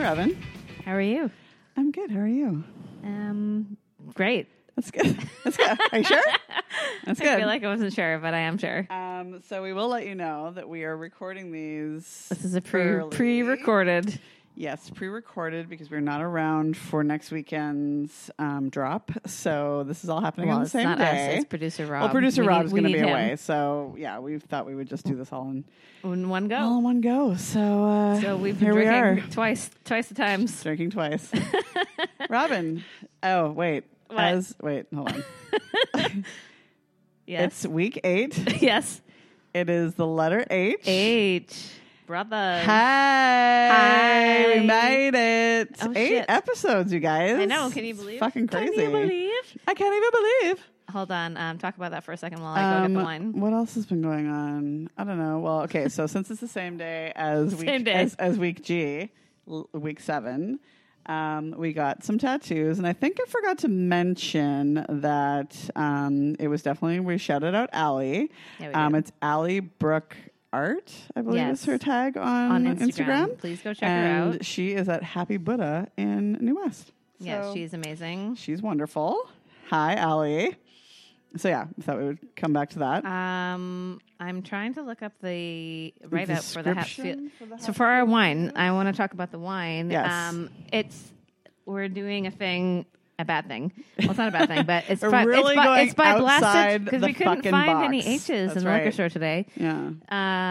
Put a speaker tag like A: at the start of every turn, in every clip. A: Robin.
B: How are you?
A: I'm good. How are you?
B: Um, great.
A: That's good. That's good. Are you sure? That's
B: I
A: good.
B: feel like I wasn't sure, but I am sure.
A: um, so we will let you know that we are recording these.
B: This is a pre
A: early.
B: pre recorded.
A: Yes, pre-recorded because we're not around for next weekend's um, drop. So this is all happening
B: Well,
A: on the
B: it's
A: same
B: not us.
A: day.
B: It's producer Rob.
A: Well, producer
B: We
A: Rob
B: need-
A: is
B: we
A: going to be
B: need him
A: away. So yeah, we thought we would just do this all in
B: in one
A: all
B: go.
A: in one go. So uh,
B: Oh. so we've been
A: here we are
B: drinking twice, twice the times.
A: drinking twice. Robin. Oh wait.
B: What?
A: As wait, hold on.
B: Yes,
A: It's week eight.
B: yes.
A: It is the letter H.
B: H brother.
A: Hi. We
B: Hi.
A: made it.
B: Oh,
A: Eight
B: shit.
A: episodes, you guys.
B: I know. Can you
A: It's
B: believe?
A: fucking crazy.
B: Can you believe?
A: I can't even believe.
B: Hold on. Um, talk about that for a second while I go get the
A: Um,
B: wine.
A: What else has been going on? I don't know. Well, okay, so since it's the same day as week
B: Same day.
A: As, as week G, l- week 7, um, we got some tattoos and I think I forgot to mention that um, it was definitely we shouted out Allie.
B: Yeah, we
A: um
B: did.
A: it's Allie Brooke Art, I believe
B: Yes.
A: is her tag on,
B: On Instagram. Please go check her
A: and
B: out.
A: She is at Happy Buddha in New West.
B: yeah,
A: So-
B: she's amazing.
A: She's wonderful. Hi, Allie. So yeah, I thought we would come back to that.
B: Um, I'm trying to look up the write up for the Hatfield.
A: Description for the
B: so for our wine, I want to talk about the wine.
A: Yes.
B: Um, it's we're doing a thing, a bad thing. Well, it's not a bad thing, but it's
A: We're
B: by,
A: really
B: it's by,
A: going
B: it's by
A: outside
B: blasted because
A: the
B: we couldn't
A: fucking
B: find
A: box.
B: any H's in
A: That's
B: the liquor
A: right.
B: store today.
A: yeah.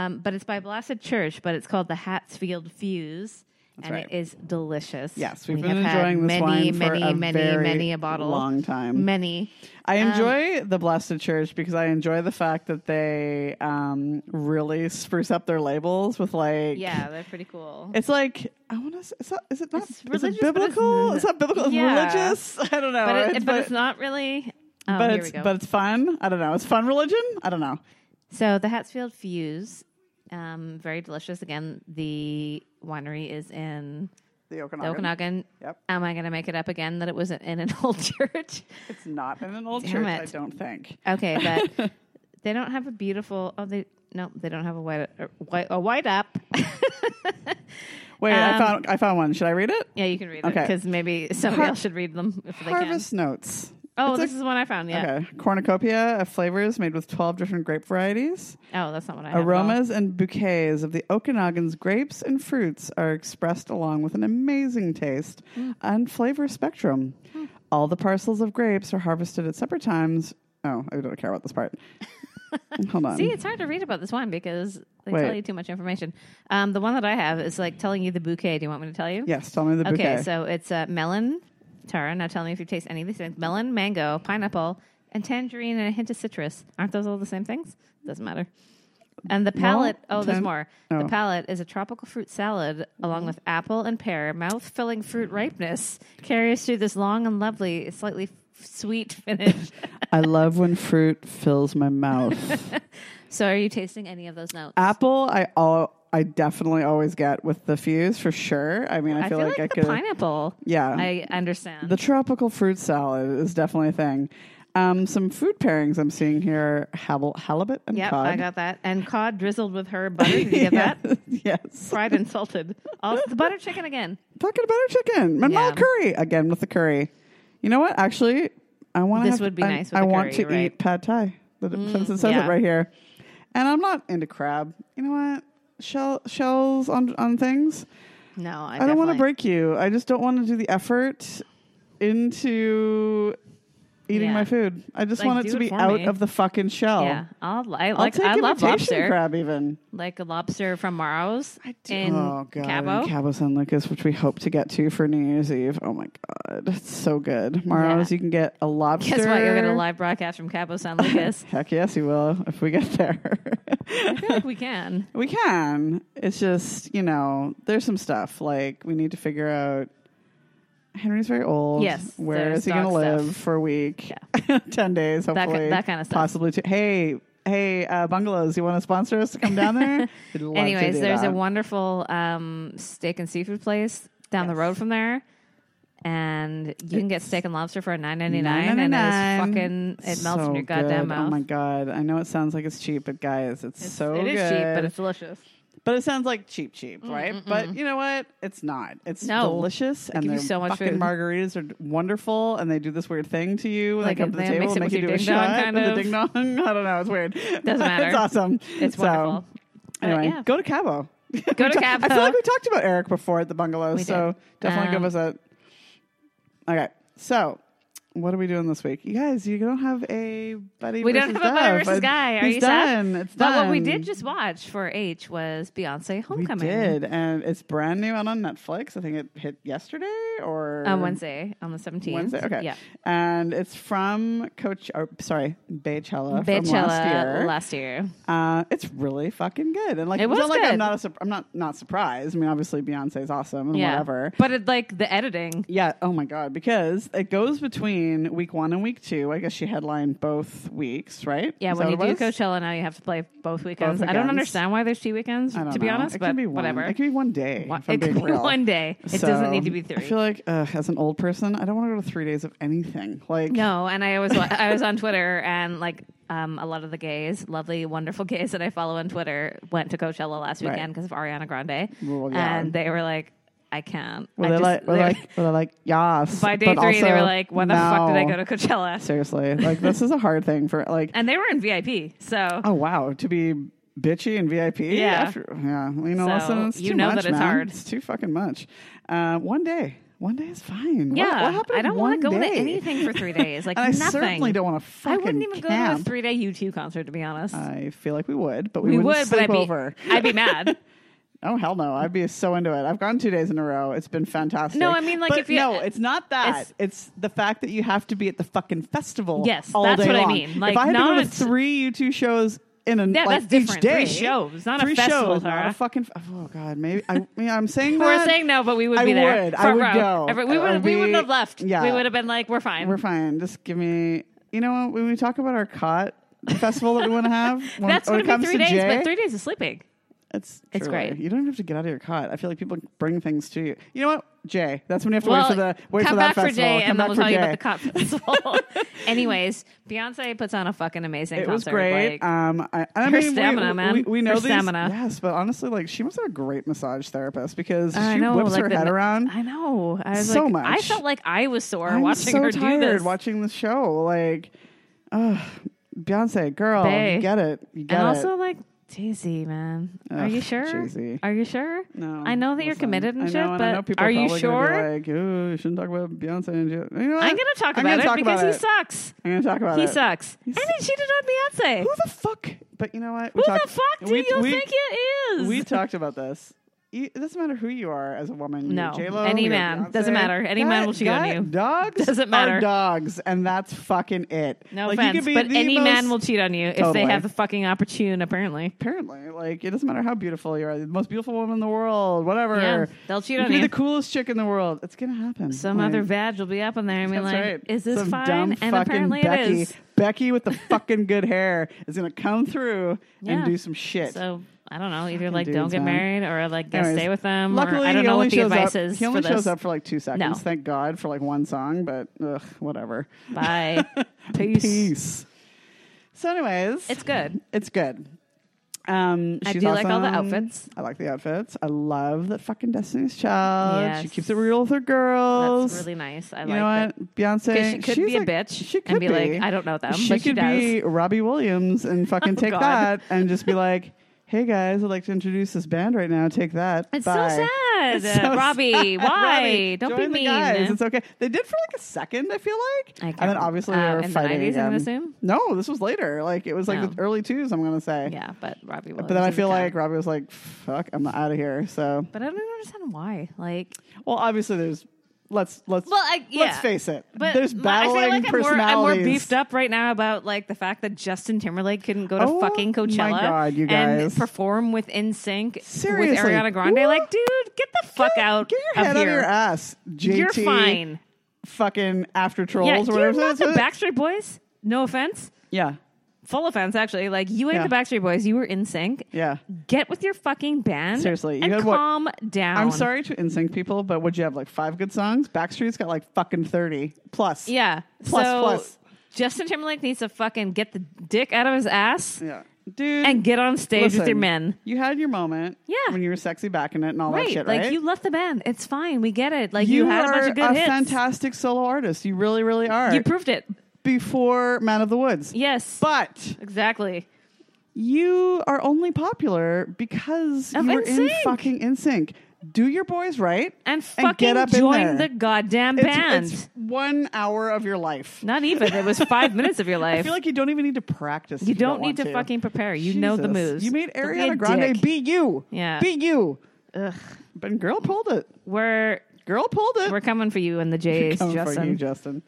B: Um, but it's by Blasted Church, but it's called the Hatsfield Fuse. and
A: right.
B: it is delicious.
A: Yes, we've
B: We
A: been
B: have had
A: enjoying this
B: many,
A: wine for
B: many,
A: a
B: many,
A: very
B: many a bottle, um,
A: long time.
B: many.
A: I enjoy the Blessed Church because I enjoy the fact that they um, really spruce up their labels with like
B: Yeah, they're pretty cool.
A: It's like I want to. Is, that, is it not?
B: It's
A: is it
B: religious, but it's
A: biblical?
B: n-
A: It's not biblical. It's
B: Yeah.
A: religious. I don't know.
B: but, it, but it's not really. Oh,
A: but
B: here
A: it's
B: we go.
A: but it's fun. I don't know. It's fun religion. I don't know.
B: so the Hatsfield Fuse, um, very delicious. Again, the winery is in
A: The
B: the
A: Okanagan.
B: Okanagan.
A: Yep.
B: Am I going to make it up again that it was in an old church?
A: It's not in an old
B: Damn
A: church.
B: it.
A: I don't think.
B: Okay, but they don't have a beautiful. Oh, they no, they don't have a white a white, a white up.
A: Wait, I
B: Um,
A: found I found one. Should I read it?
B: yeah, you can read it
A: Okay.
B: because maybe somebody
A: Har-
B: else should read them if they
A: Harvest notes.
B: can. Oh,
A: It's a-
B: this is one I found. Yeah.
A: Okay. Cornucopia of flavors made with 12 different grape varieties.
B: Oh, that's not what I have. Well,
A: Aromas and bouquets of the Okanagan's grapes and fruits are expressed along with an amazing taste
B: Hmm.
A: and flavor spectrum. All the parcels of grapes are harvested at separate times. Oh, I don't care about this part. Hold on.
B: See, it's hard to read about this wine because they tell
A: Wait.
B: you too much information. Um, the one that I have is like telling you the bouquet. Do you want me to tell you?
A: yes, tell me the bouquet.
B: Okay, so it's uh, melon, Tara. Now tell me if you taste any of these things: melon, mango, pineapple, and tangerine, and a hint of citrus. Aren't those all the same things? Doesn't matter. And the palate. oh, there's
A: tan-
B: more.
A: oh.
B: The palate is a tropical fruit salad along with apple and pear. Mouth-filling fruit ripeness carries through this long and lovely, slightly f- sweet finish.
A: I love when fruit fills my mouth.
B: so, are you tasting any of those notes?
A: Apple, I all I definitely always get with the fuse for sure. I mean, I,
B: I feel like,
A: I
B: the
A: could.
B: pineapple.
A: yeah,
B: I understand.
A: the tropical fruit salad is definitely a thing. Um, some food pairings I'm seeing here: habal- halibut and
B: yep,
A: cod.
B: I got that. And cod drizzled with herb butter. Did you get that?
A: yes,
B: fried and salted. Also, the butter chicken again.
A: talking butter chicken, and
B: Yeah.
A: curry again with the curry. You know what? Actually, I want
B: This would be nice with
A: I
B: the
A: want
B: curry,
A: to
B: right? Mm,
A: eat pad thai. That it- since it says
B: yeah.
A: it right here, and I'm not into crab. You know what? Shell shells on on things.
B: No, I,
A: I don't want to
B: definitely-
A: break you. I just don't want to do the effort into eating
B: Yeah.
A: my food. I just
B: Like,
A: want it
B: do
A: to
B: it
A: be
B: for
A: out
B: me.
A: of the fucking shell.
B: Yeah, I'll, I
A: I'll
B: like.
A: take
B: I love
A: imitation
B: lobster,
A: crab even.
B: like a lobster from Morrow's
A: Do-
B: in
A: oh god,
B: Cabo.
A: in Cabo San Lucas, which we hope to get to for New Year's Eve. Oh my god, it's so good. Morrow's,
B: Yeah.
A: you can get a lobster.
B: Guess what? You'll get a live broadcast from Cabo San Lucas.
A: Heck yes, you will if we get there.
B: I feel like we can.
A: we can. It's just you know, there's some stuff like we need to figure out. Henry's very old.
B: Yes,
A: where
B: there's
A: is he going to
B: dog
A: live
B: stuff.
A: for a week? Ten days,
B: ki-
A: hopefully.
B: that kinda stuff.
A: Possibly two. Hey, hey, uh, bungalows, you want to sponsor us to come down there? We'd love to
B: Anyways,
A: do
B: there's
A: that.
B: a wonderful um, steak and seafood place down the road from there. And you can get steak and lobster for nine ninety nine, and it's fucking it melts
A: So
B: in your goddamn
A: good.
B: mouth.
A: Oh my god! I know it sounds like it's cheap, but guys, it's, so
B: it
A: good.
B: is cheap, but it's delicious.
A: But it sounds like cheap, cheap, right? But you know what? It's not. It's
B: Mm, No.
A: delicious, and
B: give you
A: their
B: so much
A: fucking
B: food.
A: margaritas are wonderful, and they do this weird thing to you. when
B: Like
A: they come
B: a-
A: to the
B: they
A: table,
B: mix it
A: and make
B: with
A: you do
B: your
A: a
B: ding
A: shot,
B: dong, kind
A: and the
B: of.
A: ding dong. I don't know. It's weird.
B: Doesn't
A: it's
B: matter.
A: awesome.
B: It's
A: So,
B: wonderful. But,
A: Anyway,
B: yeah.
A: go to Cabo.
B: Go to
A: I feel
B: Cabo.
A: like we talked about Eric before at the bungalow,
B: We
A: so
B: did.
A: definitely
B: Um,
A: give us a. Okay, so what are we doing this week, you guys? You don't have a buddy.
B: We don't
A: versus
B: have a buddy
A: Dove.
B: versus guy. Are
A: He's
B: you sad?
A: done. It's
B: But
A: done.
B: what we did just watch for H was Beyonce
A: we
B: Homecoming
A: did, and it's brand new out on Netflix. I think it hit yesterday or
B: on Wednesday on the 17th.
A: Wednesday, okay.
B: Yeah.
A: And it's from Coach, or, sorry, Baychella from
B: Beychella
A: last year.
B: last year.
A: Uh, it's really fucking good, and like
B: It
A: it's
B: was
A: not like I'm
B: good.
A: not a sur- I'm not not surprised. I mean, obviously Beyonce's awesome and
B: Yeah.
A: whatever.
B: But it, like the editing.
A: Yeah. Oh my god, because it goes between week one and week two. I guess she headlined both weeks, right?
B: Yeah,
A: Is
B: when
A: that
B: you
A: what
B: do
A: it was?
B: Coachella now, you have to play both weekends. I
A: weekends.
B: don't understand why there's two weekends,
A: I don't
B: to be
A: know.
B: honest,
A: it
B: but
A: could be one.
B: whatever.
A: It could be one day.
B: One-
A: if I'm
B: it could
A: being
B: be
A: real.
B: one day. It
A: So,
B: doesn't need to be
A: I
B: three.
A: feel like uh, as an old person, I don't want to go to three days of anything. Like
B: No, and I was I was on Twitter and like um, a lot of the gays, lovely, wonderful gays that I follow on Twitter, went to Coachella last
A: Right.
B: weekend because of Ariana Grande,
A: Well, yeah.
B: and they were like, "I can't."
A: Well,
B: I
A: they're like,
B: just-
A: well,
B: they-
A: they're like, well, they're like, yes.
B: by day
A: but
B: three, they were
A: also,
B: like, "Why the fuck did I
A: no."
B: go to Coachella?"
A: Seriously, like this is a hard thing for like.
B: And they were in VIP, so
A: oh wow, to be bitchy and VIP.
B: Yeah.
A: after, yeah. You know,
B: So,
A: listen, it's
B: you
A: too
B: know
A: much,
B: that it's
A: man.
B: hard.
A: It's too fucking much. Uh, one day, one day is fine. What-
B: yeah,
A: what, happened?
B: I don't
A: want
B: to go to anything for three days, like
A: and I
B: nothing.
A: certainly don't want to
B: I
A: fucking.
B: wouldn't even go to a
A: camp.
B: three-day U2 concert, to be honest.
A: I feel like we would, but we,
B: we
A: wouldn't
B: would, but
A: sleep
B: I'd be,
A: over.
B: I'd be mad.
A: Oh hell no! I'd be so into it. I've gone two days in a row. It's been fantastic.
B: No, I mean, like,
A: But
B: if you-
A: no, it's not that. It's,
B: It's-
A: the fact that you have to be at the fucking festival.
B: Yes,
A: all
B: that's
A: day
B: what I
A: long.
B: mean. Like,
A: if I had to go to
B: not-
A: three U two shows in a
B: Yeah,
A: like,
B: that's different.
A: Each day,
B: Three shows, not a
A: three
B: festival,
A: shows, not
B: Tara.
A: a fucking. Oh god, maybe I, I mean, I'm saying
B: We're
A: that
B: saying no, but we would
A: I
B: be there.
A: would. I
B: Front
A: would
B: row.
A: go.
B: Every- we
A: Uh,
B: would. We,
A: we-
B: wouldn't have left.
A: yeah.
B: We would have been like, we're fine.
A: we're fine. Just give me. You know what? When we talk about our cot festival that we want to have, when,
B: That's
A: when
B: going
A: it
B: to
A: comes
B: be three
A: to
B: days,
A: Jay,
B: but three days is sleeping.
A: It's
B: It's
A: truly-
B: great.
A: You don't even have to get out of your cot. I feel like people bring things to you. You know what, Jay? That's when you have to wait
B: well,
A: for the wait
B: come
A: for
B: back
A: that
B: for
A: festival.
B: Jay,
A: come
B: and
A: back
B: then we'll
A: for
B: tell you
A: Jay.
B: about the cop festival. Anyways, Beyonce puts on a fucking amazing
A: It was
B: concert.
A: great.
B: Like,
A: um, I, I
B: her
A: mean, we-
B: stamina,
A: we,
B: man.
A: We, we know
B: Her
A: these-
B: stamina.
A: Yes, but honestly, like she must have a great massage therapist because
B: I
A: she
B: know,
A: whips
B: like
A: her
B: the-
A: head around.
B: I know. I was
A: So
B: like,
A: much.
B: I felt like I was sore
A: I'm
B: watching
A: so
B: her
A: tired
B: do this.
A: watching the show. Like, ugh, Beyonce, girl, you
B: Bae.
A: get it. You get
B: and
A: it.
B: also, like, Jay-Z, man. are
A: Ugh,
B: you sure?
A: Jay-Z.
B: Are you sure?
A: No,
B: I know that you're
A: listen,
B: committed and
A: I
B: shit,
A: know, and I
B: but
A: know people
B: are you
A: probably gonna be
B: sure?
A: Like, "Ooh, you shouldn't talk about Beyonce and Jay." You know what?
B: I'm going to talk
A: I'm
B: about
A: gonna
B: it
A: talk
B: because
A: about
B: he
A: it.
B: sucks.
A: I'm gonna talk about
B: He
A: it.
B: sucks.
A: He's-
B: and he cheated on Beyonce.
A: Who the fuck? But you know what?
B: Who the fuck do you think it is?
A: We talked about this. You, it doesn't matter who you are as a woman.
B: No.
A: J Lo,
B: Any man. Doesn't matter. Any man will cheat on you.
A: Dogs
B: Doesn't
A: are
B: matter.
A: dogs, and that's fucking it.
B: no
A: Like, you could
B: offense,
A: be
B: but
A: the
B: any man
A: most-
B: will cheat on you if
A: Totally.
B: they have the fucking opportune. Apparently,
A: Apparently, like it doesn't matter how beautiful you are, the most beautiful woman in the world, whatever.
B: Yeah, they'll
A: you
B: cheat on
A: could be
B: you.
A: the coolest chick in the world. It's gonna happen.
B: some
A: Like,
B: other vag will be up in there and be
A: That's
B: like,
A: right.
B: "Is this
A: Some
B: fine?"
A: Dumb
B: and
A: fucking
B: apparently,
A: Becky,
B: it is.
A: Becky with the fucking good hair is gonna come through and
B: Yeah.
A: do some shit.
B: So I don't know. Either like
A: dudes,
B: don't get
A: man.
B: married or like go
A: Anyways,
B: stay with them.
A: Luckily,
B: or I don't
A: he
B: know
A: only
B: what the
A: shows
B: advice
A: up,
B: is.
A: He only
B: for
A: shows
B: this.
A: up for like two seconds.
B: No.
A: Thank God for like one song, but ugh, whatever.
B: Bye. Peace.
A: Peace. So, anyways,
B: It's good.
A: it's good. Um,
B: I
A: she's
B: do like all the
A: awesome.
B: outfits.
A: I like the outfits. I love that fucking Destiny's Child. She
B: Yes.
A: keeps it real with her girls.
B: That's really nice. I
A: you
B: like
A: know
B: that.
A: what, Beyonce?
B: 'Cause she could
A: she's
B: be a
A: like-
B: bitch
A: She could
B: and be like,
A: be.
B: "I don't know them,"
A: She
B: but
A: could
B: she Oh,
A: be Robbie Williams and fucking take
B: God.
A: that and just be like, "Hey guys, I'd like to introduce this band right now. Take that."
B: It's
A: Bye."
B: so sad,
A: It's so
B: Robbie.
A: sad. Uh,
B: Why?
A: Robbie,
B: Don't be
A: join the
B: mean.
A: guys. It's okay. They did for like a second. I feel like,
B: I can't
A: and then
B: remember.
A: obviously
B: Uh,
A: they were
B: in the
A: fighting
B: 90s, I'm
A: again.
B: gonna assume?
A: No, this was later. Like it was like
B: No.
A: the early twos. I'm gonna say.
B: yeah, but Robbie.
A: But then I feel like Robbie was like, "Fuck, I'm out of here." So,
B: But I don't even understand why. Like,
A: well, obviously there's let's let's
B: Well, I-
A: let's
B: yeah.
A: face it.
B: but
A: there's
B: my- I
A: battling
B: feel like I'm more, I'm
A: personalities.
B: more beefed up right now about like the fact that Justin Timberlake couldn't go to
A: Oh,
B: fucking
A: my
B: Coachella
A: God, you guys.
B: and perform with NSYNC
A: Seriously.
B: with Ariana Grande.
A: What?
B: Like, dude, get the fuck
A: Get-
B: out
A: Get your head
B: of
A: out of
B: here.
A: your ass, JT.
B: You're fine.
A: Fucking after trolls
B: Yeah,
A: or
B: you're
A: whatever.
B: not the
A: So-
B: Backstreet Boys. No offense.
A: yeah,
B: Full offense, actually. Like, you ain't
A: Yeah.
B: the Backstreet Boys. You were in sync.
A: yeah.
B: Get with your fucking band.
A: Seriously, you
B: and
A: had what-
B: calm down.
A: I'm sorry to NSYNC people, but would you have like five good songs? Backstreet's got like fucking thirty plus.
B: Yeah.
A: Plus,
B: so
A: plus.
B: Justin Timberlake needs to fucking get the dick out of his ass
A: Yeah. dude.
B: and get on stage with your
A: listen,
B: men.
A: You had your moment.
B: Yeah.
A: When you were sexy backing it and all
B: Right.
A: that shit, right?
B: Like you left the band. It's fine. We get it. Like you, had a bunch
A: are
B: of good hits.
A: fantastic solo artist. You really, really are.
B: you proved it.
A: Before Man of the Woods.
B: Yes.
A: But
B: exactly.
A: you are only popular because
B: Of
A: you're in
B: NSYNC.
A: fucking NSYNC. Do your boys right
B: And fucking
A: get up in
B: join
A: there.
B: the goddamn
A: It's-
B: band.
A: It's one hour of your life.
B: Not even. It was five minutes of your life.
A: I feel like you don't even need to practice. if
B: you don't
A: want
B: need to, fucking prepare. You know the
A: Jesus.
B: moves.
A: You made
B: Don't be
A: Ariana
B: a
A: Grande
B: dick.
A: be you.
B: Yeah.
A: Be you.
B: Ugh.
A: But girl pulled it.
B: We're
A: Girl pulled it.
B: we're coming for you in the J's,
A: Coming
B: Justin.
A: for you, Justin.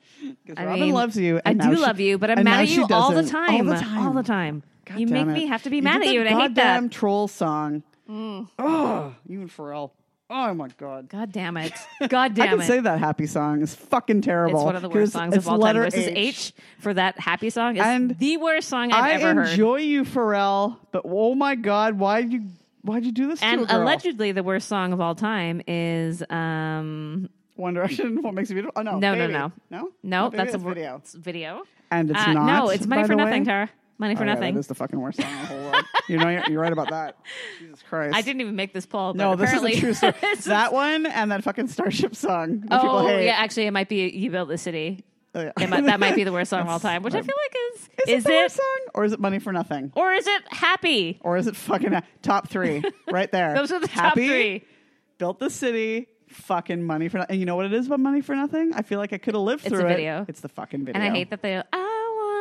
A: 'Cause
B: I
A: Robin
B: mean,
A: loves you.
B: I
A: and now
B: do
A: she-
B: love you, but I'm
A: and now
B: mad at
A: she
B: you all the
A: doesn't.
B: time.
A: All the time.
B: All the time.
A: God
B: you make
A: damn
B: me
A: it.
B: have to be mad
A: did
B: at you,
A: that
B: and I hate that. Mm.
A: goddamn troll song. Oh, you and Pharrell. Oh my god.
B: God damn it. God
A: I
B: damn
A: can
B: it.
A: say that happy song is fucking terrible.
B: It's one of the
A: Here's-
B: worst songs
A: it's
B: of all time.
A: letter
B: Versus H for that happy song is
A: And
B: the worst song I've
A: I
B: ever heard.
A: enjoy you, Pharrell, but oh my god, why you why'd you do this to a
B: And
A: girl?
B: allegedly, the worst song of all time is um
A: One Direction. What makes you beautiful? Oh no,
B: No, no,
A: Baby.
B: no.
A: no,
B: no,
A: Baby,
B: that's a wor-
A: video,
B: it's video.
A: and it's
B: Uh,
A: not.
B: no, it's money
A: by
B: for
A: the
B: nothing,
A: way.
B: Tara. Money for
A: Oh, yeah,
B: nothing.
A: that is the fucking worst song in the whole world. you know, you're, you're right about that. Jesus Christ,
B: I didn't even make this poll. But
A: No, this is a
B: apparently
A: true story.
B: it's-
A: that one and that fucking Starship song. That people
B: oh
A: hate.
B: yeah, actually, it might be "You Built the City."
A: Oh, yeah.
B: It might, that might be the worst song of all time, which I feel like is
A: Is,
B: is
A: it the
B: it
A: worst song or is it Money for Nothing?
B: or is it "Happy"?
A: Or is it fucking uh, top three right there?
B: Those are the top
A: Happy,
B: three.
A: Built the city. Fucking money for nothing. And you know what it is about money for nothing? I feel like I could have lived
B: It's
A: through
B: a
A: it.
B: video.
A: It's the fucking video.
B: And I hate that they. I want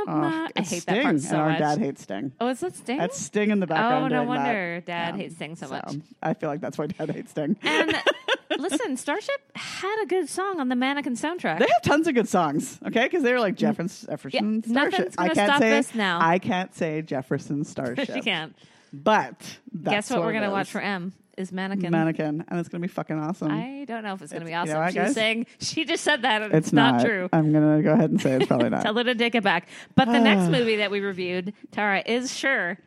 A: Oh,
B: my. I
A: it's
B: hate
A: Sting.
B: that part so
A: and our
B: much.
A: dad hates Sting.
B: oh, is that Sting?
A: That's Sting in the background.
B: Oh, no
A: doing that.
B: wonder Dad hates Sting so much.
A: I feel like that's why Dad hates Sting.
B: and listen, Starship had a good song on the Mannequin soundtrack.
A: They have tons of good songs, okay? Because they were like Jefferson, Jefferson
B: Yeah, nothing's
A: Starship.
B: gonna
A: I can't
B: stop
A: say
B: us now.
A: I can't say Jefferson Starship.
B: she can't.
A: But that's
B: Guess what, we're
A: going
B: gonna
A: to
B: watch for M is Mannequin.
A: Mannequin, and it's going to be fucking awesome.
B: I don't know if it's gonna be awesome.
A: know what,
B: She's
A: guys?
B: saying she just said that. And
A: it's not,
B: true.
A: I'm going to go ahead and say it's probably
B: Tell
A: not.
B: her to take it back. But the next movie that we reviewed, Tara is sure,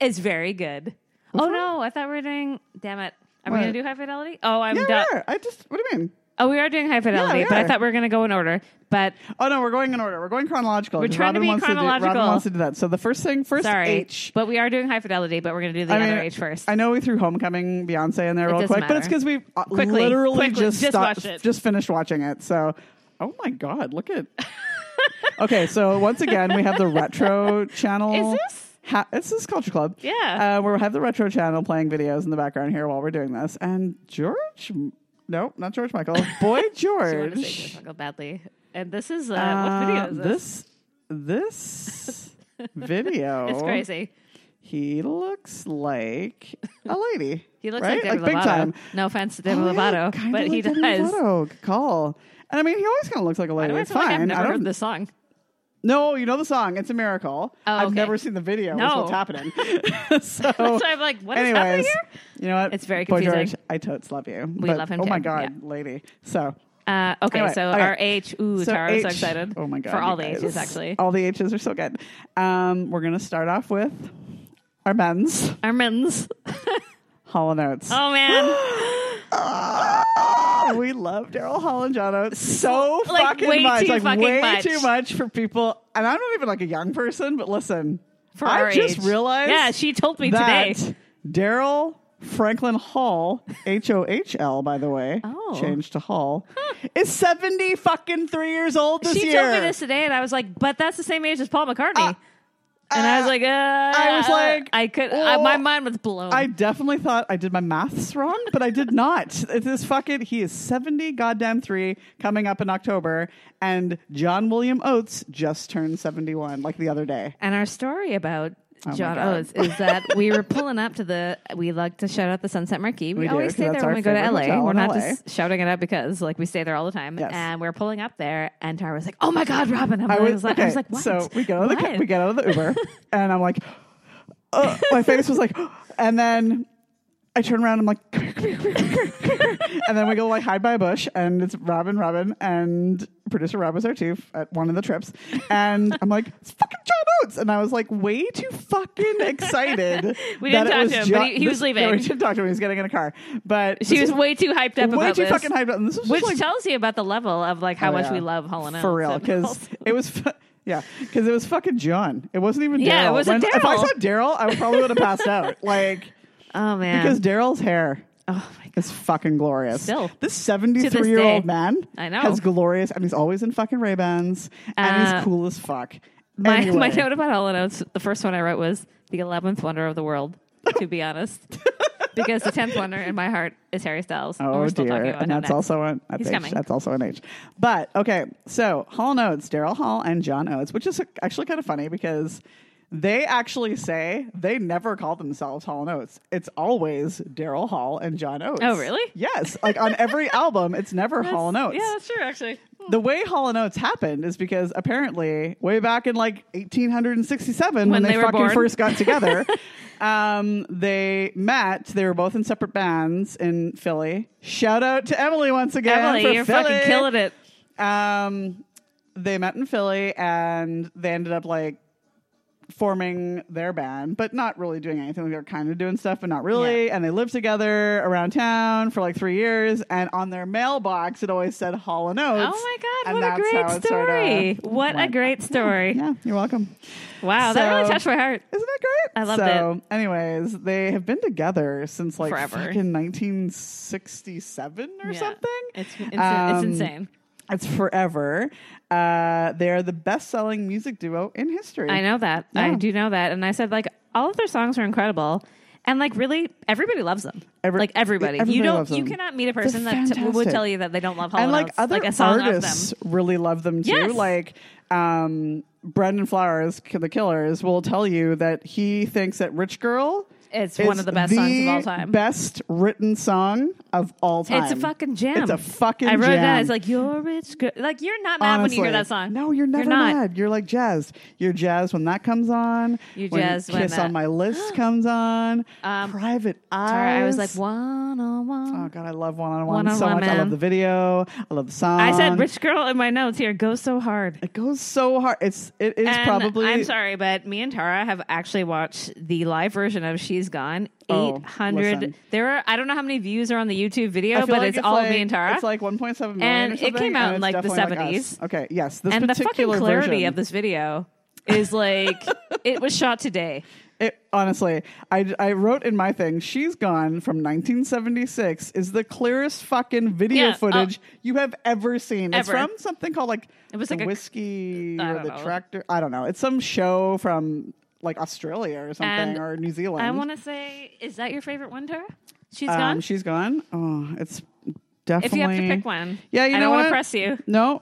B: is very good. oh
A: one?
B: no, I thought we were doing. Damn it. Are
A: What?
B: we gonna do High Fidelity? Oh, I'm
A: yeah,
B: done.
A: we are. I just. What do you mean?
B: Oh, we are doing High Fidelity,
A: we
B: but I
A: are.
B: thought we were gonna go in order. But
A: Oh no, we're going in order. We're going chronological.
B: We're
A: 'cause
B: trying to
A: Robin
B: be
A: wants Do, Robin
B: chronological.
A: wants to do that. So the first thing, first
B: sorry,
A: H.
B: but we are doing High Fidelity, but we're gonna do the
A: I
B: other
A: mean,
B: H first.
A: I know we threw Homecoming Beyonce in there
B: It
A: real
B: doesn't
A: quick, but
B: matter.
A: it's because we uh,
B: Quickly,
A: literally
B: quickly,
A: just
B: just
A: stopped,
B: watch it.
A: just finished watching it. So, oh my god, look at. okay, so once again we have the retro channel.
B: Is this-
A: Ha- this is Culture Club.
B: Yeah.
A: uh, we have the retro channel playing videos in the background here while we're doing this, and George. No, not George Michael. Boy
B: I want to say
A: George.
B: George Michael badly. And this is uh,
A: Uh,
B: what video is this?
A: this? This video.
B: It's crazy.
A: He looks like a lady.
B: He looks
A: right?
B: like David
A: big
B: Lovato.
A: time.
B: No offense to David
A: Oh, yeah,
B: Lovato,
A: kinda
B: but he
A: like Demi
B: does.
A: Lovato. Good call. And I mean, he always kind of looks like a
B: I
A: lady.
B: don't
A: It's
B: feel like
A: fine.
B: I've never
A: I don't.
B: heard this song.
A: No, you know the song. It's a miracle.
B: Oh,
A: I've
B: okay.
A: never seen the video. Is
B: No.
A: what's happening? so,
B: so I'm like, what is happening
A: Oh, anyways,
B: here?
A: you know what?
B: It's very
A: Boy
B: confusing.
A: George, I totes love you.
B: We
A: but,
B: love him
A: Oh my
B: too.
A: god, lady. So
B: Uh, okay,
A: Anyway,
B: so
A: okay.
B: our H. Ooh,
A: So
B: Tara, I'm so
A: H-
B: excited.
A: Oh my god!
B: For
A: you
B: all the
A: guys. Oh.
B: H's, actually.
A: all the H's are so good. Um, we're gonna start off with our men's
B: Our men's.
A: Hall and Oates.
B: Oh, man.
A: Ah, we love Daryl Hall and John Oates so
B: Like,
A: fucking
B: way
A: much,
B: too
A: like
B: fucking
A: way
B: much.
A: too much for people. And I'm not even like a young person, but listen,
B: For
A: I
B: our
A: just
B: age.
A: realized.
B: Yeah, she told me
A: that
B: today.
A: Daryl Franklin Hall, H O H L, by the way,
B: Oh.
A: changed to Hall, is seventy fucking three years old this
B: She
A: year.
B: told me this today, and I was like, but that's the same age as Paul McCartney.
A: Ah,
B: and I was
A: ah,
B: like, uh,
A: I was like,
B: I could, I,
A: oh,
B: my mind was blown.
A: I definitely thought I did my maths wrong, but I did not. this fucking he is seventy goddamn three coming up in October, and John William Oates just turned seventy one like the other day.
B: And our story about
A: Oh my
B: John
A: God.
B: Oates is that we were pulling up to the. We like to shout out the Sunset Marquee. We,
A: We do,
B: always
A: 'cause
B: stay
A: that's
B: there when
A: our
B: we go to
A: favorite
B: LA.
A: hotel
B: We're
A: in
B: not
A: LA.
B: just shouting it out because like we stay there all the time.
A: Yes.
B: And we're pulling up there, and Tara was like, "Oh my God, Robin!" I'm
A: I
B: like- I
A: was,
B: was, like, I
A: okay,
B: was like, "What?"
A: So we get out of the ca-
B: What?"
A: we get out of the Uber, and I'm like, uh, my face was like, and then I turn around. I'm like, "Come here, come here, come here, come here." and then we go like hide by a bush, and it's Robin, Robin, and producer Rob was there too f- at one of the trips, and I'm like, it's fucking John Oates, and I was like, way too fucking excited.
B: We
A: that
B: didn't
A: it
B: talk
A: was
B: to him, but
A: Jo-
B: he- he was
A: this-
B: leaving.
A: No, we didn't talk to him. He was getting in a car, but
B: She
A: this
B: was
A: is
B: way too hyped up
A: way
B: about
A: too
B: this,
A: fucking hyped up. And this was just
B: which
A: like
B: tells you about the level of like how
A: Oh,
B: much
A: yeah.
B: we love Hall and Oates
A: for real
B: and
A: because
B: also-
A: it was fu- Yeah, because it was fucking John. It wasn't even
B: Yeah, it
A: Daryl.
B: wasn't
A: When- If I
B: Daryl.
A: saw Daryl, I probably would have passed out. Like
B: Oh man.
A: because Daryl's hair
B: oh my god.
A: is fucking glorious.
B: Still.
A: this seventy-three-year-old
B: day.
A: man,
B: I know.
A: has glorious, and he's always in fucking Ray Bans, and
B: Uh,
A: he's cool as fuck.
B: My,
A: Anyway.
B: my note about all the notes, the first one I wrote was the eleventh wonder of the world. To be honest, because the tenth wonder in my heart is Harry Styles. and
A: Oh
B: we're still
A: dear,
B: talking about
A: and
B: him
A: that's
B: next.
A: also an that's
B: He's
A: H.
B: coming.
A: That's also an H. But okay, so Hall Oates, Daryl Hall, and John Oates, which is actually kind of funny because they actually say they never call themselves Hall and Oates. It's always Daryl Hall and John Oates.
B: Oh, really?
A: Yes, like on every album, it's never Hall and Oates.
B: Yeah, that's true. Actually,
A: The way Hall and Oates happened is because apparently way back in like 1867 when,
B: When
A: they,
B: they were
A: fucking
B: born.
A: first got together, um, they met. They were both in separate bands in Philly. Shout out to Emily once again. for
B: Emily, you're
A: Philly.
B: fucking killing it.
A: Um, they met in Philly and they ended up like forming their band, but not really doing anything. They were kind of doing stuff, but not really. And they lived together around town for like three years. And on their mailbox, it always said Hall and Oates.
B: Oh my god,
A: And
B: what a
A: that's how
B: great
A: it sorta
B: story! What a
A: went.
B: great story!
A: Yeah, you're welcome.
B: Wow, that really
A: So-
B: touched my heart.
A: Isn't that great?
B: I loved
A: so, it. Anyways, they have been together since like
B: Forever.
A: fucking 1967 or
B: Yeah.
A: something.
B: It's it's, it's
A: Um,
B: insane.
A: It's forever. Uh, they're the best-selling music duo in history.
B: I know that.
A: Yeah.
B: I do know that. And I said like all of their songs are incredible. And like really, everybody loves them.
A: Every-
B: like everybody,
A: everybody
B: you don't.
A: loves
B: you
A: them.
B: cannot meet a person that t-
A: fantastic.
B: would tell you that they don't love Hall
A: and like
B: Oates,
A: other
B: like a song
A: artists
B: of
A: really love them too.
B: Yes.
A: Like um, Brendan Flowers, K- the Killers, will tell you that he thinks that "Rich Girl"
B: them. It's one
A: is
B: of the best songs of all time.
A: best written song of all time.
B: It's a fucking jam.
A: um, It's a fucking.
B: I wrote
A: jam.
B: that. It's like you're a rich, girl. like you're not mad
A: Honestly.
B: when you hear that song.
A: No, you're never
B: not.
A: mad. You're like jazzed. You're jazzed when that comes on.
B: You're
A: when
B: jazzed when
A: Kiss
B: that-
A: on My List comes on.
B: Um,
A: Private Eyes.
B: Sorry, I was like one on
A: Oh
B: one.
A: god, I love one on one
B: One on
A: so
B: One,
A: much. I love
B: man.
A: the video. I love the song.
B: I said rich girl in my notes here. Go so hard.
A: It goes so hard. It's it is
B: And
A: probably
B: I'm sorry, but me and Tara have actually watched the live version of She's Gone.
A: Oh,
B: Eight hundred.
A: listen.
B: there are I don't know how many views are on the
A: I
B: YouTube video,
A: feel
B: but
A: like
B: it's, all
A: like,
B: me and Tara.
A: It's like 1.7 million,
B: And
A: or
B: it
A: something,
B: came out
A: and
B: in, like,
A: it's
B: the
A: definitely like
B: 70s.
A: us. okay, yes, this
B: and the fucking
A: particular
B: clarity
A: version,
B: of this video is like it was shot today.
A: It, honestly, I, I wrote in my thing, She's Gone from 1976 is the clearest fucking video
B: Yeah, oh.
A: footage you have ever seen. It's
B: Ever.
A: from something called like
B: It was
A: the
B: like a-
A: Whiskey
B: I
A: or
B: don't
A: the
B: know.
A: Tractor. I don't know. It's some show from like Australia or something
B: And
A: or New Zealand.
B: I want to say, is that your favorite one, Tara? She's
A: Um,
B: gone.
A: She's Gone. Oh, it's definitely.
B: if you have to pick one,
A: Yeah, you
B: I
A: know
B: don't wanna
A: what?
B: press you.
A: No,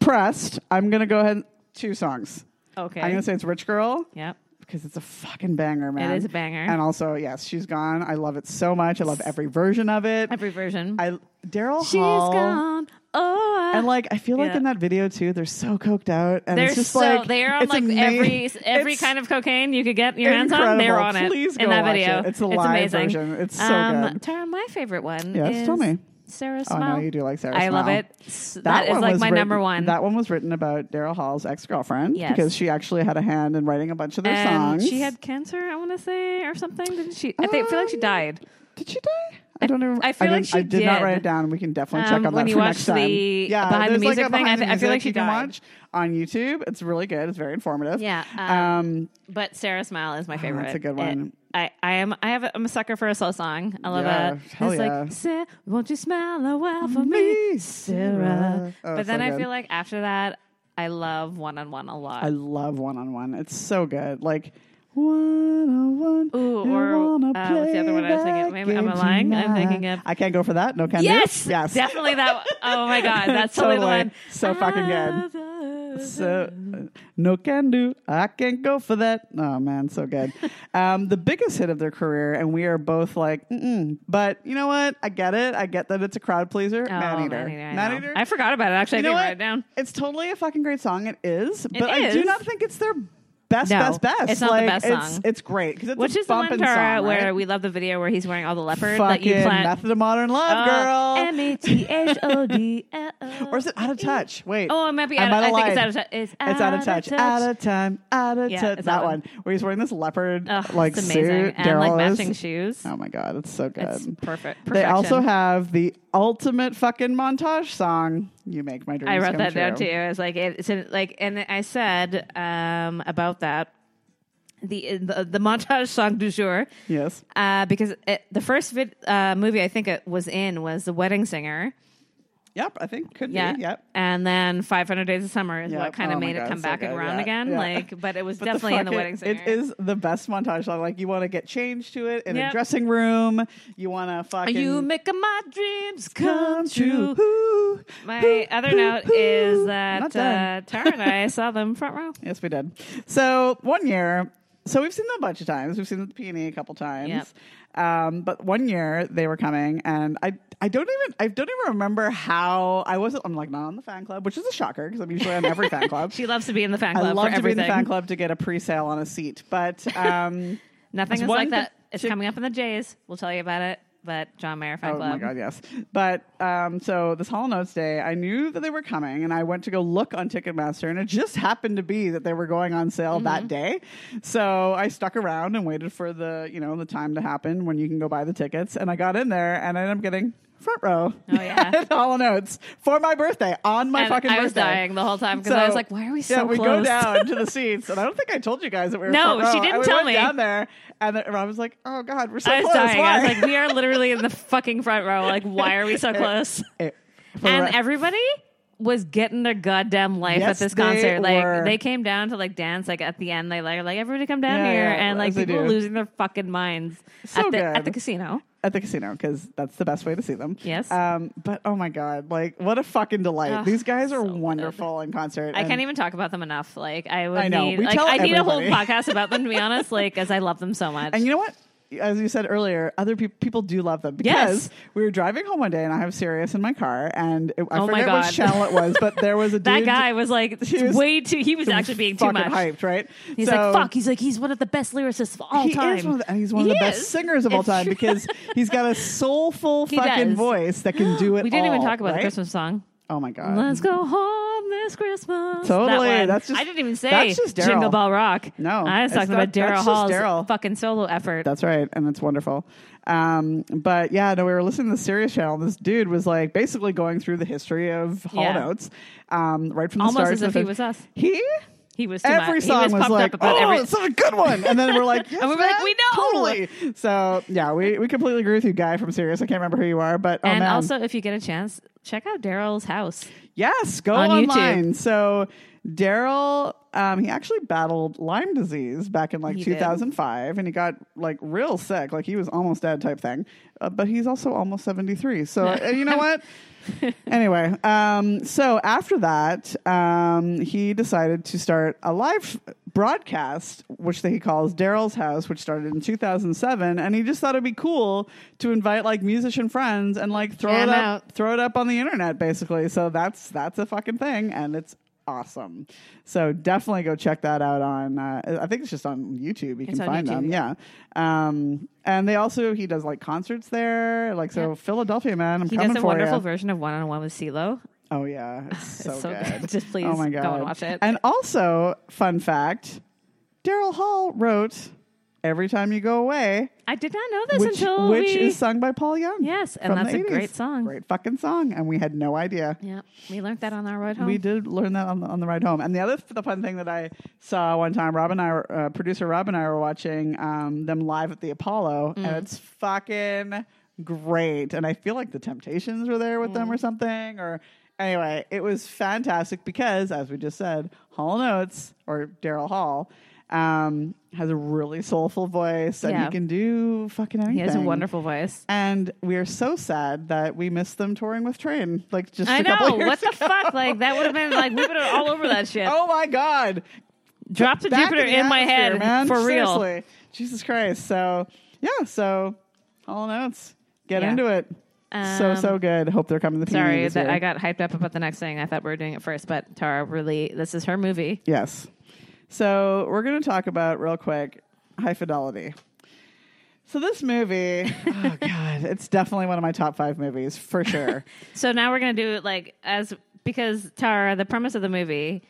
A: pressed. I'm gonna go ahead. and- Two songs.
B: Okay.
A: I'm gonna say it's Rich Girl
B: yep.
A: because it's a fucking banger, man.
B: is a banger.
A: And also, yes, she's gone. I love it so much. I love every version of it.
B: Every version.
A: I Daryl
B: She's
A: Hall.
B: gone. Oh, I-
A: And like I feel like
B: Yeah.
A: in that video too, they're so coked out, and
B: They're
A: it's just
B: so
A: like
B: they are on
A: it's
B: like
A: ama-
B: every every
A: it's
B: kind of cocaine you could get your hands on. They're
A: incredible.
B: on it
A: Please go
B: in that
A: watch
B: video.
A: it. It's a live
B: amazing. Um,
A: version. It's so good.
B: Tara, my favorite one.
A: Yes,
B: is
A: tell me.
B: Sarah
A: Oh, I
B: Smile.
A: know you do like Sarah
B: I love
A: Smile.
B: it. S- that is
A: one
B: like
A: was
B: my
A: written-
B: number one.
A: That one was written about Daryl Hall's ex girlfriend
B: Yes.
A: because she actually had a hand in writing a bunch of their
B: and
A: songs.
B: she had cancer, I want to say, or something. Didn't she? I, think, feel like she
A: Um,
B: died.
A: Did she die? I don't remember.
B: I feel like
A: didn't-
B: she
A: I did not
B: did.
A: write it down. We can definitely
B: Um,
A: check on
B: when
A: that
B: you
A: for
B: watch
A: next time.
B: the behind the
A: there's,
B: music
A: a
B: thing, I
A: behind the
B: th- I feel like
A: music
B: she
A: you can
B: died.
A: watch on YouTube. It's really good. It's very informative.
B: Yeah,
A: Um,
B: um, But Sarah Smile is my favorite.
A: Oh, that's a good
B: It-
A: one.
B: I, I am I have a, I'm a sucker for a slow song. I love
A: Yeah,
B: it.
A: hell
B: it's
A: yeah.
B: like Sarah, won't you smile a while for
A: Me,
B: me,
A: Sarah.
B: Sarah?
A: Oh,
B: but
A: so
B: then I
A: good.
B: feel like after that, I love one on one a lot.
A: I love one on one. It's so good. Like one on one.
B: Ooh, or, uh, what's the other one I was thinking of? Maybe I'm lying. I'm thinking of-
A: I can't go for that. No can do.
B: yes,
A: Yes.
B: definitely that. One. Oh my god, that's totally,
A: Totally.
B: the one.
A: So fucking good.
B: good.
A: So, uh, no can do. I can't go for that. Oh man, so good. um, the biggest hit of their career, and we are both like, Mm-mm. but you know what? I get it. I get that it's a crowd pleaser.
B: Oh,
A: man eater,
B: Man-eater, I,
A: man
B: know.
A: eater.
B: I forgot about it. Actually,
A: You know what?
B: I didn't write it down.
A: It's totally a fucking great song. It is, but I do
B: is.
A: not think it's their best,
B: No,
A: best, best.
B: it's not the
A: Like,
B: best
A: It's,
B: song.
A: it's great because it's
B: Which
A: a
B: is the one
A: bumping
B: Tara,
A: song,
B: where
A: right?
B: we love the video where he's wearing all the leopard that
A: fucking
B: you plant. Oh,
A: method of modern love, girl.
B: M A T H O D E L O.
A: or is it out of touch? Wait.
B: Oh, it might be
A: I
B: out of, I
A: might
B: think
A: have
B: it's out of touch. It's,
A: It's out of touch. Out of time. Out of
B: Yeah,
A: touch. That,
B: it's that
A: one.
B: one.
A: where he's wearing this leopard
B: Ugh,
A: like
B: it's amazing.
A: suit.
B: and like
A: Daryl is-
B: matching shoes.
A: Oh my god, it's so good.
B: It's perfect.
A: They also
B: Perfection.
A: have the ultimate fucking montage song. You make my dreams
B: I wrote
A: come
B: that
A: true.
B: down too. I was like, it's in, like, and I said um, about that the, the the montage song du jour
A: Yes.
B: uh, because it, the first vid, uh, movie I think it was in was The Wedding Singer.
A: Yep. I think could
B: Yeah.
A: be. Yep.
B: And then 500 Days of Summer is
A: Yep.
B: what kind
A: Oh
B: of
A: my
B: made it
A: God,
B: come
A: so
B: back
A: good.
B: around
A: Yeah.
B: again.
A: Yeah.
B: Like, but it was
A: But
B: definitely in The
A: fucking-
B: Wedding Singer.
A: It is the best montage song. Like you want to get changed to it in
B: Yep.
A: a dressing room. You want to fucking
B: You make my dreams come true.
A: Ooh,
B: My
A: ooh,
B: other
A: ooh,
B: note
A: ooh.
B: is
A: Not
B: that
A: done.
B: uh, Tara and I saw them front row.
A: Yes, we did. So one year, so we've seen them a bunch of times. We've seen them at the Peony a couple times. Um, but one year they were coming, and I I don't even I don't even remember how I wasn't. I'm like not on the fan club, which is a shocker because I'm usually on every fan club.
B: She loves to be in the fan club
A: I love
B: for
A: to be in
B: everything.
A: the fan club to get a pre-sale on a seat, but um,
B: Nothing
A: That's
B: is
A: one
B: like that.
A: partic-
B: It's coming up in the Jays. We'll tell you about it. But John Mayer fan
A: Oh
B: club.
A: my god, yes. But um, so this Hall Notes day, I knew that they were coming, and I went to go look on Ticketmaster, and it just happened to be that they were going on sale
B: Mm-hmm.
A: that day. So I stuck around and waited for the you know the time to happen when you can go buy the tickets, and I got in there, and I ended up getting front row.
B: Oh, yeah.
A: at Hall Notes for my birthday on my
B: And
A: fucking
B: I was
A: birthday.
B: dying the whole time because I was like, "Why are we so
A: yeah, we go
B: close?"
A: down to the seats, and I don't think I told you guys that we were.
B: No,
A: front
B: she
A: row.
B: didn't
A: and we
B: tell
A: went
B: me.
A: Down there, and then Rob was like, "Oh God, we're so
B: I was
A: close."
B: dying. I
A: Why?
B: was like, "We are literally in the fucking front row. Like, why are we so close?"
A: It- for
B: And
A: re-
B: everybody was getting their goddamn life
A: Yes,
B: at this
A: they
B: concert. Like,
A: were.
B: they came down to like dance. Like at the end, they like, like everybody come down
A: Yeah,
B: here,
A: yeah,
B: and like
A: as they
B: people
A: do.
B: losing their fucking minds
A: So
B: at the at
A: good.
B: the casino.
A: at the casino because that's the best way to see them.
B: Yes.
A: Um, but oh my god, like what a fucking delight!
B: Ugh,
A: These guys are
B: so good.
A: wonderful in concert.
B: I
A: and
B: can't even talk about them enough. Like I would
A: I know.
B: need,
A: We
B: like
A: tell
B: I need a whole
A: everybody.
B: podcast about them to be honest. Like, as I love them so much.
A: And you know what? As you said earlier, other peop people do love them because
B: Yes.
A: we were driving home one day and I have Sirius in my car and it, I
B: Oh my
A: forget which
B: God.
A: channel it was, but there was a
B: that
A: dude
B: guy was like
A: he was
B: way too. He was actually being too
A: fucking
B: much.
A: hyped, right?
B: He's
A: So-
B: like, fuck. He's like, he's one of the best lyricists of all
A: he
B: time.
A: Is one of the, and he's one of
B: He
A: the best
B: is.
A: singers of all
B: It's
A: time
B: true.
A: because he's got a soulful
B: He
A: fucking
B: does.
A: voice that can do it.
B: we didn't even
A: all,
B: talk about
A: right?
B: the Christmas song.
A: Oh my god!
B: Let's go home this Christmas.
A: Totally,
B: That one.
A: that's just-
B: I didn't even say
A: that's just Daryl.
B: Jingle Bell Rock.
A: No,
B: I was
A: that's
B: talking
A: not-
B: about Daryl
A: that's just
B: Hall's
A: Daryl.
B: fucking solo effort.
A: That's right, and that's wonderful. Um, but yeah, no, we were listening to the Sirius channel. This dude was like basically going through the history of Hall
B: Yeah.
A: Notes, um, right from the
B: Almost
A: start.
B: as
A: to
B: if
A: the
B: he
A: fin-
B: was us.
A: He
B: He was too
A: every
B: much.
A: song
B: he was, pumped
A: like,
B: up about
A: oh,
B: every.
A: it's such a good one, and then we're like, yes,
B: we were like,
A: man,
B: "We know."
A: totally. So yeah, we, we completely agree with you, guy from Sirius. I can't remember who you are, but oh,
B: and
A: man.
B: also, if you get a chance, check out Daryl's house.
A: Yes, go
B: On YouTube.
A: online. So Daryl, um, he actually battled Lyme disease back in like
B: He did.
A: 2005, and he got like real sick, like he was almost dead type thing. Uh, but he's also almost 73. So uh, you know what? anyway, um, so after that, um, he decided to start a live broadcast, which he calls Daryl's House, which started in 2007, and he just thought it'd be cool to invite like musician friends and like throw
B: Jam
A: it up,
B: out.
A: throw it up on the internet, basically. So that's that's a fucking thing, and it's awesome. So definitely go check that out on. Uh, I think it's just on YouTube. You
B: It's
A: can
B: on
A: find them.
B: YouTube,
A: Yeah. Um, and they also he does like concerts there. Like so,
B: Yeah.
A: Philadelphia man, I'm
B: He
A: coming
B: does a
A: for
B: wonderful
A: you.
B: version of One on One with CeeLo.
A: Oh yeah, it's so,
B: so
A: good.
B: good. Just please
A: oh my
B: go
A: god,
B: and watch it.
A: And also, fun fact: Daryl Hall wrote "Every Time You Go Away,"
B: I did not know this
A: which
B: until
A: which
B: we,
A: is sung by Paul Young.
B: Yes, and
A: from
B: that's
A: the
B: a
A: 80s.
B: great song.
A: Great fucking song, and we had no idea.
B: Yeah, we learned that on our road home.
A: We did learn that on the, on the ride home. And the other the fun thing that I saw one time, Rob and I, were, uh, producer Rob and I, were watching um, them live at the Apollo,
B: Mm.
A: and it's fucking great. And I feel like the Temptations were there with them
B: Mm.
A: or something. Or anyway, it was fantastic because, as we just said, Hall Notes or Daryl Hall. Um, has a really soulful voice and
B: Yeah.
A: he can do fucking anything.
B: He has a wonderful voice.
A: And we are so sad that we missed them touring with Train, like just
B: I
A: a couple
B: know.
A: years
B: What the fuck? Like that would have been like we would have all over that shit.
A: Oh my God.
B: Drop the
A: Back
B: Jupiter in,
A: the
B: my
A: atmosphere,
B: head
A: man.
B: for real.
A: Seriously. Jesus Christ. So, yeah. So, all notes. Get
B: Yeah.
A: into it. so,
B: Um,
A: so good. Hope they're coming to the E
B: Sorry
A: this
B: that
A: year.
B: I got hyped up about the next thing. I thought we were doing it first, but Tara really, this is her movie.
A: Yes. So, we're going to talk about real quick High Fidelity. So, this movie, oh God, it's definitely one of my top five movies for sure.
B: So now we're gonna do like as because Tara, the premise of the movie.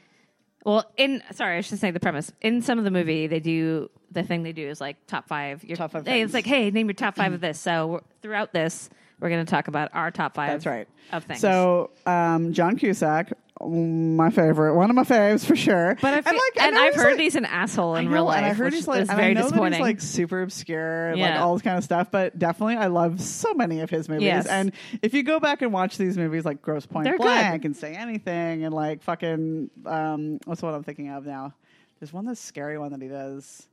B: Well, in sorry, I should say the premise. In some of the movie, they do the thing they do is like top five. Your
A: Top five
B: Hey,
A: things.
B: it's like hey, name your top five of this. So we're- throughout this, we're going to talk about our top five.
A: That's right.
B: Of things.
A: So um, John Cusack, my favorite, one of my faves for sure.
B: but I
A: And,
B: feel,
A: like, I
B: and
A: know
B: I've
A: he's,
B: heard
A: like-
B: he's an asshole in
A: I know,
B: real life,
A: And I heard
B: which
A: he's like,
B: is
A: and
B: very
A: I know
B: disappointing.
A: That he's like super obscure, and like
B: Yeah.
A: all this kind of stuff. But definitely, I love so many of his movies.
B: Yes.
A: And if you go back and watch these movies, like Gross Point
B: They're good.
A: Blank and Say Anything, and like fucking, um, what's the one I'm thinking of now? There's one that's scary one that he does.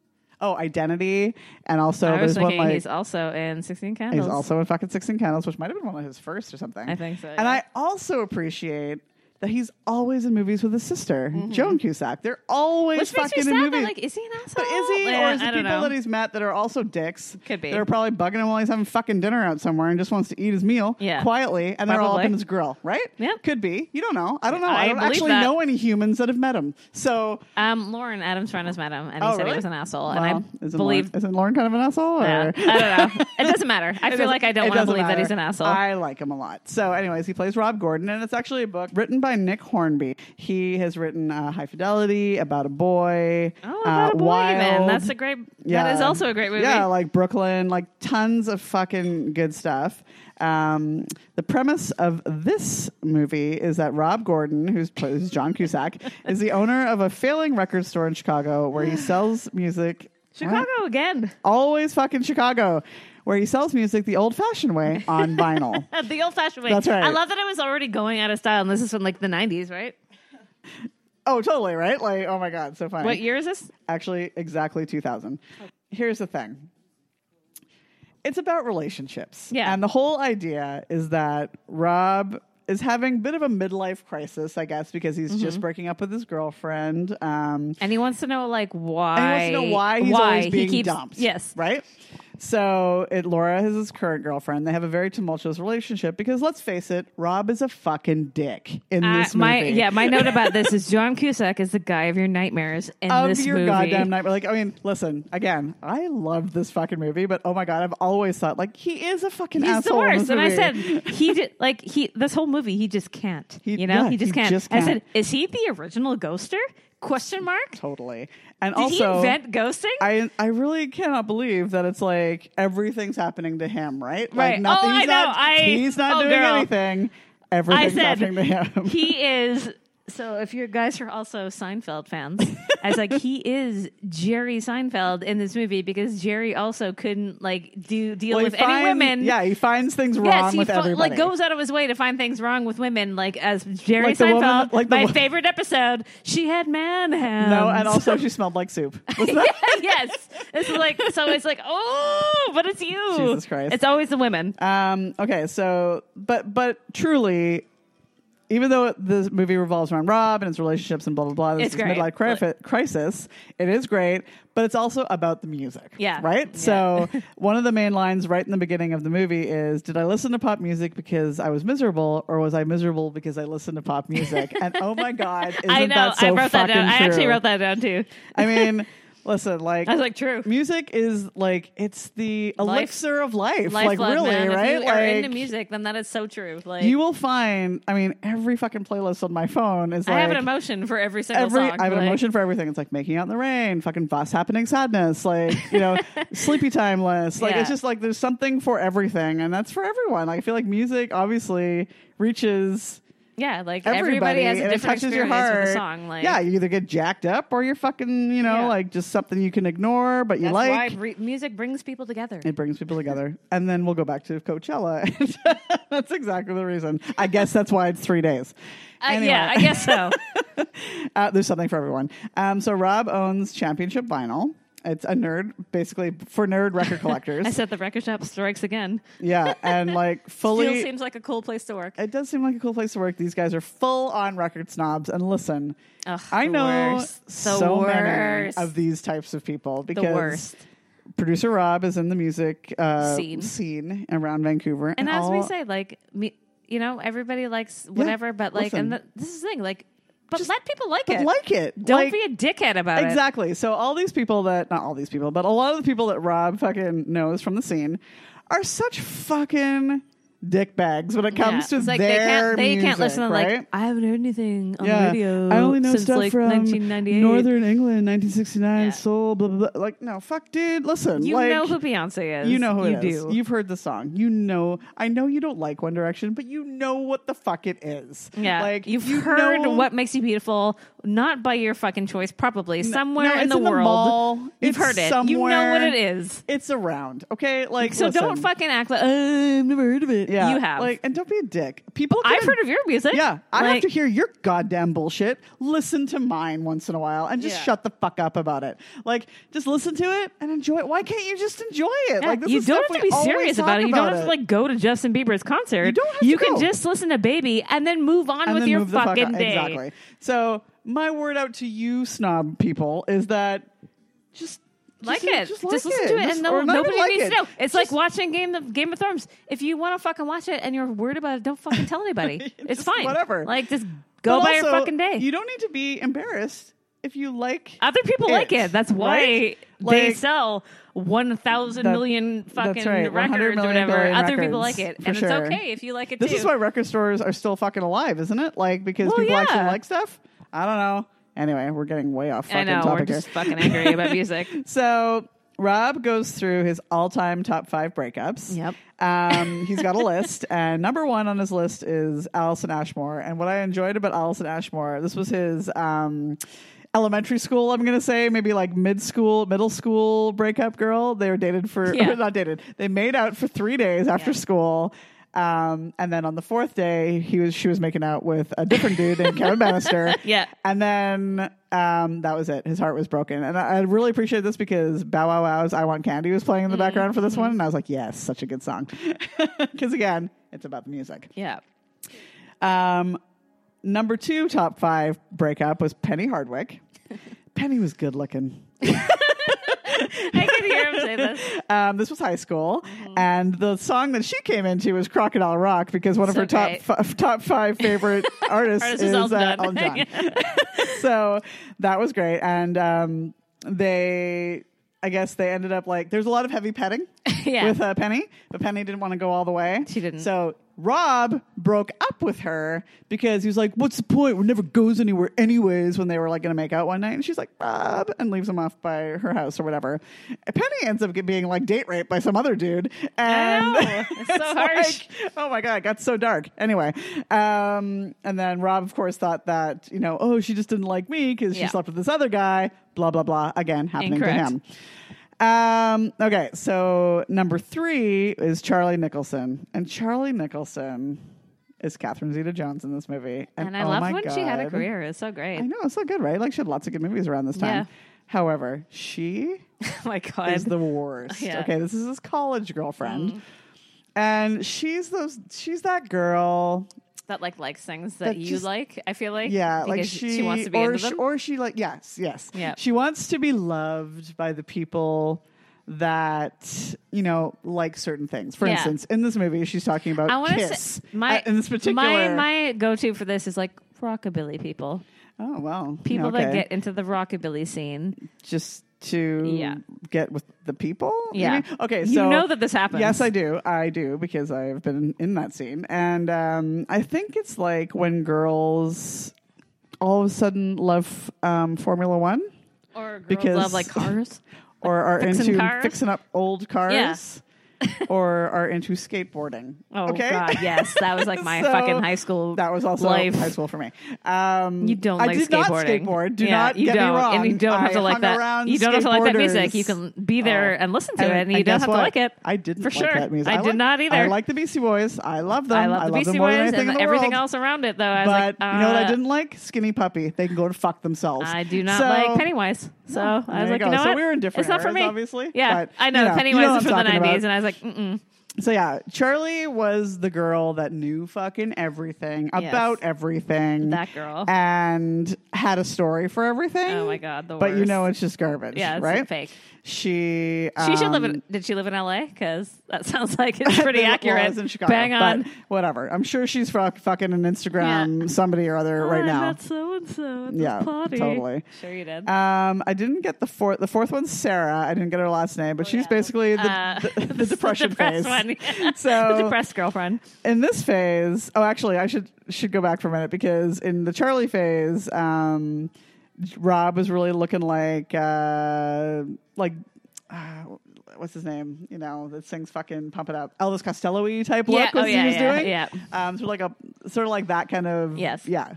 A: Oh, Identity, and also
B: I was
A: there's one
B: thinking
A: like
B: he's also in Sixteen Candles.
A: He's also in fucking 16 Candles, which might have been one of his first or something.
B: I think so,
A: And
B: yeah.
A: I also appreciate that he's always in movies with his sister, Joan Cusack. They're always
B: Mm-hmm. which makes me
A: fucking in
B: sad. That,
A: movies.
B: like, is he an asshole?
A: but is he,
B: Yeah,
A: or is
B: I
A: it
B: don't
A: people
B: know.
A: that he's met that are also dicks?
B: Could be.
A: They're probably bugging him while he's having fucking dinner out somewhere and just wants to eat his meal
B: Yeah.
A: quietly, and they're all up
B: Probably.
A: in his grill, right?
B: Yeah.
A: Could be. You don't know. I don't know. I,
B: I
A: don't
B: believe
A: actually
B: that.
A: know any humans that have met him. So,
B: Um, Lauren Adams' friend has met him, and he
A: Oh,
B: said he
A: really?
B: was an asshole.
A: well,
B: and I
A: isn't
B: believe,
A: Lauren, isn't Lauren kind of an asshole? Or?
B: yeah, I don't know. It doesn't matter. I
A: It
B: feel
A: doesn't-
B: like I
A: it
B: don't want to
A: doesn't
B: believe that
A: matter.
B: he's an asshole.
A: I like him a lot. So, anyways, he plays Rob Gordon, and it's actually a book written by Nick Hornby. He has written uh, High Fidelity, About a Boy,
B: oh, about
A: uh,
B: a boy, man.
A: Wild.
B: That's a great. That is also a great movie.
A: Yeah, like Brooklyn, like tons of fucking good stuff. Um, the premise of this movie is that Rob Gordon, who's plays John Cusack, is the owner of a failing record store in Chicago where he sells music.
B: Chicago again.
A: always fucking Chicago, where he sells music the old fashioned way on vinyl.
B: Uh, the old fashioned way.
A: That's right.
B: I love that it was already going out of style, and this is from like the '90s, right?
A: oh, totally, right? Like, oh my God, so funny.
B: What year is this?
A: Actually, exactly 2000. Here's the thing it's about relationships.
B: Yeah.
A: And the whole idea is that Rob is having a bit of a midlife crisis, I guess, because he's just
B: Mm-hmm.
A: breaking up with his girlfriend. Um,
B: And he wants to know like why.
A: And he wants to know why he's always being
B: he keeps,
A: dumped.
B: Yes.
A: Right? So it, Laura is his current girlfriend. They have a very tumultuous relationship because let's face it, Rob is a fucking dick in
B: Uh,
A: this movie.
B: my yeah, my note about this is John Cusack is the guy of your nightmares in
A: of
B: this
A: your
B: movie.
A: goddamn nightmare. Like, I mean, listen, again, I loved this fucking movie, but oh my god, I've always thought like he is a fucking
B: He's the
A: asshole. in
B: worst.
A: this
B: And I
A: movie.
B: said he did like he this whole movie he just can't.
A: He-
B: you know
A: yeah,
B: he, just,
A: he
B: can't.
A: just
B: I said,
A: can't.
B: is he the original ghoster? Question mark. Did
A: totally. And
B: he
A: also
B: invent ghosting?
A: I I really cannot believe that it's like everything's happening to him, right?
B: Right.
A: Like nothing.
B: Oh, I
A: he's not,
B: know. I-
A: he's not
B: oh,
A: doing
B: girl.
A: anything. Everything's
B: said,
A: happening to him.
B: he is. So if you guys are also Seinfeld fans, I was like, he is Jerry Seinfeld in this movie because Jerry also couldn't like do deal
A: Well, he
B: with any
A: find-
B: women.
A: Yeah, he finds things wrong
B: Yes, he
A: with
B: fu-
A: everybody.
B: like goes out of his way to find things wrong with women, like as Jerry
A: Like the
B: Seinfeld.
A: woman- like the
B: my
A: wo-
B: favorite episode, she had man hands.
A: no, and also she smelled like soup. Was that?
B: yes, it's like so. It's like oh, but it's you.
A: Jesus Christ.
B: It's always the women.
A: um, okay, so but but truly, even though this movie revolves around Rob and his relationships and blah blah blah, this
B: It's
A: is
B: great.
A: midlife cri- crisis. It is great, but it's also about the music.
B: Yeah.
A: right.
B: Yeah.
A: So one of the main lines right in the beginning of the movie is, "Did I listen to pop music because I was miserable, or was I miserable because I listened to pop music?" and oh my god, isn't
B: I know.
A: that so
B: I wrote that
A: fucking
B: down. I actually
A: true?
B: wrote that down too.
A: I mean, listen, like
B: I was like, true.
A: Music is like it's the
B: Life-
A: elixir of life.
B: Life
A: like
B: love,
A: really,
B: man.
A: right?
B: If you
A: like
B: are into music, then that is so true. Like
A: you will find. I mean, every fucking playlist on my phone is like
B: I have an emotion for every single
A: every.
B: song.
A: I have an
B: like-
A: emotion for everything. It's like making out in the rain, fucking vast happening sadness, like you know, sleepy timeless. Like
B: Yeah.
A: it's just like there's something for everything, and that's for everyone. Like, I feel like music obviously reaches.
B: Yeah, like
A: Everybody,
B: everybody has a
A: and it
B: different
A: touches
B: experience
A: your heart.
B: with a song. Like
A: yeah, you either get jacked up or you're fucking, you know,
B: Yeah.
A: like just something you can ignore, but you
B: that's
A: like.
B: why re- music brings people together.
A: It brings people together. And then we'll go back to Coachella. that's exactly the reason. I guess that's why it's three days.
B: Uh,
A: Anyway,
B: Yeah, I guess so.
A: uh, there's something for everyone. Um, so Rob owns Championship Vinyl. It's a nerd, basically for nerd record collectors.
B: I said the record shop strikes again.
A: yeah, and like
B: Still
A: fully.
B: seems like a cool place to work.
A: it does seem like a cool place to work. These guys are full on record snobs. And listen,
B: Ugh,
A: I
B: the
A: know
B: worst. The
A: so many
B: worst.
A: of these types of people because
B: the worst.
A: producer Rob is in the music uh,
B: Scene.
A: scene around Vancouver.
B: And as
A: all-
B: we say, like me, you know, everybody likes whatever, but like, and the,
A: listen.
B: this is the thing, like, but let people like
A: but
B: it.
A: like it.
B: Don't
A: Like,
B: be a dickhead about it.
A: exactly. So all these people that not all these people, but a lot of the people that Rob fucking knows from the scene are such fucking dick bags when it
B: Yeah.
A: comes
B: It's
A: to
B: like
A: their
B: they can't they
A: music,
B: can't listen to
A: right?
B: like I haven't heard anything on the
A: yeah,
B: radio
A: I only know
B: since
A: stuff
B: like
A: from
B: 1998.
A: Northern England, 1969,
B: Yeah.
A: soul, blah, blah, blah. Like, no, fuck, dude, listen.
B: You
A: like,
B: know who Beyonce is.
A: you know who
B: you
A: it is.
B: do.
A: You've heard the song. You know. I know you don't like One Direction, but you know what the fuck it is.
B: yeah,
A: Like
B: you've
A: you
B: heard
A: know-
B: what makes you beautiful, not by your fucking choice, probably somewhere
A: no,
B: in
A: it's
B: the
A: in the
B: world.
A: mall.
B: You've
A: It's
B: heard it. You know
A: somewhere.
B: what it is.
A: it's around. Okay, like
B: So don't
A: listen.
B: fucking act like "Uh, I've never heard of it.
A: Yeah,
B: you have.
A: like, and don't be a dick. People,
B: I've
A: can-
B: heard of your music.
A: Yeah, I have
B: Like,
A: to hear your goddamn bullshit. Listen to mine once in a while and just
B: Yeah.
A: shut the fuck up about it. Like, just listen to it and enjoy it. Why can't you just enjoy it?
B: yeah,
A: like, this
B: you
A: is
B: don't
A: stuff
B: have to
A: we
B: be
A: always
B: serious about
A: talk
B: it. You don't have to like go to Justin Bieber's concert. You
A: don't have to
B: can
A: go.
B: just listen to Baby and then move on
A: and
B: with
A: then
B: your
A: move the fuck
B: fucking
A: out.
B: day.
A: Exactly. So my word out to you, snob people, is that just.
B: like
A: just,
B: it. Just,
A: Just, like
B: listen to it,
A: Just-
B: and no,
A: or not even
B: nobody
A: like
B: needs
A: it.
B: to know. It's like watching Game of Game of Thrones. If you want to fucking watch it and you're worried about it, don't fucking tell anybody.
A: Just
B: it's fine.
A: whatever.
B: Like just go
A: But
B: by your
A: also,
B: fucking day.
A: You don't need to be embarrassed if you like
B: Other people like it. That's why
A: right?
B: they
A: Like-
B: sell one thousand
A: That-
B: million fucking
A: that's right, 100
B: records or
A: million
B: whatever.
A: billion
B: Other people like
A: records,
B: it,
A: for
B: and it's
A: sure.
B: okay if you like it
A: This
B: too.
A: is why record stores are still fucking alive, isn't it? Like because
B: Well,
A: people actually
B: yeah.
A: like stuff. I don't know. Anyway, we're getting way off
B: I
A: fucking
B: know we're
A: topic
B: just
A: here.
B: fucking angry about music.
A: So Rob goes through his all-time top five breakups.
B: Yep.
A: Um, he's got a list, and number one on his list is Allison Ashmore. And what I enjoyed about Allison Ashmore, this was his um, elementary school. I'm going to say maybe like mid school, middle school breakup girl. They were dated for
B: Yeah.
A: not dated. They made out for three days after school. Um, and then on the fourth day, he was she was making out with a different dude named Kevin Bannister.
B: Yeah.
A: And then um, that was it. His heart was broken. And I, I really appreciate this because Bow Wow Wow's I Want Candy was playing in the background for this one. And I was like, yes, such a good song. Because again, it's about the music.
B: Yeah,
A: Um, number two top five breakup was Penny Hardwick. Penny was good looking.
B: I can hear him say this.
A: Um, this was high school,
B: Mm-hmm.
A: and the song that she came into was Crocodile Rock because one of
B: So
A: her top
B: great.
A: f- top five favorite artists is,
B: Artist is Elton
A: uh,
B: John.
A: Elton John. so that was great, and um, they. I guess they ended up like there's a lot of heavy petting
B: Yeah.
A: with uh, Penny, but Penny didn't want to go all the way.
B: She didn't.
A: So Rob broke up with her because he was like, "What's the point? We never goes anywhere, anyways." When they were like going to make out one night, and she's like, "Rob," and leaves him off by her house or whatever. Penny ends up get- being like date raped by some other dude, and
B: know. It's so harsh.
A: like, oh my god, it got so dark. Anyway, um, and then Rob, of course, thought that you know, oh, she just didn't like me because
B: Yeah.
A: she slept with this other guy. Blah blah blah. Again, happening
B: Incorrect.
A: to him. Um, okay, so number three is Charlie Nicholson, and Charlie Nicholson is Catherine Zeta-Jones in this movie,
B: And I
A: oh
B: love
A: my
B: when she had a
A: God.
B: career. It's so great.
A: I know it's so good, right? Like she had lots of good movies around this time.
B: Yeah.
A: However, she
B: Oh my god.
A: is the worst.
B: Yeah. Mm.
A: Okay, this is his college girlfriend. And she's those she's that girl.
B: that like likes things that,
A: That
B: you
A: just-
B: like. I feel like
A: Yeah, like
B: because
A: she,
B: she wants to be
A: or
B: into
A: she,
B: them.
A: or she like yes, yes.
B: Yeah.
A: She wants to be loved by the people that you know like certain things. For
B: Yeah.
A: instance, in this movie, she's talking about
B: I want to
A: kiss.
B: say my
A: Uh, in this particular,
B: my my go to for this is like rockabilly people,
A: oh well,
B: people that
A: okay.
B: get into the rockabilly scene.
A: just to
B: Yeah.
A: get with the people. you
B: Yeah.
A: mean? Okay. So
B: You know that this happens.
A: Yes, I do. I do because I've been in that scene, and um, I think it's like when girls all of a sudden love um, Formula One
B: or girls
A: because-
B: love like cars.
A: or are
B: Fixing
A: into
B: cars?
A: fixing up old cars, or are into skateboarding.
B: Oh
A: okay?
B: god, yes, that was like my
A: So,
B: fucking high school.
A: That was also
B: life.
A: high school for me. Um,
B: You don't
A: I
B: like
A: did
B: skateboarding.
A: not skateboard. Do
B: Yeah,
A: not
B: you
A: get
B: don't,
A: me wrong.
B: And you don't have
A: I
B: to like
A: hung
B: that.
A: around
B: You don't have to like that
A: skateboarders.
B: music. You can be there
A: Oh.
B: and listen to
A: And-
B: it, and, you don't
A: guess
B: have to
A: what?
B: like it.
A: I didn't
B: for
A: like
B: sure.
A: that music.
B: I,
A: like-
B: did not either.
A: I like the Beastie Boys. I love them.
B: I love the Beastie
A: them more than
B: Boys
A: anything
B: and
A: in the
B: everything
A: world.
B: else around it, though. I was
A: But
B: like, uh,
A: you know what I didn't like? Skinny Puppy. They can go to fuck themselves.
B: I do not
A: So-
B: like Pennywise. So
A: there
B: I was
A: you
B: like,
A: go.
B: you know
A: So
B: what?
A: we were in different
B: It's not for
A: eras,
B: me,
A: obviously,
B: Yeah,
A: but,
B: I know,
A: you know, you
B: Pennywise
A: know what
B: is
A: I'm
B: from the
A: talking about.
B: '90s, and I was like, mm-mm.
A: So yeah, Charlie was the girl that knew fucking everything
B: Yes.
A: about everything.
B: That girl.
A: and had a story for everything.
B: Oh my God, the
A: but you
B: worst.
A: know it's just garbage.
B: yeah, it's
A: right.
B: fake.
A: She
B: She should live
A: um,
B: in. Did she live in L.A.? Because that sounds like it's pretty
A: well, it
B: accurate.
A: was in Chicago,
B: Bang on.
A: but whatever. I'm sure she's fuck, fucking an Instagram
B: Yeah. Ah,
A: somebody or other right now.
B: That's so and so.
A: Yeah,
B: party.
A: totally.
B: Sure, you did.
A: Um, I didn't get the fourth. The fourth one's Sarah. I didn't get her last name, but she's
B: yeah.
A: basically the,
B: Uh,
A: the, the depression
B: depressed
A: phase.
B: one. girlfriend.
A: So-
B: the depressed girlfriend.
A: in this phase oh actually i should should go back for a minute because in the charlie phase um rob was really looking like uh like uh, what's his name you know that sings fucking pump it up elvis costello type
B: Yeah.
A: look
B: Oh,
A: was
B: yeah,
A: he was
B: yeah,
A: doing
B: yeah.
A: um sort of like a sort of like that kind of
B: Yes.
A: yeah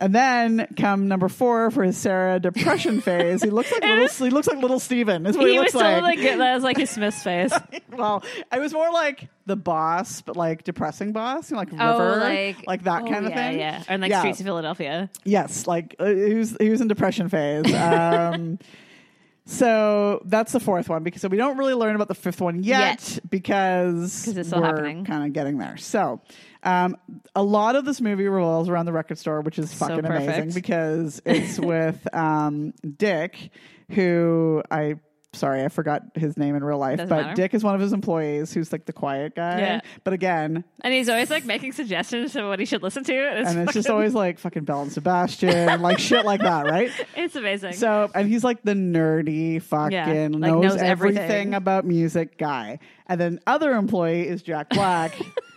A: and then come number four for his Sarah depression phase. He looks like little. He looks like little Steven. Is what he,
B: He was
A: looks
B: totally like that was like his Smith's face.
A: well, it was more like the boss, but like depressing boss, you know, like
B: Oh,
A: River,
B: like
A: like, that
B: oh,
A: kind of
B: yeah,
A: thing.
B: Yeah, and like
A: Yeah.
B: Streets of Philadelphia.
A: Yes, like uh, he was he was in depression phase. Um, so that's the fourth one because so we don't really learn about the fifth one yet,
B: Yet.
A: because
B: 'Cause it's still happening.
A: kind of getting there. So um, a lot of this movie revolves around the record store, which is
B: So
A: fucking amazing
B: perfect.
A: because it's with um, Dick, who I. Sorry, I forgot his name in real life,
B: Doesn't
A: but
B: matter.
A: Dick is one of his employees who's like the quiet guy.
B: Yeah.
A: But again,
B: And he's always like making suggestions of what he should listen to. And it's,
A: and it's just
B: fucking-
A: always like fucking Bell and Sebastian, like shit like that, right?
B: it's amazing.
A: So, and he's like the nerdy fucking
B: Yeah, like
A: knows,
B: knows
A: everything.
B: everything.
A: about music guy. And then other employee is Jack Black,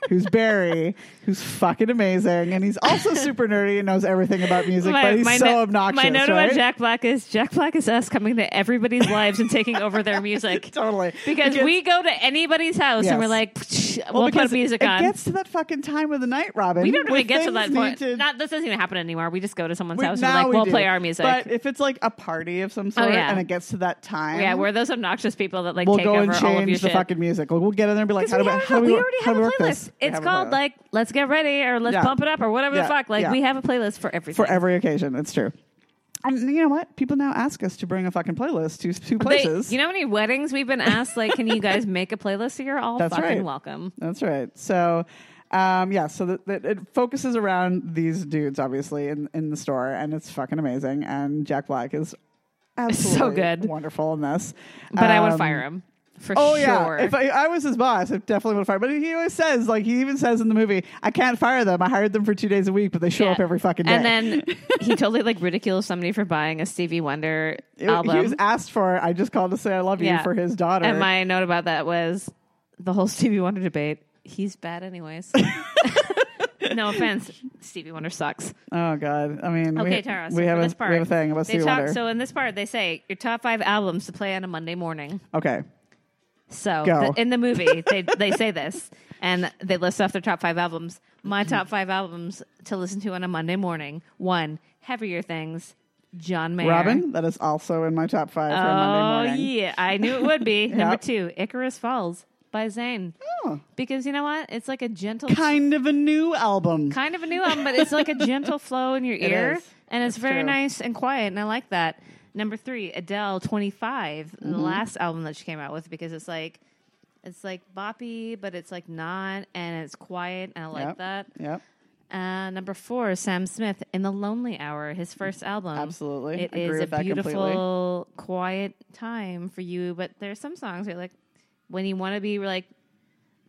A: who's Barry, who's fucking amazing, and he's also super nerdy and knows everything about music, but he's so
B: no-
A: obnoxious.
B: My note
A: right?
B: about Jack Black is Jack Black is us coming to everybody's lives and taking over their music.
A: totally
B: Because we go to anybody's house and
A: Yes.
B: we're like, "Psh,
A: well,
B: we'll, put
A: because
B: music
A: it
B: on.
A: gets to that fucking time of the night, Robin.
B: we don't
A: where
B: even get to
A: things
B: that
A: need
B: point.
A: to-
B: Not, this doesn't even happen anymore. We just go to someone's
A: we-
B: house and
A: now
B: we're like,
A: we
B: we'll
A: do.
B: play our music. Oh,
A: But if it's like a party of some sort
B: yeah.
A: and it gets to that time,
B: yeah, we're those obnoxious people that like
A: we'll
B: take
A: go
B: over
A: and
B: all of your
A: change the
B: shit.
A: fucking music. We'll, we'll get in there and be like, how do
B: we,
A: we,
B: have,
A: how do
B: we,
A: we, work-
B: already
A: how
B: have
A: do we
B: a
A: work
B: playlist.
A: this? We
B: It's
A: have a
B: called
A: playlist.
B: like Let's Get Ready or Let's
A: Yeah.
B: Pump It Up or whatever
A: Yeah,
B: the fuck. Like
A: yeah.
B: we have a playlist for everything.
A: for every occasion. It's true. And you know what? People now ask us to bring a fucking playlist to two
B: They-
A: places.
B: you know how many weddings we've been asked, like, can you guys make a playlist? So you're all
A: That's
B: fucking
A: right.
B: welcome.
A: That's right. So, um, yeah, so that that it focuses around these dudes, obviously, in, in the store, and it's fucking amazing. And Jack Black is absolutely
B: good.
A: wonderful in this.
B: But I would
A: Um,
B: fire him for
A: Oh
B: sure.
A: yeah! If I, I was his boss, I definitely would fire. But he always says, like he even says in the movie, "I can't fire them. I hired them for two days a week, but they show
B: Yeah.
A: up every fucking day."
B: And then he totally like ridicules somebody for buying a Stevie Wonder
A: It-
B: album.
A: he was asked for. I just called to say I love you
B: Yeah.
A: for his daughter.
B: and my note about that was the whole Stevie Wonder debate. He's bad anyways. no offense, Stevie Wonder sucks.
A: Oh God! I mean,
B: Okay,
A: we,
B: Tara. So
A: we
B: for
A: have a
B: this part,
A: we have a thing about
B: they
A: Stevie
B: talk-
A: Wonder.
B: So in this part, they say your top five albums to play on a Monday morning.
A: okay,
B: So
A: Go.
B: the- in the movie, they they say this, and they list off their top five albums. My top five albums to listen to on a Monday morning: one, Heavier Things, John Mayer.
A: Robin, that is also in my top five for
B: Oh
A: Monday morning.
B: yeah, I knew it would be number
A: Yep.
B: two. Icarus Falls by Zayn.
A: Oh.
B: Because you know what? It's like a gentle,
A: Kind of a new album.
B: kind of a new album, but it's like a gentle flow in your ear,
A: is.
B: and it's
A: It's
B: very
A: true.
B: nice and quiet, and I like that. Number three, Adele, Twenty
A: Mm-hmm.
B: the last album that she came out with, because it's like it's like boppy, but it's like not, and it's quiet, and I like
A: Yep.
B: that.
A: Yep.
B: Uh, number four, Sam Smith in the Lonely Hour, his first album.
A: Absolutely.
B: it
A: Agree
B: is
A: with
B: a
A: that
B: beautiful, quiet time for you. But there's some songs where like when you want to be like,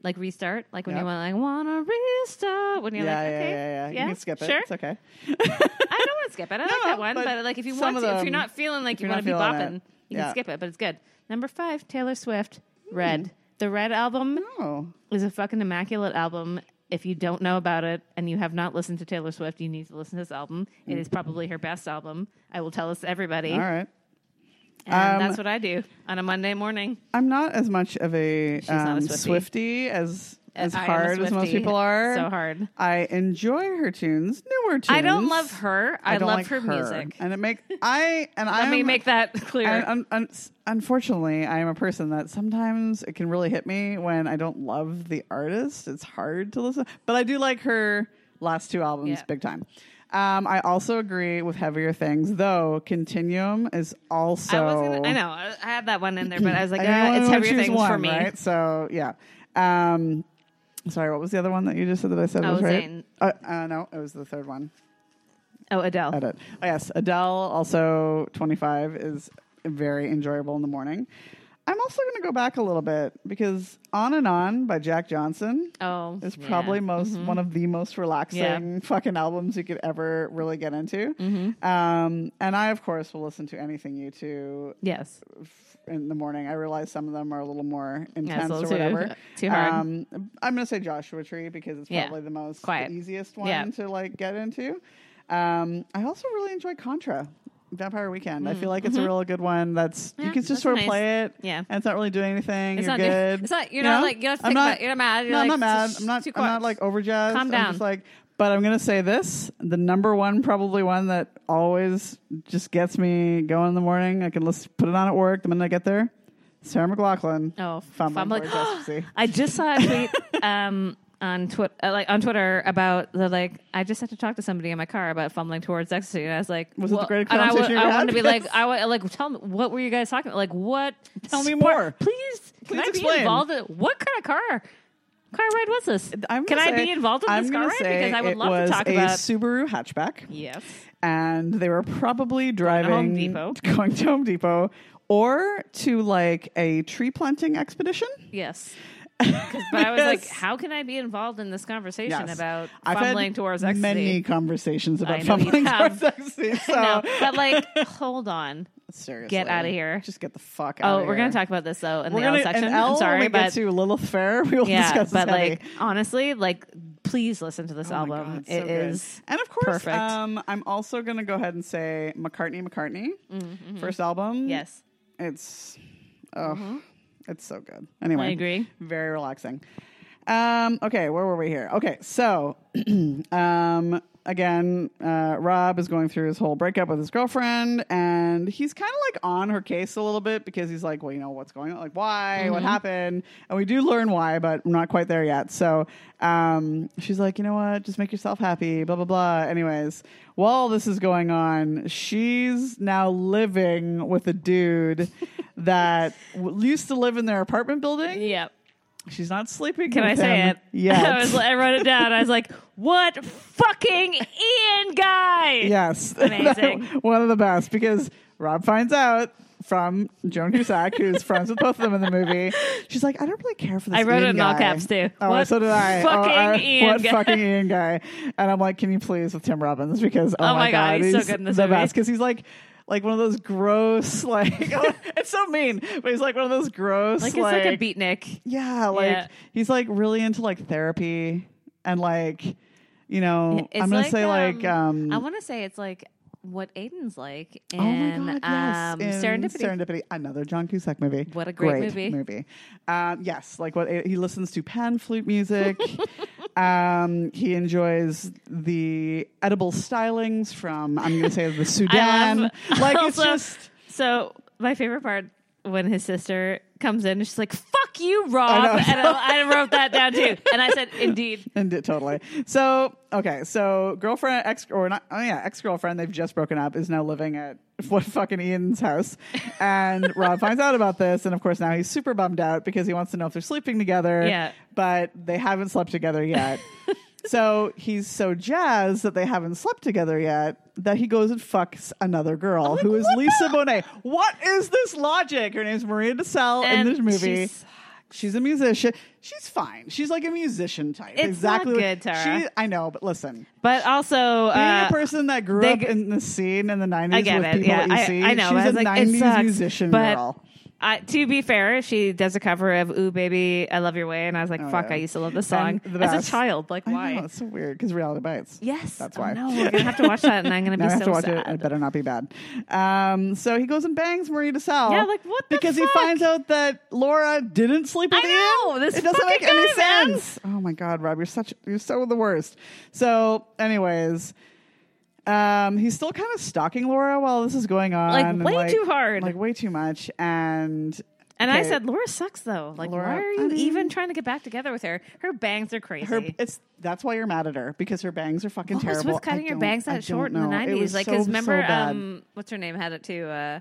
B: like restart, like when you
A: Yep.
B: want like want to restart, when you're
A: yeah,
B: like,
A: yeah,
B: okay,
A: yeah, yeah, You can skip it.
B: sure.
A: It's okay.
B: I don't want to skip it. I like that one, but,
A: but
B: like if you
A: some
B: want to,
A: of
B: if you're
A: them-
B: not feeling like you
A: you're
B: want to
A: not
B: be bopping,
A: feeling it.
B: you
A: Yeah.
B: can skip it. But it's good. Number five, Taylor Swift, Red.
A: Hmm.
B: The Red album
A: Oh,
B: is a fucking immaculate album. If you don't know about it and you have not listened to Taylor Swift, you need to listen to this album. It is probably her best album. I will tell this to everybody.
A: all right.
B: And
A: Um,
B: that's what I do on a Monday morning.
A: I'm not as much of a,
B: not a
A: um,
B: Swiftie. Uh,
A: Swifty as as
B: I am a
A: hard as most
B: Swiftie.
A: people are.
B: So hard.
A: I enjoy her tunes, newer tunes.
B: I don't love her. I,
A: don't
B: love
A: like
B: her, music.
A: and it make I and
B: Let
A: I
B: me make that clear.
A: And un- un- s- unfortunately, I am a person that sometimes it can really hit me when I don't love the artist. It's hard to listen, but I do like her last two albums
B: Yeah.
A: big time. Um, I also agree with heavier things, though. Continuum is also.
B: I was gonna, I know I I had that one in there, but I was like,
A: I
B: ah,
A: only
B: it's
A: wanna
B: heavier
A: choose
B: things
A: one,
B: for me.
A: Right? So yeah. Um, sorry, what was the other one that you just said that I said
B: Oh,
A: was right?
B: Zayn.
A: Uh, uh, no, it was the third one.
B: Oh, Adele.
A: Edit. Oh, yes, Adele also 25 is very enjoyable in the morning. I'm also going to go back a little bit because "On and On" by Jack Johnson
B: Oh,
A: is
B: yeah.
A: probably most one of the most relaxing
B: Yeah. Mm-hmm.
A: fucking albums you could ever really get into. Um, and I, of course, will listen to anything you two
B: yes.
A: f- in the morning. I realize some of them are a little more
B: Yeah,
A: intense
B: it's a
A: or
B: little too-
A: whatever.
B: too hard.
A: Um, I'm going to say Joshua Tree because it's
B: Yeah.
A: probably the most
B: Quiet.
A: the easiest one
B: Yeah.
A: to like get into. Um, I also really enjoy Contra. Vampire Weekend. I feel like it's a real good one. That's
B: Mm, mm-hmm. Yeah,
A: you can just
B: that's
A: sort of
B: nice.
A: play it.
B: Yeah.
A: and it's not really doing anything.
B: It's
A: you're
B: not doing-
A: good.
B: it's not- you're
A: You
B: not,
A: know?
B: like, you don't have to
A: I'm
B: think about- you're not mad. You're
A: no, I'm
B: like,
A: not mad.
B: "Shh,
A: I'm not.
B: too
A: I'm not
B: quiet.
A: like over jazzed.
B: Calm
A: I'm
B: down.
A: just like, but I'm gonna say this: the number one, probably one that always just gets me going in the morning. I can listen, put it on at work the minute I get there. Sarah McLaughlin.
B: Oh,
A: fumbling
B: fumbling.
A: for justice.
B: I just saw a tweet um, on Twitter, like on Twitter, about the like. I just had to talk to somebody in my car about fumbling towards ecstasy, and I was like,
A: Was it the
B: "Well,"
A: greatest
B: and I
A: conversation you
B: I
A: ever had?
B: wanted to be like,
A: Yes.
B: I wa- like tell me what were you guys talking about? Like what?
A: Tell me
B: sport-
A: more.
B: please. Can
A: Please
B: I
A: explain.
B: be involved in what kind of car? Car ride was this?
A: I'm
B: Can
A: gonna
B: I
A: say-
B: be involved in
A: I'm
B: this car
A: gonna
B: ride?
A: say
B: Because I would
A: it
B: love
A: was
B: to talk
A: a
B: about.
A: Subaru hatchback.
B: yes.
A: and they were probably driving
B: Home Depot.
A: going to Home Depot or to like a tree planting expedition.
B: Yes. 'Cause- But I was like,
A: Yes.
B: how can I be involved in this conversation
A: Yes.
B: about
A: I've had
B: fumbling towards ecstasy?
A: many conversations
B: I
A: about
B: know you
A: fumbling
B: have.
A: towards ecstasy. So
B: no, but like, hold on.
A: seriously,
B: get outta here.
A: Just get the fuck out.
B: Oh, we're gonna talk about this though in
A: We're
B: the L
A: gonna
B: section.
A: and L
B: I'm
A: when
B: sorry,
A: we get
B: but
A: to Lilith Fair. We will
B: yeah,
A: discuss. this
B: but
A: heavy.
B: like honestly, like please listen to this
A: Oh my
B: album.
A: God,
B: It is
A: so good. Mm-hmm. and of course
B: perfect.
A: um i'm also gonna go ahead and say mccartney mccartney first album
B: Mm-hmm, yes, Mm-hmm.
A: it's oh it's so good anyway
B: I agree.
A: very relaxing um okay where were we here okay so um again uh rob is going through his whole breakup with his girlfriend and he's kind of like on her case a little bit because he's like well you know what's going on like why
B: Mm-hmm.
A: what happened and we do learn why but we're not quite there yet so um she's like you know what just make yourself happy blah blah blah anyways while this is going on she's now living with a dude that w- used to live in their apartment building
B: yep.
A: She's not sleeping.
B: Can I
A: with
B: say
A: him
B: it?
A: Yet.
B: I was. I wrote it down. I was like, "What fucking Ian guy?"
A: yes,
B: Amazing.
A: One of the best because Rob finds out from Joan Cusack, who's friends with both of them in the movie. She's like, I don't really care for this.
B: I wrote it
A: Ian
B: in all
A: guy."
B: caps, too.
A: Oh,
B: What
A: so did I. Oh,
B: fucking
A: I-
B: Ian
A: what
B: guy.
A: fucking Ian guy? And I'm like, can you please with Tim Robbins because oh,
B: Oh my God, he's so
A: he's
B: good in this
A: the
B: movie.
A: best because he's like. Like one of those gross, like it's so mean, but he's like one of those gross,
B: like it's like, a beatnik.
A: Yeah, like
B: Yeah.
A: he's like really into like therapy and like you know
B: It's
A: I'm gonna
B: like,
A: say like um
B: I want to say it's like what Aiden's like in,
A: oh my god yes
B: um,
A: in
B: Serendipity.
A: Serendipity another John Cusack movie
B: What a great movie.
A: um yes like what he listens to pan flute music um he enjoys the edible stylings from I'm gonna say the Sudan like it's
B: also-
A: just
B: So my favorite part when his sister comes in, she's like, "Fuck you, Rob,"
A: know.
B: and I, I wrote that down too. And I said, "Indeed."
A: and it, totally. So okay, so girlfriend, ex, or not? Oh yeah, ex girlfriend. They've just broken up. Is now living at what fucking Ian's house, and Rob finds out about this, and of course now he's super bummed out because he wants to know if they're sleeping together.
B: Yeah.
A: but they haven't slept together yet. so he's so jazzed that they haven't slept together yet that he goes and fucks another
B: Oh
A: girl who is Lisa Bonet. What is this logic? Her name's Maria DeSalle in this movie.
B: she's-
A: She's a musician. She's fine. She's like a musician type.
B: It's not
A: exactly. what-
B: good, Tara.
A: She, I know, but listen,
B: but also,
A: being
B: uh,
A: a person that grew
B: they
A: up
B: g-
A: in the scene in the nineties
B: I
A: with
B: get it.
A: people
B: Yeah,
A: that you
B: I,
A: see,
B: I know.
A: she's
B: I was
A: a
B: like, it
A: nineties
B: sucks.
A: musician
B: but
A: girl.
B: I, to be fair, she does a cover of "Ooh Baby, I Love Your Way," and I was like, "Fuck,
A: Oh, yeah.
B: I used to love this
A: And
B: song
A: the
B: as
A: best.
B: a child." Like,
A: I
B: why?
A: know, it's so weird because reality bites.
B: Yes,
A: That's
B: Oh,
A: why.
B: no, we're gonna have to watch that, and I'm gonna be
A: Now I have
B: so
A: to watch
B: sad.
A: it. It better not be bad. Um, so he goes and bangs Marie DeSalle.
B: Yeah, like, what the
A: Because
B: fuck?
A: he finds out that Laura didn't sleep with
B: I
A: Ian.
B: know, this
A: it doesn't make
B: fucking
A: any
B: guy, man.
A: sense. Oh my god, Rob, you're such you're so the worst. So, anyways, um, he's still kind of stalking Laura while this is going on.
B: Like,
A: and,
B: way too hard.
A: Like way too much. And
B: And I
A: okay,
B: said, Laura sucks though. Like,
A: Laura-
B: why are
A: I
B: you
A: mean-
B: even trying to get back together with her? Her bangs are crazy.
A: her it's that's why you're mad at her because her bangs are fucking
B: what was
A: terrible.
B: with Oh, cutting
A: I
B: your
A: don't-
B: bangs
A: I
B: that
A: don't
B: short in
A: know.
B: the
A: It was
B: nineties? Like,
A: so,
B: because
A: so
B: remember,
A: bad.
B: um, what's her name had it too? Uh,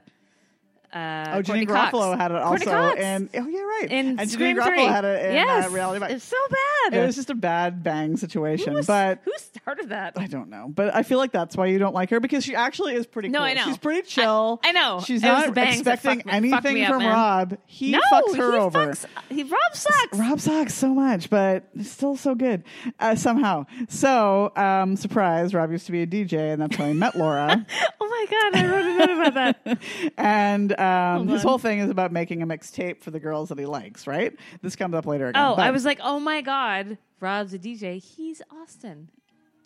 B: uh,
A: Oh, Jenny
B: Courtney
A: Garofalo
B: Cox.
A: had it
B: Courtney
A: also,
B: Cox
A: and oh yeah, right.
B: in
A: and
B: Scream
A: Jenny Garofalo
B: Three.
A: had it in
B: yes,
A: uh, reality. Bites.
B: it's so bad.
A: It was just a bad bang
B: who,
A: situation,
B: was-
A: but
B: who started that?
A: I don't know. But I feel like that's why you don't like her because she actually is pretty.
B: No,
A: cool.
B: I know.
A: She's pretty chill.
B: I- I know.
A: She's
B: It was the
A: not
B: bangs that
A: expecting
B: fucked me- fucked
A: anything
B: me up,
A: from
B: man.
A: Rob. He
B: no,
A: fucks her
B: he
A: over.
B: Fucks, he Rob sucks.
A: Rob sucks so much, but it's still so good uh, somehow. So, um, surprise, Rob used to be a DJ, and that's how he met Laura.
B: Oh my god, I wrote a note about that.
A: and um,
B: Hold
A: his
B: on.
A: whole thing is about making a mixtape for the girls that he likes, right? This comes up later again.
B: Oh, I
A: but-
B: was like, oh my god, Rob's a DJ. He's Austin.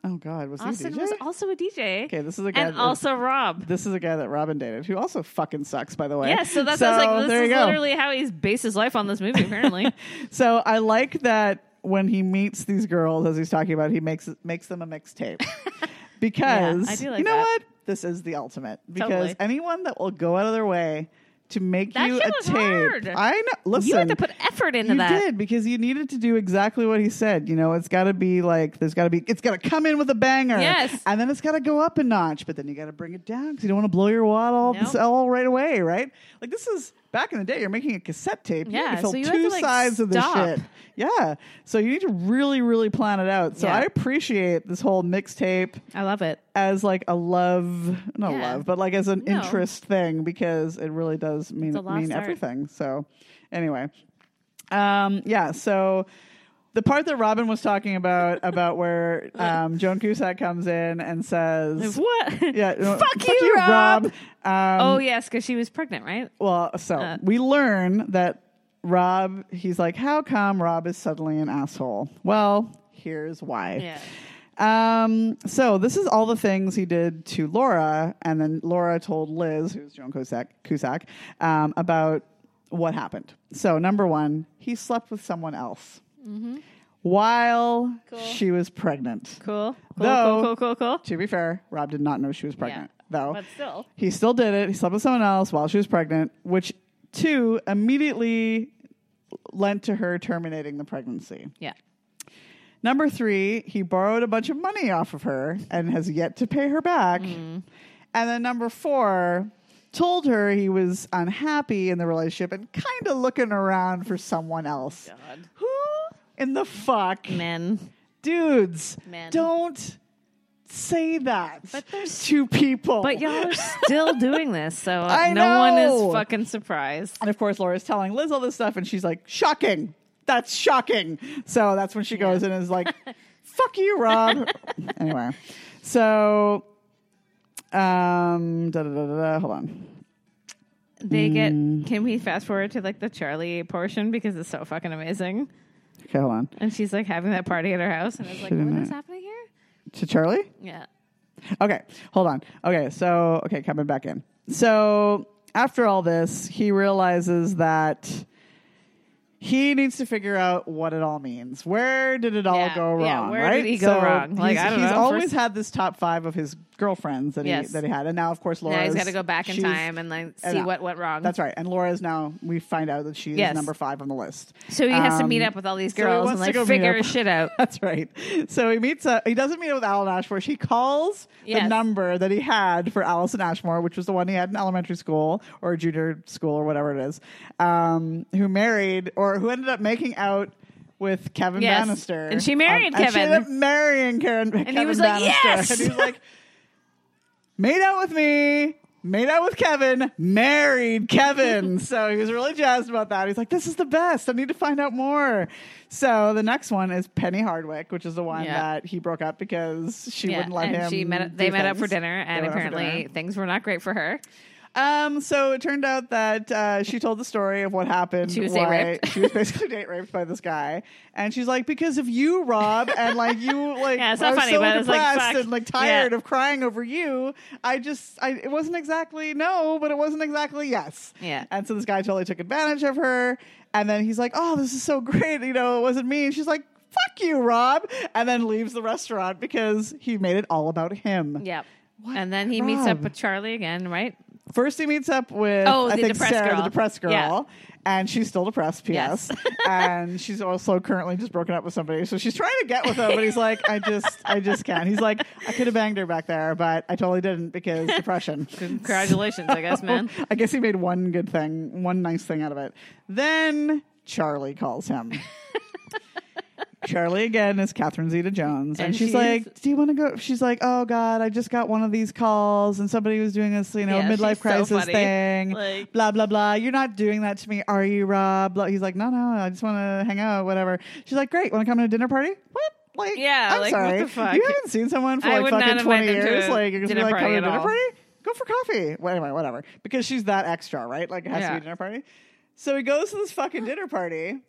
A: Oh, God. Was
B: Austin
A: he a DJ?
B: was also a DJ.
A: Okay, this is a guy.
B: and
A: that-
B: also Rob.
A: this is a guy that Robin dated who also fucking sucks, by the way.
B: Yeah, so that's I was like,
A: there
B: this
A: you
B: is
A: go.
B: literally how he's based his life on this movie, apparently.
A: So I like that when he meets these girls, as he's talking about, he makes makes them a mixtape because
B: Yeah, I do like
A: you know
B: that.
A: what? This is the ultimate because
B: Totally.
A: anyone that will go out of their way to make
B: That
A: you
B: shit
A: a
B: was
A: tape,
B: hard.
A: I know. Listen,
B: you had to put effort into
A: you
B: that.
A: did because you needed to do exactly what he said. You know, it's got to be like there's got to be it's got to come in with a banger,
B: Yes.
A: and then it's got to go up a notch, but then you got to bring it down because you don't want to blow your wad all,
B: Nope.
A: all right away, right? Like this is back in the day, you're making a cassette tape. you had
B: Yeah,
A: to fill
B: so you
A: two
B: had to, like,
A: sides of this
B: stop.
A: shit. Yeah, so you need to really, really plan it out. So
B: Yeah.
A: I appreciate this whole mixtape
B: I love it.
A: as like a love, not
B: Yeah.
A: love, but like as an
B: No.
A: interest thing because it really does mean
B: It's a lost
A: mean
B: art.
A: everything. So anyway, um, yeah. So the part that Robin was talking about about where um, Joan Cusack comes in and says,
B: What?
A: "Yeah, no,
B: Fuck you, Rob!"
A: Um,
B: oh, yes, because she was pregnant, right?
A: well, so
B: Uh.
A: we learn that Rob, he's like, how come Rob is suddenly an asshole? Well, here's why. Um, so this is all the things he did to Laura, and then Laura told Liz, who's Joan Cusack, Cusack um, about what happened. So number one, he slept with someone else while
B: Mm-hmm. Cool.
A: she was pregnant.
B: Cool. Cool,
A: Though-
B: cool, cool, cool, cool.
A: To be fair, Rob did not know she was pregnant, though.
B: But still.
A: He still did it. He slept with someone else while she was pregnant, which two immediately lent to her terminating the pregnancy.
B: Yeah.
A: Number three, he borrowed a bunch of money off of her and has yet to pay her back.
B: Mm-hmm.
A: And then number four, told her he was unhappy in the relationship and kind of looking around for someone else.
B: God.
A: Who in the fuck?
B: Men.
A: Dudes,
B: Men.
A: don't say that to people.
B: But y'all are still doing this, so
A: I
B: no one
A: know.
B: is fucking surprised.
A: And of course, Laura's telling Liz all this stuff, and she's like, shocking. That's shocking. So that's when she goes in and is like, fuck you, Rob. anyway, so, um, da da da da da. Hold on.
B: They get.
A: Mm.
B: Can we fast forward to like the Charlie portion because it's so fucking amazing?
A: Okay, hold on.
B: And she's like having that party at her house, and it's like,
A: Shouldn't
B: what is
A: I-
B: happening here?
A: To Charlie?
B: Yeah.
A: Okay, hold on. Okay, so okay, coming back in. So after all this, he realizes that he needs to figure out what it all means. Where did it all
B: Yeah,
A: go wrong?
B: yeah, where
A: right?
B: did he go
A: So
B: wrong? Like,
A: he's,
B: I don't
A: he's
B: know,
A: always
B: first-
A: had this top five of his girlfriends that
B: Yes.
A: he that he had, and now of course Laura.
B: Now he's got to go back in time and like
A: I
B: see
A: know.
B: what went wrong.
A: That's right. And Laura is now we find out that she's
B: Yes.
A: number five on the list.
B: so he has to
A: Um,
B: meet up with all these
A: so he
B: girls
A: wants
B: and
A: to
B: like
A: go meet
B: figure
A: up.
B: his shit out.
A: That's right. So he meets up. He doesn't meet up with Alan Ashmore. She calls the
B: Yes.
A: number that he had for Allison Ashmore, which was the one he had in elementary school or junior school or whatever it is, um, who married or who ended up making out with Kevin
B: Yes.
A: Bannister. Um,
B: And she married
A: and she
B: Kevin.
A: ended up marrying Karen, Kevin
B: was like,
A: Bannister.
B: "Yes!"
A: And he was like, made out with me. Made out with Kevin, married Kevin. so he was really jazzed about that. He's like, This is the best. I need to find out more. So the next one is Penny Hardwick, which is the one
B: Yeah.
A: that he broke up because she
B: Yeah,
A: wouldn't let
B: and
A: him.
B: She met,
A: do
B: they met up
A: things.
B: for dinner,
A: They
B: and
A: went out for
B: apparently
A: dinner.
B: things were not great for her.
A: Um, so it turned out that uh, she told the story of what happened.
B: She was date
A: why
B: raped.
A: she was basically date raped by this guy, and she's like, because of you, Rob, and like you, like
B: Yeah, it's
A: I
B: not
A: was
B: funny,
A: so
B: but it's like,
A: depressed
B: fuck.
A: and like tired
B: Yeah.
A: of crying over you. I just, I it wasn't exactly no, but it wasn't exactly yes.
B: Yeah.
A: and so this guy totally took advantage of her, and then he's like, oh, this is so great, you know, it wasn't me, and she's like. Fuck you, Rob, and then leaves the restaurant because he made it all about him.
B: Yep.
A: What?
B: And then he meets up
A: Rob.
B: with Charlie again, right?
A: First, he meets up with
B: Oh,
A: I
B: the
A: think
B: depressed
A: Sarah,
B: girl.
A: the depressed girl,
B: Yeah.
A: and she's still depressed. P.S. and she's also currently just broken up with somebody, so she's trying to get with him, but he's like, I just, I just can't. He's like, I could have banged her back there, but I totally didn't because depression.
B: Congratulations, I guess, man.
A: I guess he made one good thing, one nice thing out of it. Then Charlie calls him. Charlie again is Catherine Zeta Jones. And,
B: And
A: she's
B: she's-
A: like, Do you want to go? She's like, Oh God, I just got one of these calls and somebody was doing this, you know,
B: Yeah,
A: midlife
B: she's so
A: crisis
B: funny.
A: thing.
B: Like-
A: blah, blah, blah. You're not doing that to me, are you, Rob? Blah. He's like, No, no, I just want to hang out, whatever. She's like, Great, want to come to a dinner party? What? Like,
B: Yeah,
A: I'm
B: like, what
A: sorry.
B: the fuck?
A: You haven't seen someone for
B: I
A: like
B: would not
A: fucking
B: invite
A: 20
B: them to
A: years.
B: a
A: Like, you're just gonna be
B: dinner
A: like, come
B: party
A: to a
B: at
A: dinner
B: all.
A: party? go for coffee. Well, anyway, whatever. Because she's that extra, right? Like it has to be
B: Yeah.
A: a dinner party. So he goes to this fucking dinner party,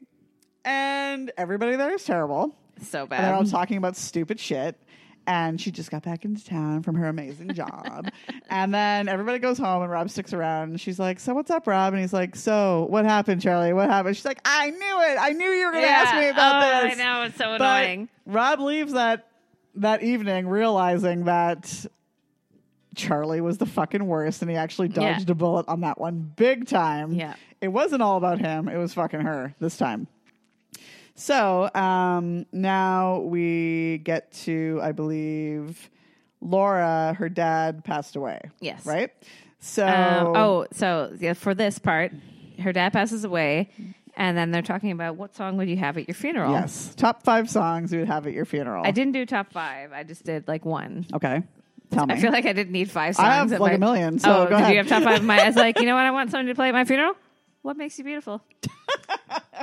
A: and everybody there is terrible.
B: So
A: And they're all
B: bad.
A: talking about stupid shit. And she just got back into town from her amazing job. and then everybody goes home, and Rob sticks around. And she's like, So, what's up, Rob? And he's like, So, what happened, Charlie? What happened? She's like, I knew it. I knew you were going to ask me about
B: oh,
A: this.
B: I know it's so
A: But
B: annoying.
A: Rob leaves that that evening realizing that Charlie was the fucking worst and he actually
B: Yeah.
A: dodged a bullet on that one big time.
B: Yeah.
A: It wasn't all about him, it was fucking her this time. So um, now we get to, I believe, Laura, her dad passed away.
B: Yes.
A: Right? So
B: Um, oh, so yeah, for this part, her dad passes away, and then they're talking about what song would you have at your funeral.
A: yes. Top five songs you would have at your funeral.
B: I didn't do top five. I just did like one.
A: Okay. Tell me.
B: I feel like I didn't need five songs.
A: I have
B: at
A: like a
B: my-
A: million, so
B: oh,
A: go
B: did
A: ahead.
B: you have top five? Of my, I was like, you know what? I want someone to play at my funeral. What makes you beautiful?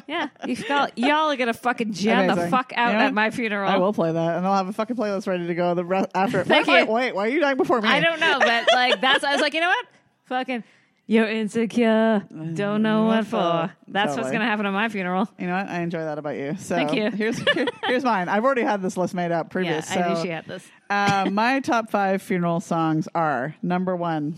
B: yeah, you felt y'all are gonna fucking jam the
A: Amazing.
B: fuck out
A: You know what?
B: at my funeral.
A: I will play that, and I'll have a fucking playlist ready to go the re- after.
B: Thank
A: why,
B: you.
A: Wait, why are you dying before me?
B: I don't know, but like that's. I was like, you know what? Fucking, you're insecure. Don't know what for. That's what's
A: Mm, Totally.
B: gonna happen at my funeral.
A: You know what? I enjoy that about you. So
B: Thank you.
A: Here's here's mine. I've already had this list made up
B: Yeah,
A: previous.
B: I knew
A: so,
B: she had this.
A: uh, my top five funeral songs are number one,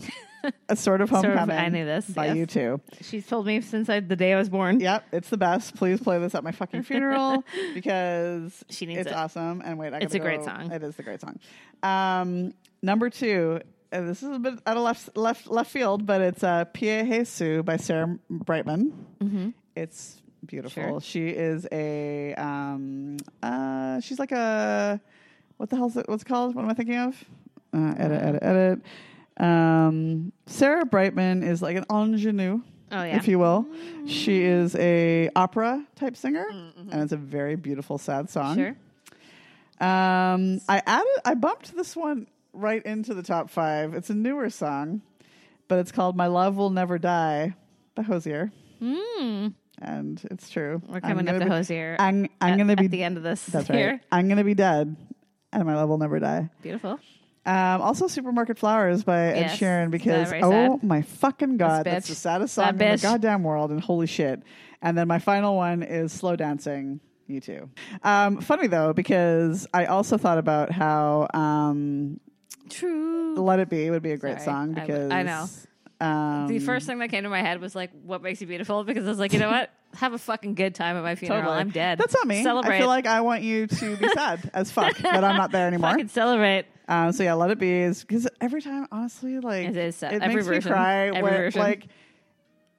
A: "A Sort of
B: Sort of,
A: Homecoming."
B: I knew this,
A: by
B: yes.
A: you two.
B: She's told me since I, the day I was born.
A: Yep, it's the best. Please play this at my fucking funeral because
B: She needs
A: it's
B: it.
A: awesome. And wait, I
B: It's
A: gotta
B: a great
A: go-
B: song.
A: It is the great song. Um, number two, and this is a bit out of left left left field, but it's uh, "Pie Jesu" by Sarah Brightman. It's beautiful.
B: Mm-hmm. Sure.
A: She is a um, uh, she's like a what the hell's it? What's it called? What am I thinking of? Uh, edit, edit, edit. Um, Sarah Brightman is like an ingenue
B: Oh yeah.
A: if you will. She
B: Mm.
A: is a opera type singer, and it's a very beautiful sad song.
B: mm-hmm. sure.
A: Um, I added, I bumped this one right into the top five. It's a newer song, but it's called "My Love Will Never Die" by Hosier,
B: Mm,
A: and it's true.
B: we're
A: I'm
B: coming
A: gonna
B: up to
A: be-
B: Hosier.
A: I'm, I'm
B: at-
A: gonna be
B: at the end of this
A: That's
B: here.
A: right. I'm gonna be dead, and my love will never die.
B: Beautiful.
A: Um, also, "Supermarket Flowers" by Ed
B: Yes.
A: Sheeran because
B: Very
A: oh
B: sad.
A: my fucking god,
B: This
A: that's
B: bitch.
A: the saddest
B: That
A: song in the
B: bitch.
A: goddamn world, and holy shit! And then my final one is "Slow Dancing." You too. Um, funny though, because I also thought about how um,
B: True.
A: "Let It Be" would be a great
B: Sorry.
A: song
B: I w-
A: because
B: I know.
A: um,
B: The first thing that came to my head was like, "What makes you beautiful?" Because I was like, you know what? Have a fucking good time at my funeral.
A: totally.
B: I'm dead.
A: That's on me.
B: Celebrate.
A: I feel like I want you to be sad as fuck that I'm not there anymore.
B: fucking celebrate.
A: Um, so yeah, let it be is because every time, honestly, like
B: It is sad.
A: it
B: Every
A: makes
B: version.
A: me cry.
B: Every
A: where,
B: version.
A: Like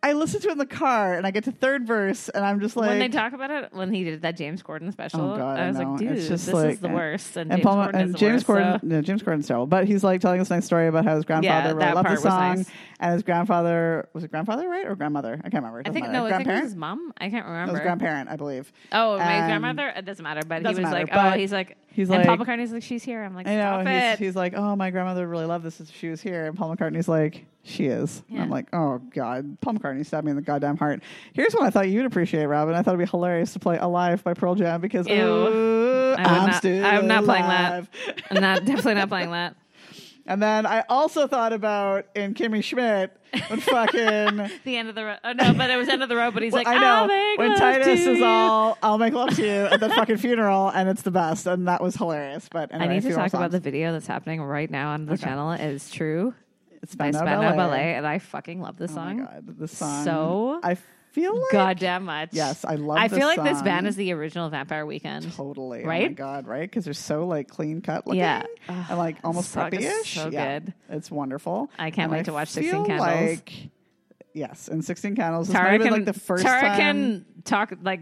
A: I listen to it in the car, and I get to third verse, and I'm just like,
B: when they talk about it, when he did that James Corden special,
A: Oh, God,
B: I was
A: know.
B: like, "Dude,
A: it's just
B: this
A: like,
B: is the
A: and-
B: worst." And,
A: And
B: James
A: Paul
B: Corden
A: and
B: is
A: James
B: the worst,
A: Corden,
B: so-
A: no, James Corden's terrible, but he's like telling this nice story about how his grandfather really
B: that
A: loved the
B: part was
A: song,
B: nice.
A: and his grandfather was it grandfather right or grandmother? I can't remember. It
B: I
A: doesn't
B: think
A: matter.
B: no, I think it was
A: grandparent.
B: his mom. I can't
A: It
B: remember.
A: was grandparent, I believe.
B: Oh, my
A: And-
B: grandmother. It doesn't matter. But he was
A: Doesn't matter,
B: like,
A: but
B: "Oh, he's like."
A: he's
B: and Paul
A: like-
B: McCartney's like, "She's here." I'm like,
A: I know
B: "Stop
A: he's,
B: it."
A: he's like, oh, my grandmother really loved this if she was here, and Paul McCartney's like, she is. And I'm
B: Yeah.
A: like, oh god, Paul McCartney stabbed me in the goddamn heart. Here's what I thought you'd appreciate, Robin. I thought it'd be hilarious to play "Alive" by Pearl Jam because
B: Ew.
A: ooh,
B: I would
A: I'm
B: not-
A: still
B: I'm not playing that.
A: alive.
B: I'm not definitely not playing that.
A: And then I also thought about in Kimmy Schmidt when fucking.
B: The end of the road. Oh no, but it was end of the road. But he's like, "Oh,
A: I know
B: "I'll make
A: when
B: love
A: Titus
B: to
A: is
B: you."
A: all, I'll make love to you at the fucking funeral, and it's the best, and that was hilarious. But anyway,
B: I need to
A: funeral
B: talk
A: songs.
B: about the video that's happening right now on the channel. It is true.
A: It's
B: by
A: Spandau
B: Spandau Ballet, and I fucking love this
A: Oh my
B: song.
A: god, this song.
B: So
A: I feel like
B: goddamn much.
A: Yes, I love
B: I
A: this
B: feel like this band
A: song.
B: is the original Vampire Weekend.
A: totally. Oh my
B: Right?
A: god, right? Because they're so like clean cut looking.
B: Yeah.
A: And like almost
B: song is
A: preppy-ish.
B: so
A: yeah.
B: good.
A: It's wonderful.
B: I can't
A: And
B: wait to watch 16
A: feel
B: Candles.
A: Like, yes, and Sixteen Candles is
B: Tara
A: maybe
B: can
A: like the first
B: Tara
A: time
B: can talk like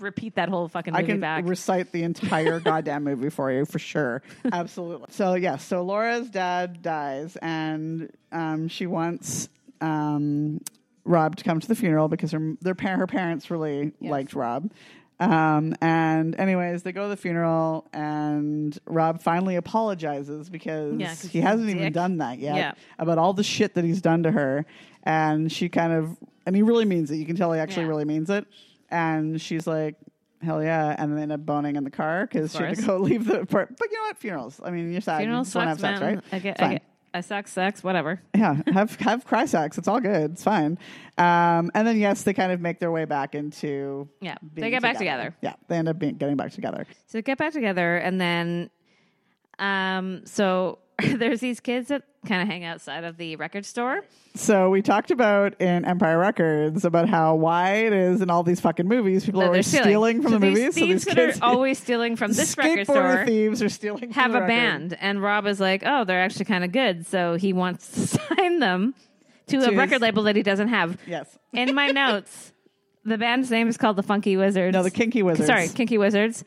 B: repeat that whole fucking
A: I
B: movie
A: can
B: back.
A: recite the entire goddamn movie for you for sure. Absolutely. So yes, so Laura's dad dies, and um, she wants um, Rob to come to the funeral because her their par- her parents really liked Rob. Um, and anyways, they go to the funeral, and Rob finally apologizes because
B: Yeah, 'cause
A: he
B: he's a
A: hasn't even
B: dick.
A: done that yet
B: Yeah.
A: about all the shit that he's done to her, and she kind of and he really means it. You can tell he actually
B: Yeah.
A: really really means it. And she's like, hell yeah. And then end up boning in the car because she had to
B: course.
A: go leave the part. But you know what? Funerals. I mean, you're sad.
B: Funeral
A: you just want to have
B: sucks,
A: sex,
B: man.
A: right?
B: I get,
A: Fine.
B: I get, I suck, sex, whatever.
A: Yeah, have have cry sex. It's all good. It's fine. Um, and then yes, they kind of make their way back into
B: Yeah, they
A: being
B: get back together.
A: Yeah, they end up being, getting back together.
B: So they get back together, and then, um, so there's these kids that kind of hang outside of the record store.
A: So we talked about in Empire Records about how why it is in all these fucking movies people are
B: that they're
A: always stealing. from
B: So
A: the
B: these
A: movies.
B: Thieves
A: so these
B: that
A: kids,
B: are always stealing from this record
A: skateboarder
B: store
A: thieves are stealing.
B: have
A: from the
B: a
A: record.
B: band, and Rob is like, "Oh, they're actually kind of good," so he wants to sign them to
A: To
B: a
A: his-
B: record label that he doesn't have.
A: Yes.
B: In my notes, the band's name is called the Funky Wizards.
A: No, the Kinky Wizards.
B: Sorry, Kinky Wizards.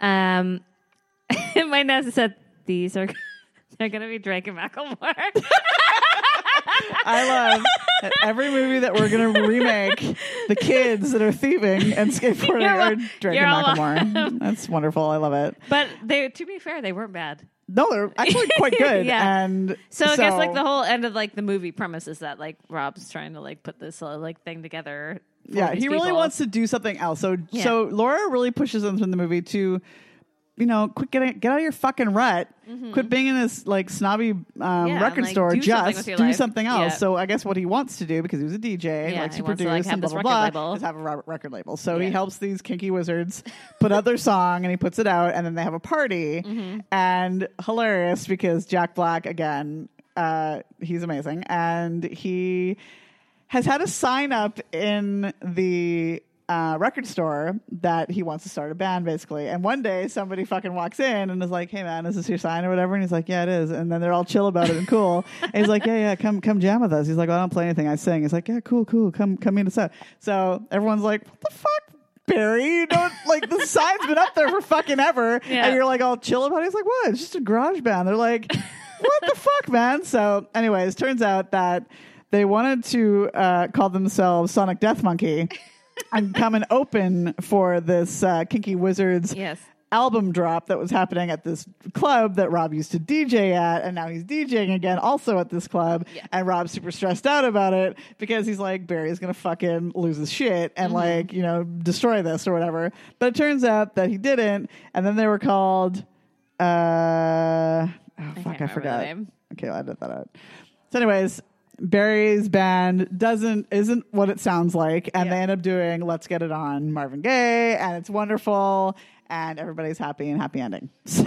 B: Um, in my notes it said these are they're gonna be Drake and Macklemore.
A: I love that every movie that we're going to remake. The kids that are thieving and skateboarding
B: You're
A: are
B: wel-
A: Drake
B: you're
A: and
B: all
A: Macklemore. That's wonderful. I love it.
B: but they, to be fair, they weren't bad.
A: No, they're actually quite good.
B: Yeah.
A: And
B: So, I guess like the whole end of like the movie premise is that like Rob's trying to like put this uh, like thing together. for
A: yeah,
B: these
A: he really
B: people.
A: wants to do something else. So
B: Yeah.
A: so Laura really pushes him in the movie to. You know, quit getting get out of your fucking rut. Quit being in this like snobby um,
B: Mm-hmm. and,
A: record
B: like,
A: store.
B: do something
A: Just
B: with your
A: do
B: life.
A: something else.
B: Yeah.
A: So I guess what he wants to do because he was a DJ,
B: Yeah,
A: likes
B: he
A: to
B: wants
A: produce
B: to, like, have
A: and blah
B: this
A: blah
B: record
A: blah,
B: label.
A: is have a ro- record label. So he
B: Yeah.
A: helps these kinky wizards put out their song and he puts it out and then they have a party
B: Mm-hmm.
A: and hilarious because Jack Black again, uh, he's amazing and he has had a sign up in the uh, record store that he wants to start a band basically. And one day somebody fucking walks in and is like, Hey man, is this your sign or whatever? And he's like, Yeah, it is. And then they're all chill about it and cool. and he's like, Yeah, yeah, come come jam with us. He's like, well, I don't play anything, I sing. He's like, Yeah, cool, cool, come come meet us out. So everyone's like, What the fuck? Barry, you don't like the sign's been up there for fucking ever.
B: Yeah.
A: And you're like all chill about it. He's like, What? It's just a garage band. They're like, What the fuck, man? So, anyways, turns out that they wanted to uh, call themselves Sonic Death Monkey and come and open for this uh, Kinky Wizards
B: Yes.
A: album drop that was happening at this club that Rob used to DJ at, and now he's DJing again, also at this club.
B: Yeah.
A: And Rob's super stressed out about it because he's like, Barry's gonna fucking lose his shit and like, you know, destroy this or whatever. But it turns out that he didn't, and then they were called uh oh, fuck, I
B: remember the
A: forgot.
B: name.
A: Okay, I'll edit that out. So, anyways, Barry's band doesn't isn't what it sounds like, and
B: Yeah.
A: they end up doing "Let's Get It On" Marvin Gaye, and it's wonderful, and everybody's happy and happy ending. So,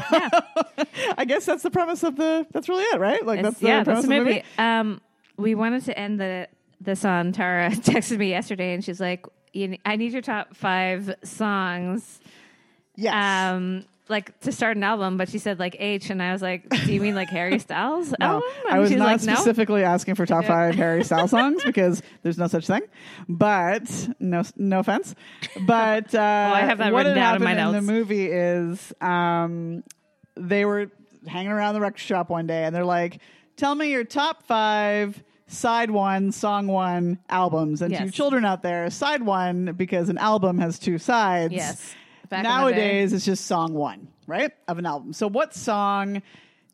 A: I guess that's the premise of the. That's really it, right? Like that's
B: It's-
A: the
B: yeah,
A: premise
B: that's
A: of
B: the movie. Um, we wanted to end the this on. Tara texted me yesterday, and she's like, you, "I need your top five songs,
A: Yes.
B: um, like to start an album." But she said like H, and I was like, "Do you mean like Harry Styles?"
A: No,
B: album? Oh, And
A: I was
B: she's
A: not
B: like,
A: specifically asking for top five Harry Styles songs because there's no such thing. But no, no offense. But uh,
B: I have that
A: what
B: written
A: had
B: down in
A: happened
B: my
A: in the
B: notes.
A: movie is um, they were hanging around the record shop one day and they're like, "Tell me your top five side one song one albums." And to you
B: Yes.
A: children out there, side one because an album has two sides.
B: Yes. Back in the day.
A: Nowadays, it's just song one, right? Of an album. So, what song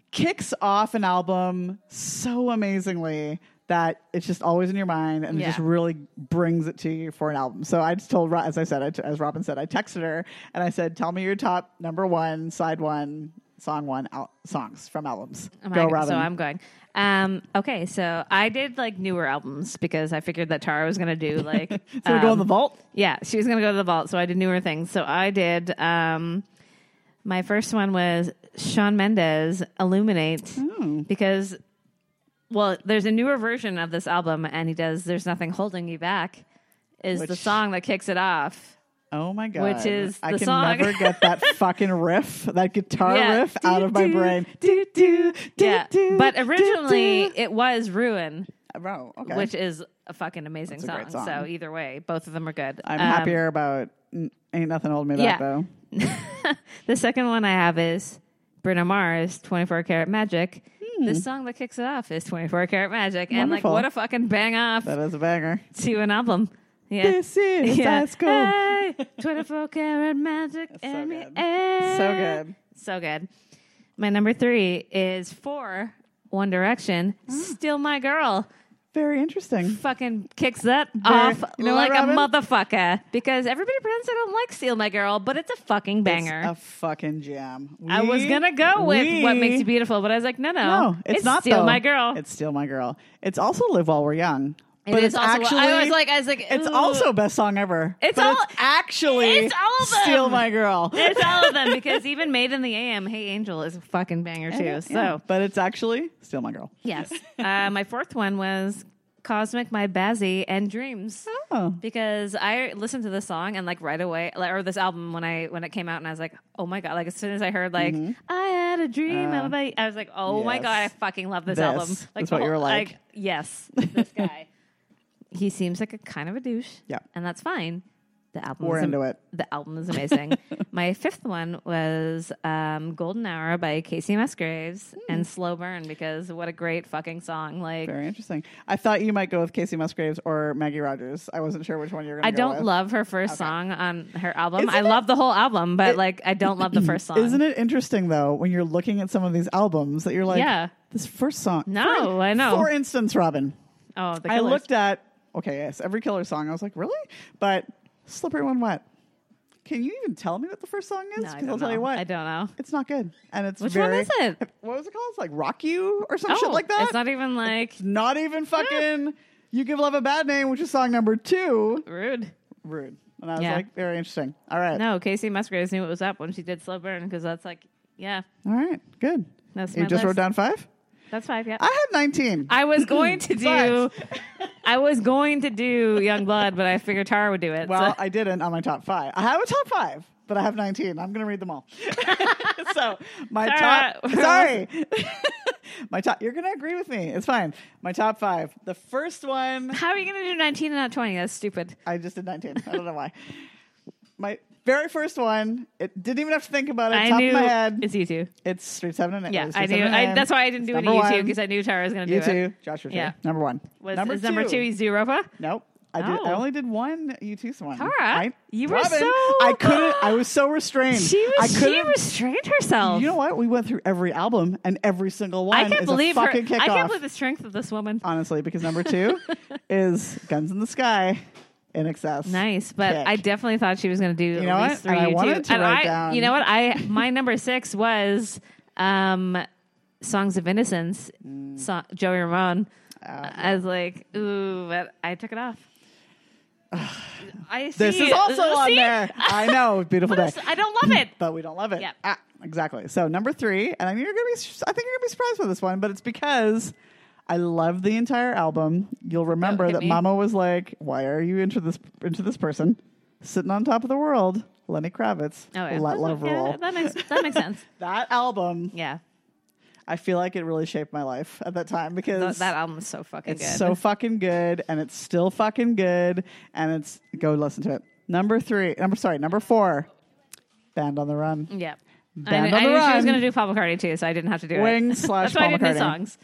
A: kicks off an album so amazingly that it's just always in your mind and it
B: Yeah.
A: just really brings it to you for an album? So, I just told, Ro- as I said, I t- as Robin said, I texted her and I said, Tell me your top number one, side one, song one al- songs from albums.
B: Oh my
A: Go,
B: God,
A: Robin.
B: So I'm going. Um, okay, so I did like newer albums because I figured that Tara was gonna do like
A: so, we go in the
B: um,
A: vault.
B: Yeah, she was gonna go to the vault, so I did newer things. So I did. Um, my first one was Sean Mendes Illuminate
A: Hmm.
B: because, well, there's a newer version of this album, and he does "There's Nothing Holding You Back" is the
A: Which-
B: song that kicks it off.
A: Oh my god!
B: Which is
A: I
B: the
A: can
B: song.
A: never get that fucking riff, that guitar
B: Yeah.
A: riff, out of my
B: Do, do,
A: brain. Do, do, do,
B: yeah,
A: do,
B: but
A: do, do.
B: originally it was Ruin,
A: oh, okay.
B: which is a fucking amazing
A: That's a
B: song.
A: great
B: So
A: song.
B: either way, both of them are good.
A: I'm
B: Um,
A: happier about. n- Ain't nothing holding me
B: yeah.
A: back though.
B: the second one I have is Bruno Mars, 24 Karat Magic. The song that kicks it off is 24 Karat Magic. And like,
A: Hmm. Wonderful.
B: what a fucking bang off
A: That is a banger.
B: to an album. Yeah.
A: This is high school.
B: Hey, 24 Karat Magic.
A: so
B: in the
A: good.
B: air.
A: So good.
B: So good. My number three is for One Direction, Still My Girl.
A: Very interesting.
B: Fucking kicks that
A: Very-
B: off
A: you know
B: like
A: what,
B: a
A: Robin?
B: motherfucker because everybody pretends they don't like Steal My Girl, but it's a fucking banger.
A: It's a fucking jam.
B: I was
A: We-
B: gonna go with what makes
A: we-
B: you beautiful, but I was like, no, no,
A: No, it's, not
B: still
A: though.
B: my girl.
A: It's still my girl. It's also live while we're young.
B: It
A: but
B: is
A: it's
B: also-
A: actually
B: I was like, I was like,
A: it's
B: ooh.
A: also best song ever.
B: It's
A: But
B: all-
A: actually
B: it's all of them.
A: still my girl.
B: it's all of them because even Made in the AM, Hey Angel is a fucking banger too.
A: Yeah,
B: So
A: but it's actually still my girl.
B: yes, uh, my fourth one was Cosmic, My Bazzy, and Dreams.
A: Oh,
B: Because I listened to this song and like right away, like, or this album when I when it came out, and I was like, oh my god! Like as soon as I heheard like I had a dream,
A: Mm-hmm. Uh,
B: of a-" I was like, oh my
A: yes.
B: god, I fucking love this,
A: This
B: album.
A: is
B: Like
A: what
B: the
A: you're
B: whole-
A: like.
B: yes, this guy. he seems like a kind of a douche.
A: Yeah.
B: and that's fine. The album
A: We're
B: is
A: into it.
B: The album is amazing. my fifth one was um, "Golden Hour" by Casey Musgraves
A: Hmm.
B: and "Slow Burn" because what a great fucking song! Like
A: very interesting. I thought you might go with Casey Musgraves or Maggie Rogers. I wasn't sure which one you're going to
B: I
A: go
B: don't
A: with.
B: love her first song on her album.
A: Isn't
B: I
A: it-
B: love the whole album, but like I don't love the first song.
A: Isn't it interesting though when you're looking at some of these albums that you're like,
B: Yeah.
A: this first song.
B: No,
A: For
B: I know.
A: For instance, Robin,
B: Oh, the
A: I
B: Killers.
A: looked at okay, yes, every killer song. I was like, really? But slippery when wet. Can you even tell me what the first song is?
B: No, I
A: Because
B: don't
A: I'll tell
B: know.
A: you what,
B: I don't know.
A: it's not good, and it's
B: Which one
A: very,
B: is it?
A: What was it called? It's like Rock You or some shit like that.
B: Oh, It's not even like
A: Not even fucking. You give love a bad name, which is song number two.
B: rude.
A: Rude. And I was
B: Yeah.
A: like, very interesting. All right,
B: No, Casey Musgraves knew it was up when she did Slow Burn because that's like, yeah,
A: all right, good.
B: That's
A: you
B: my
A: just wrote
B: list.
A: down five.
B: that's five. Yeah,
A: I
B: I,
A: had nineteen.
B: was going to do, I was going to do Young Blood, but I figured Tara would do it.
A: Well,
B: so-
A: I didn't on my top five. I have a top five, but I have 19. I'm going to read them all. so my
B: Sarah,
A: top. Sorry. my top. You're going to agree with me. It's fine. My top five. The first one.
B: how are you going to do nineteen and not twenty? That's stupid.
A: I just did 19. I don't know why. My very first one. It didn't even have to think about it.
B: I
A: top
B: knew
A: of my head. It's,
B: it's you two.
A: Street Seven and Eight.
B: Yeah,
A: Street
B: I knew.
A: Seven and
B: I,
A: Nine.
B: that's why I didn't
A: It's
B: do it
A: number
B: in U two
A: one.
B: because I knew Tara was going to
A: You
B: do it.
A: two, Joshua Tree.
B: Yeah.
A: Number one.
B: Was,
A: number
B: is
A: two.
B: number two Europa?
A: Nope. I, did, I
B: Oh.
A: only did one U two song.
B: Tara,
A: I,
B: you were
A: Robin,
B: so-
A: I couldn't. I was so restrained.
B: She
A: I
B: was, she
A: couldn't.
B: restrained herself.
A: you know what? We went through every album and every single one.
B: I can't
A: is
B: believe
A: a
B: her.
A: fucking
B: I
A: kickoff,
B: can't believe the strength of this woman.
A: Honestly, because number two is Guns in the Sky, in excess.
B: Nice, but
A: Kick.
B: I definitely thought she was going to do
A: know
B: at
A: what?
B: least
A: And I
B: three.
A: wanted to
B: and
A: write
B: I,
A: down-
B: you know what? I my number six was um, "Songs of Innocence,"
A: Mm.
B: so- Joey Ramone.
A: Oh.
B: I was like, ooh, but I took it off. I see.
A: This is also
B: See?
A: on there. I know. Beautiful day.
B: I don't love it. Oh,
A: but we don't love it.
B: Yeah.
A: Ah, exactly. So number three, and I mean, you're gonna be. I think you're gonna be surprised by this one, but it's because I love the entire album. You'll remember
B: hit
A: that
B: me.
A: Mama was like, "Why are you into this into this person sitting on top of the world?" Lenny Kravitz,
B: Oh, yeah.
A: "Let Love
B: Yeah,
A: Rule."
B: That makes that makes sense.
A: That album,
B: Yeah,
A: I feel like it really shaped my life at that time
B: Th-
A: because
B: that album is so fucking
A: it's
B: good.
A: so fucking good, and it's still fucking good, and it's go listen to it. Number three, number sorry, number four, Band on the Run.
B: yeah. I,
A: Band on
B: kn-
A: the
B: I knew she was
A: Run.
B: going to do Paul McCartney too, so I didn't have to do it.
A: Wings slash
B: That's why I
A: Paul
B: did his
A: McCartney.
B: songs.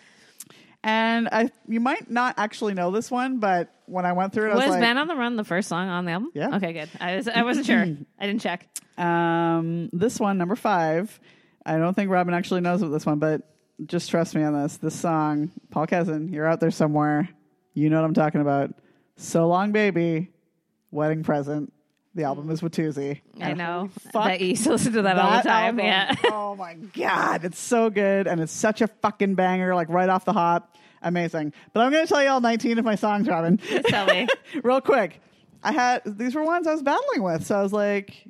A: And I, you might not actually know this one, but when I went through it, I
B: Was
A: was
B: Man
A: like,
B: on the Run the first song on the album?
A: Yeah.
B: Okay, good. I was I wasn't sure. I didn't check.
A: um, this one, number five. I don't think Robin actually knows what this one, but just trust me on this. This song, Paul Cousin, you're out there somewhere. You know what I'm talking about. So long, baby. Wedding present. The album is Watusi.
B: I know
A: fuck
B: that you used to listen to that, all the time.
A: album,
B: Yeah.
A: oh my god, it's so good and it's such a fucking banger, like right off the hop. Amazing. But I'm gonna tell you all 19 of my songs, Robin.
B: Tell me.
A: real quick. I had these were ones I was battling with, so I was like,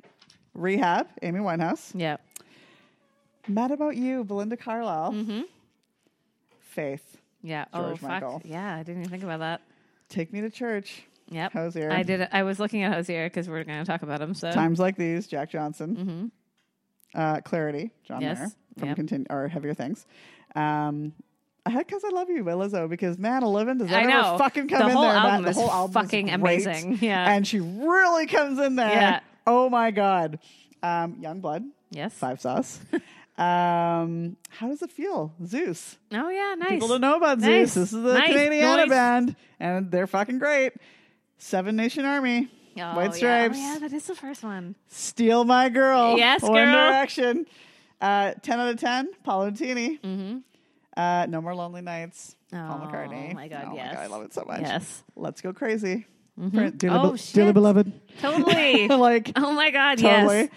A: "Rehab," Amy Winehouse,
B: Yeah.
A: "Mad About You," Belinda Carlisle, "Faith,"
B: Yeah. oh
A: George
B: fuck.
A: Michael.
B: Yeah, I didn't even think about that.
A: "Take Me to Church,"
B: Yep.
A: Hosier.
B: I did. I was looking at Hosier because we're going to talk about him. So
A: Times like these, Jack Johnson. Uh, Clarity, John
B: Mm-hmm. Yes.
A: Mayer from
B: Yep.
A: Continu- or Heavier Things. Um, I had "Cause I Love You" by Lizzo because Matt Eleven does that
B: I
A: ever
B: know.
A: fucking come
B: The
A: in
B: whole
A: there. Matt?
B: album
A: the
B: is
A: whole album is
B: fucking
A: great.
B: amazing. Yeah.
A: and she really comes in there.
B: Yeah.
A: Oh my god, um, Young Blood,
B: yes.
A: Five Sauce. um, how does it feel, Zeus?
B: Oh yeah, nice.
A: People don't know about
B: Nice.
A: Zeus. This is the
B: Nice.
A: Canadiana
B: Nice.
A: band, and they're fucking great. Seven Nation Army,
B: Oh,
A: White Stripes,
B: Yeah. Oh, yeah, that is the first one.
A: Steal My Girl,
B: Yes,
A: One
B: girl.
A: Direction, uh, ten out of ten, Paul Nutini, uh, No More Lonely Nights, Paul
B: Mm-hmm. Oh,
A: McCartney.
B: my God,
A: oh my
B: yes.
A: god, I love it so much.
B: Yes.
A: Let's Go Crazy, Prince- dearly,
B: Oh,
A: be-
B: shit.
A: dearly beloved,
B: Totally.
A: like
B: oh my god.
A: totally.
B: Yes.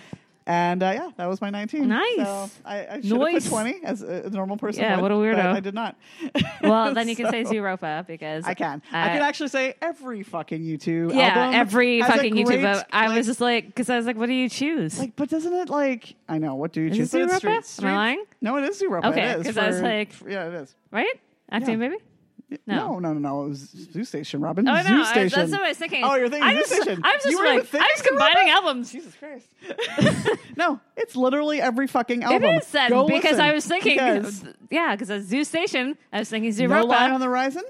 A: And uh, yeah, that was my 19.
B: Nice.
A: So I, I should have put
B: Nice.
A: 20 as a a normal person.
B: Yeah,
A: would,
B: what a
A: but
B: weirdo.
A: I did not.
B: Well, then you can
A: So-
B: say Zeropa because
A: I can. I
B: uh,
A: can actually say every fucking YouTube.
B: Yeah,
A: album
B: every
A: has a
B: fucking
A: great,
B: YouTube. But I
A: like-
B: was just like, because I was like, what do you choose?
A: like, but doesn't it like? I know what do you
B: Is
A: choose?
B: it
A: But it's
B: Zurappa?
A: street-
B: Am I
A: street-
B: lying?
A: No, it is Zurappa.
B: Okay,
A: it is
B: 'cause I was
A: for-
B: like-
A: for- yeah, it is.
B: right? Acting
A: Yeah.
B: baby.
A: No,
B: No.
A: no, no, no. It was Zoo Station, Robin.
B: Oh
A: Zoo
B: no, I,
A: Station.
B: that's what I was thinking.
A: Oh, you're thinking
B: I
A: Zoo
B: was,
A: Station.
B: I was
A: You
B: just
A: were even
B: like,
A: thinking
B: I was
A: Zurappa?
B: combining albums.
A: Jesus Christ. no, it's literally every fucking album.
B: It is then
A: Go
B: because
A: listen,
B: I was thinking, uh,
A: because
B: yeah, because at Zoo Station, I was thinking
A: No Line
B: Zeropa.
A: on the Horizon.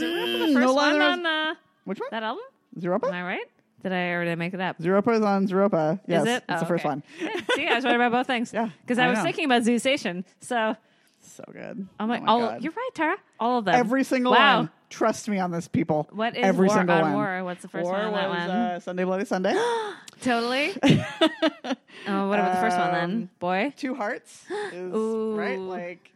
B: Zeropa
A: Mm,
B: the first
A: No Line
B: one
A: on
B: on uh,
A: Which one?
B: that album? Am
A: Zurappa.
B: I right? Did I or did I make it up?
A: Zurappa is on Zurappa. Yes,
B: is it?
A: it's the
B: Oh,
A: first
B: okay.
A: one.
B: See, I was right about both things.
A: Yeah,
B: because I,
A: I
B: was
A: know.
B: thinking about Zoo Station. So
A: So good.
B: I'm like,
A: oh my
B: all
A: God.
B: you're right, Tara. All of them.
A: Every single
B: wow.
A: one. Trust me on this, people.
B: What is
A: every
B: War
A: single
B: on
A: one?
B: War? What's the first
A: War
B: one on that
A: was,
B: one?
A: Uh, Sunday Bloody Sunday.
B: Totally. oh, what about the first one then?
A: Um,
B: Boy.
A: Two Hearts is
B: Ooh.
A: right. Like,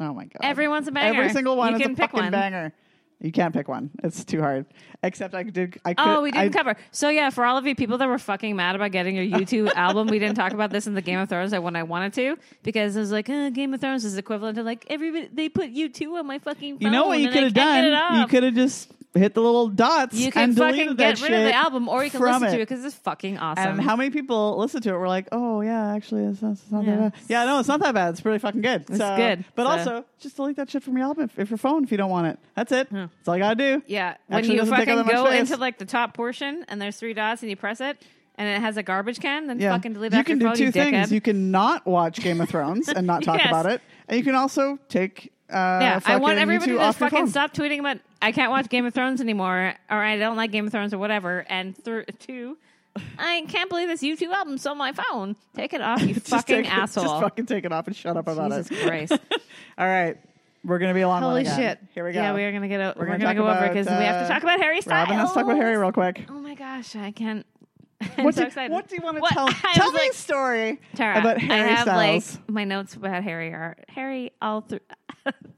A: oh my god,
B: Everyone's a banger.
A: Every single one
B: You
A: is
B: can
A: a
B: pick
A: fucking
B: one.
A: banger. You can't pick one. It's too hard. Except I did. I could.
B: Oh, we didn't
A: I,
B: cover. So yeah, for all of you people that were fucking mad about getting your YouTube album, we didn't talk about this in the Game of Thrones when I wanted to because I was like, uh Game of Thrones is equivalent to like everybody they put YouTube on my fucking. Phone
A: You know what you
B: and I
A: could have
B: can't get it
A: done? You
B: off."
A: could have just hit the little dots
B: You
A: and
B: can fucking
A: deleted that
B: get rid of
A: shit
B: the album, or you can
A: from
B: listen
A: it.
B: to it because it's fucking awesome.
A: And how many people listened to it? Were like, "Oh yeah, actually, it's not, it's not
B: Yeah.
A: that bad." Yeah, no, it's not that bad. It's pretty fucking good. It's
B: good.
A: But
B: So-
A: also, just delete that shit from your album if, if your phone if you don't want it. That's it. That's all you gotta do.
B: Yeah, when
A: Actually,
B: you
A: doesn't take up
B: fucking
A: that much
B: go
A: space.
B: into like the top portion and there's three dots and you press it and it has a garbage can, then
A: Yeah.
B: fucking delete it
A: you
B: off
A: can do
B: your phone,
A: two
B: you
A: things.
B: dickhead.
A: You can not watch Game of Thrones and not talk
B: Yes.
A: about it, and you can also take. Uh,
B: yeah, I
A: fucking
B: want everybody
A: YouTube
B: to
A: off your
B: fucking
A: phone.
B: stop tweeting about I can't watch Game of Thrones anymore or I don't like Game of Thrones or whatever. And through two, I can't believe this YouTube album's on my phone. Take it off, you
A: Just
B: fucking
A: take-
B: asshole.
A: Just fucking take it off and shut up about
B: Jesus
A: it.
B: Christ.
A: All right, we're gonna be a long one
B: Holy
A: again.
B: shit.
A: Here we go.
B: Yeah, we are going to get o-
A: We're gonna
B: we're, going to
A: talk
B: go over
A: about,
B: because we have
A: uh,
B: to talk about Harry Styles.
A: Robin, let's talk about Harry real quick.
B: Oh my gosh, I can't. I'm
A: What
B: so
A: do,
B: excited.
A: what do you want to
B: What-
A: tell?
B: I
A: Tell
B: was
A: me
B: like-
A: a story
B: Tara,
A: about Harry
B: I have
A: Styles.
B: like my notes about Harry are Harry all through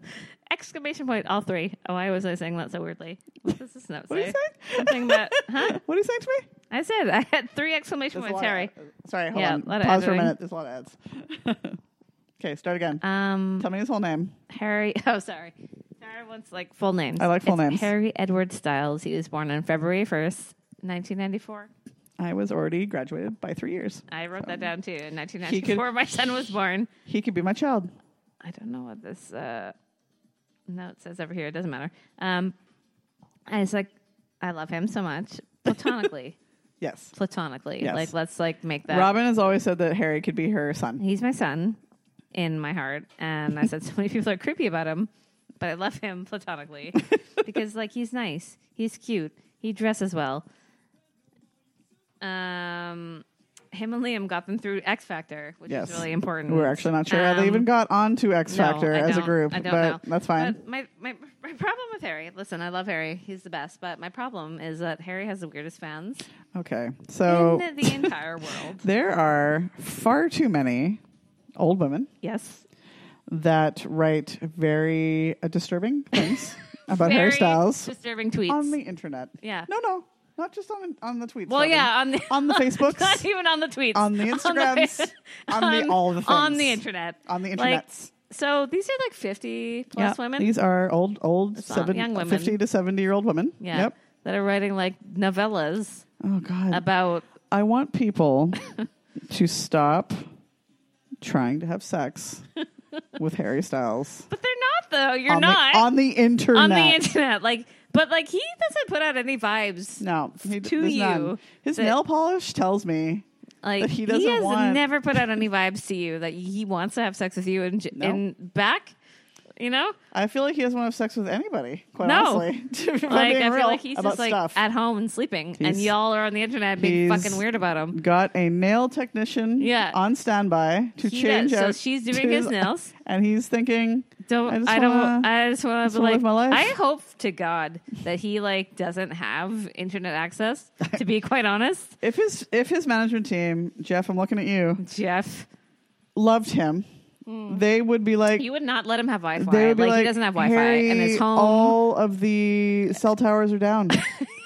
B: exclamation point all three. Oh, why was I saying that so weirdly? What does this note
A: What do you
B: say?
A: say?
B: Something about huh?
A: What are you saying to me?
B: I said I had three exclamation
A: There's a
B: points,
A: lot of-
B: Harry.
A: sorry, hold
B: Yeah,
A: on.
B: a lot
A: Pause
B: of
A: for a
B: editing.
A: minute. There's a lot of ads. okay, start again.
B: Um,
A: Tell me his whole name.
B: Harry. Oh, sorry. Tara wants like full names.
A: I like full
B: It's
A: names.
B: Harry Edward Styles. He was born on February first, nineteen ninety four.
A: I was already graduated by three years.
B: I wrote that down too. In nineteen
A: He
B: ninety
A: could-
B: four, my son was born.
A: He could be my child.
B: I don't know what this uh, note says over here. It doesn't matter. Um, I was like, I love him so much platonically.
A: Yes.
B: platonically,
A: Yes.
B: like let's like make that.
A: Robin has always said that Harry could be her son.
B: He's my son in my heart, and I said so many people are creepy about him, but I love him platonically because like he's nice, he's cute, he dresses well. Um, him and Liam got them through X Factor, which
A: Yes.
B: is really important.
A: We're actually not sure how
B: Um,
A: they even got onto X
B: No,
A: Factor
B: I
A: as a
B: don't.
A: group,
B: I don't
A: but
B: know.
A: that's fine.
B: But my, my my problem with Harry, listen, I love Harry. He's the best. But my problem is that Harry has the weirdest fans
A: okay, so
B: in the entire world.
A: there are far too many old women
B: Yes.
A: that write very uh, disturbing things about
B: Very
A: hairstyles
B: Disturbing tweets.
A: on the internet.
B: Yeah.
A: No, no, not just on on the tweets.
B: well,
A: Robin.
B: yeah, on the
A: on the Facebooks,
B: not even on the tweets.
A: on the Instagrams, on the, all the things
B: On the internet.
A: on the
B: Like,
A: internets.
B: so these are like fifty plus
A: Yeah,
B: women.
A: These are old, old
B: not
A: seven,
B: young women.
A: 50 to seventy year old women.
B: yeah.
A: Yep.
B: That are writing like novellas
A: Oh God.
B: about
A: I want people to stop trying to have sex with Harry Styles.
B: But they're not though. You're
A: on
B: not
A: the, on the internet.
B: on the internet. Like, but like he doesn't put out any vibes.
A: no, he,
B: to
A: there's none.
B: you
A: His
B: that-
A: nail polish tells me
B: Like
A: But he doesn't
B: has
A: want-
B: never put out any vibes to you that he wants to have sex with you and j
A: No.
B: and back. You know,
A: I feel like he doesn't want to have sex with anybody. Quite
B: No.
A: honestly, if I'm
B: like
A: being
B: I
A: real
B: feel like he's
A: about
B: just like
A: stuff.
B: at home and sleeping, and
A: He's-
B: y'all are on the internet being
A: he's-
B: fucking weird about him.
A: Got a nail technician
B: Yeah.
A: on standby to
B: He
A: change
B: does. So
A: out
B: she's
A: to
B: doing his nails.
A: and he's thinking,
B: Don't
A: I
B: I,
A: just
B: don't
A: wanna-
B: I just want to
A: wanna
B: like
A: live my life.
B: I hope to God that he like doesn't have internet access. To be quite honest,
A: if his if his management team, Jeff, I'm looking at you,
B: Jeff,
A: loved him,
B: Mm.
A: they would be like,
B: you would not let him have Wi-Fi.
A: they
B: Like,
A: would be like,
B: he doesn't have Wi-Fi
A: Harry, oh
B: and his home.
A: All of the cell towers are down
B: He's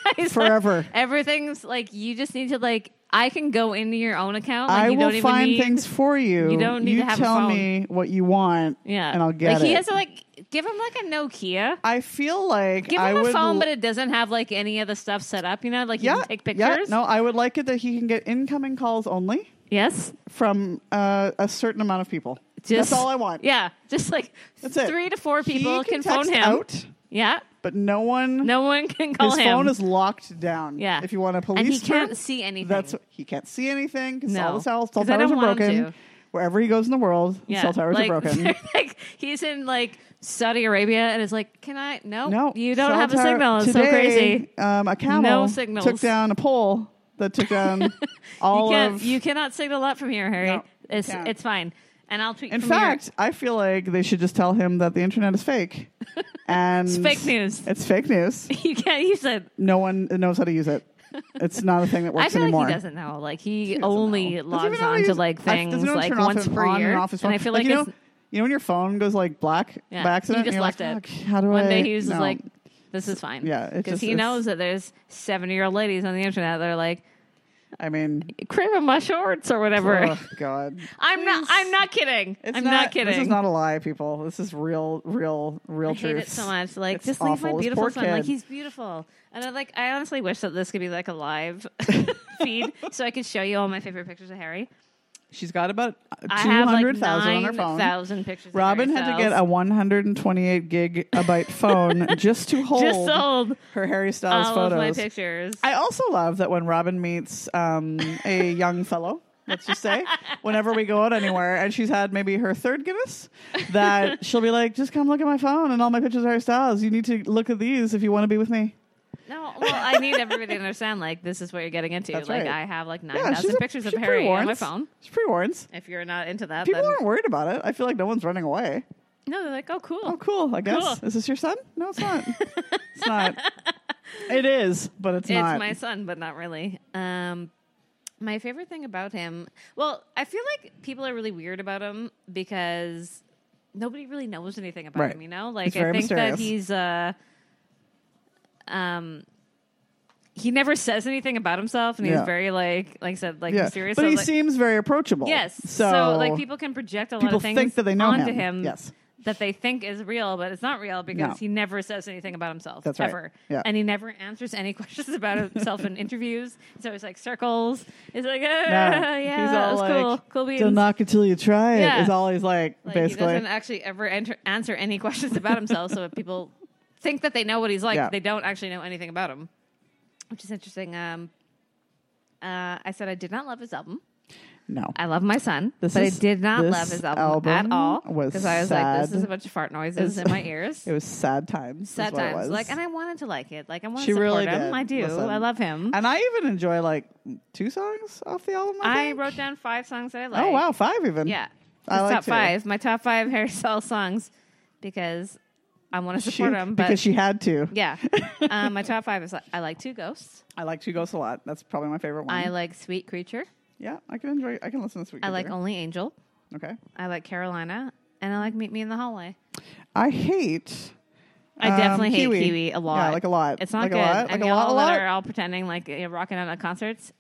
B: like,
A: forever.
B: everything's like you just need to like I can go into your own account. Like,
A: I
B: you don't
A: will
B: even
A: find
B: need-
A: things for you.
B: you don't need
A: you
B: to have a
A: tell
B: phone.
A: me what you want,
B: Yeah,
A: and I'll get
B: like,
A: it.
B: He has to like give him like a Nokia.
A: I feel like
B: Give
A: I
B: him a
A: would
B: phone,
A: l-
B: but it doesn't have like any of the stuff set up. You know, like you
A: yeah,
B: can take
A: yeah.
B: pictures.
A: No, I would like it that he can get incoming calls only
B: Yes.
A: from uh, a certain amount of people.
B: Just,
A: That's all I want.
B: Yeah. Just like
A: That's it.
B: three to four people
A: he can,
B: can, phone
A: text
B: him.
A: out,
B: Yeah.
A: but no one.
B: No one can call
A: his
B: him.
A: phone is locked down.
B: Yeah.
A: if you want to police,
B: and he
A: term,
B: can't see anything.
A: That's he can't see anything because
B: No.
A: all the cell, cell
B: 'Cause I
A: towers are
B: don't want him
A: broken.
B: to.
A: Wherever he goes in the world,
B: Yeah,
A: cell towers
B: like,
A: are broken.
B: like he's in like Saudi Arabia and it's like, can I? No,
A: No,
B: you don't
A: cell
B: have a
A: tower-
B: signal. It's so
A: Today,
B: crazy.
A: Um, a camel
B: No signals.
A: took down a pole that took down all
B: you can't.
A: of.
B: you cannot signal up from here, Harry.
A: No,
B: it's
A: can't.
B: it's fine. And I'll tweet.
A: in
B: from
A: fact, I feel like they should just tell him that the internet is fake, and
B: It's fake news.
A: It's fake news.
B: here. you can't use it.
A: No one knows how to use it. It's not a thing that works
B: I feel
A: anymore.
B: like he doesn't know. Like he,
A: doesn't
B: only
A: know. Doesn't
B: logs
A: even know how
B: on
A: to
B: to
A: use-
B: like
A: I- doesn't
B: things
A: even
B: like
A: turn off
B: once
A: and-
B: per
A: on
B: year,
A: off his
B: and I
A: phone.
B: feel like,
A: you know,
B: it's,
A: you know when your phone goes like black
B: yeah,
A: by
B: he
A: accident.
B: just
A: You're
B: left
A: like,
B: it.
A: "Fuck, how do I?
B: One day he was just
A: no."
B: like, "This is fine."
A: Yeah, it's
B: because
A: just-
B: he
A: it's-
B: knows that there's seventy-year-old ladies on the internet. that are like,
A: I mean,
B: "Cream in my shorts" or whatever.
A: oh god.
B: I'm not. I'm not kidding.
A: It's
B: I'm not, kidding.
A: This is not a lie, people. This is real, real, real
B: I
A: truth.
B: hate it so much. Like,
A: It's
B: just leave
A: awful.
B: my
A: This
B: beautiful
A: poor
B: son. Like,
A: kid.
B: he's beautiful. And I like. I honestly wish that this could be like a live feed, so I could show you all my favorite pictures of Harry.
A: She's got about two
B: I have like
A: hundred thousand on
B: nine
A: her phone.
B: thousand pictures.
A: Robin
B: of
A: had to get a 128 gigabyte phone just to hold
B: just sold
A: her Harry Styles
B: all
A: photos.
B: of my pictures.
A: I also love that when Robin meets um, a young fellow, let's just say, whenever we go out anywhere and she's had maybe her third Guinness, that she'll be like, just come look at my phone and all my pictures are Harry Styles. You need to look at these if you want to be with me.
B: no, well, I need everybody to understand. Like, this is what you're getting into.
A: That's
B: Like,
A: right.
B: I have like nine
A: Yeah, she's
B: thousand
A: a-
B: pictures of
A: she
B: Harry on my
A: pre-warns.
B: phone.
A: She pre warns.
B: If you're not into that,
A: People
B: then
A: aren't worried about it. I feel like no one's running away.
B: no, they're like, oh, cool.
A: Oh, cool. I guess.
B: Cool.
A: Is this your son? No, it's not. it's not. It is, but it's,
B: It's
A: not.
B: my son, but not really. Um, my favorite thing about him, well, I feel like people are really weird about him because nobody really knows anything about
A: Right.
B: him. You know, like
A: He's
B: I
A: very
B: think that
A: mysterious.
B: he's, uh, um, he never says anything about himself, and he's
A: Yeah.
B: very like, like I said, like mysterious.
A: But
B: So,
A: he
B: like,
A: seems very approachable.
B: yes,
A: So,
B: like people can project a lot
A: people
B: of things
A: think that they know
B: onto
A: him.
B: him.
A: Yes.
B: That they think is real, but it's not real because
A: No.
B: he never says anything about himself.
A: That's right.
B: ever.
A: Yeah.
B: And he never answers any questions about himself in interviews. He's always like circles. He's like, "Ah, yeah,
A: he's
B: that
A: all
B: was
A: like,
B: cool. Cool beans.
A: Don't knock it till you try it.
B: Yeah.
A: Is all he's like,
B: like, He
A: basically.
B: doesn't actually ever enter- answer any questions about himself. so if people think that they know what he's like,
A: Yeah.
B: they don't actually know anything about him, which is interesting. Um, uh, I said I did not love his album.
A: No.
B: I love my son,
A: This
B: but
A: is-
B: I did not
A: this
B: love his album,
A: album
B: at all
A: was
B: because I was like,
A: sad.
B: this is a bunch of fart
A: It's-
B: noises in my ears.
A: It was sad times. is
B: Sad
A: what it
B: times,
A: was.
B: like, and I wanted to like it. Like, I want
A: She
B: to support
A: really
B: him.
A: did.
B: I do.
A: Listen.
B: I love him.
A: And I even enjoy like two songs off the album. I,
B: I
A: think.
B: wrote down five songs that I like.
A: Oh wow, five even.
B: Yeah,
A: I
B: His
A: like
B: top
A: two.
B: five. My top five Harry Styles songs because I want to
A: She,
B: support him. But
A: because she had to.
B: yeah, um, my top five is like, I like Two Ghosts.
A: I like Two Ghosts a lot. That's probably my favorite one.
B: I like Sweet Creature.
A: yeah, I can enjoy. I can listen this week.
B: I like Only Angel.
A: Okay.
B: I like Carolina, and I like Meet Me in the Hallway.
A: I hate.
B: I
A: um,
B: definitely hate
A: Kiwi.
B: Kiwi. a lot.
A: Yeah, like a lot.
B: It's not
A: Like a
B: good.
A: lot, like
B: and
A: a
B: y'all
A: lot, a lot.
B: that are all pretending like you're rocking out at concerts.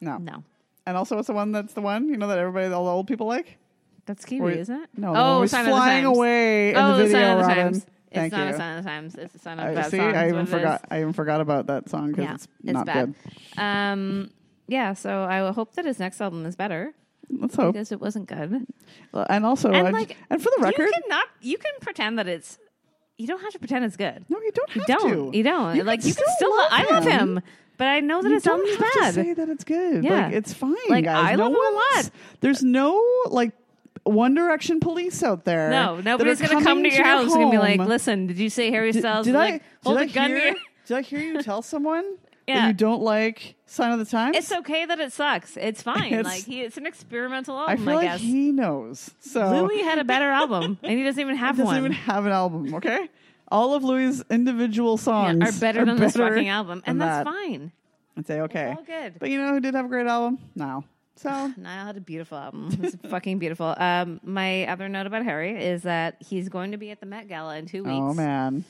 A: No.
B: No,
A: And also, what's the one that's the one you know that everybody, all the old people like?
B: that's Kiwi,
A: Or-
B: isn't it?
A: No. the one
B: oh,
A: who's
B: sign
A: flying
B: of the times.
A: away in
B: Oh,
A: the
B: the
A: video,
B: sign of the
A: Robin.
B: times.
A: Thank
B: it's not
A: you.
B: a sign of the times. It's a sign of
A: I-
B: that
A: see,
B: song.
A: I
B: is
A: even
B: what it is.
A: forgot. I even forgot about that song because
B: Yeah,
A: it's not
B: bad.
A: good.
B: Um, yeah, so I hope that his next album is better
A: Let's hope.
B: because it wasn't good.
A: And also,
B: And,
A: I j-
B: like,
A: and for the record,
B: you cannot. You can pretend that it's you don't have to pretend it's good.
A: No, you don't have
B: don't
A: to.
B: you don't
A: You
B: like
A: can
B: you can
A: still
B: still.
A: love
B: I love
A: him.
B: him, but I know that
A: You
B: it's
A: don't
B: something
A: have
B: bad.
A: to say that it's good.
B: Yeah.
A: Like it's fine,
B: Like,
A: guys.
B: I
A: no
B: love him a
A: one's-
B: lot.
A: There's no like One Direction police out there.
B: no,
A: that are
B: nobody's gonna come
A: coming
B: to your house and be like,
A: home.
B: "Listen, did you say Harry
A: Did-
B: Styles?"
A: Did,
B: Like,
A: I
B: hold
A: did
B: a
A: I
B: gun to
A: hear,
B: your-
A: Did I hear you tell someone that
B: Yeah.
A: you don't like Sign of the Times?
B: It's okay that it sucks. It's fine.
A: It's-
B: like he, it's an experimental
A: I
B: album, I,
A: feel like
B: guess.
A: he knows. So
B: Oh Louis had a better album, and he doesn't even have
A: doesn't
B: one.
A: even have an album. Okay, all of Louis' individual
B: Yeah,
A: songs
B: are better than this
A: better
B: fucking album, and
A: than
B: that's
A: that.
B: fine.
A: I'd say okay,
B: all good.
A: But you know who did have a great album? Now, so
B: Niall had a beautiful album. It was fucking beautiful. Um, my other note about Harry is that he's going to be at the Met Gala in two weeks.
A: oh man,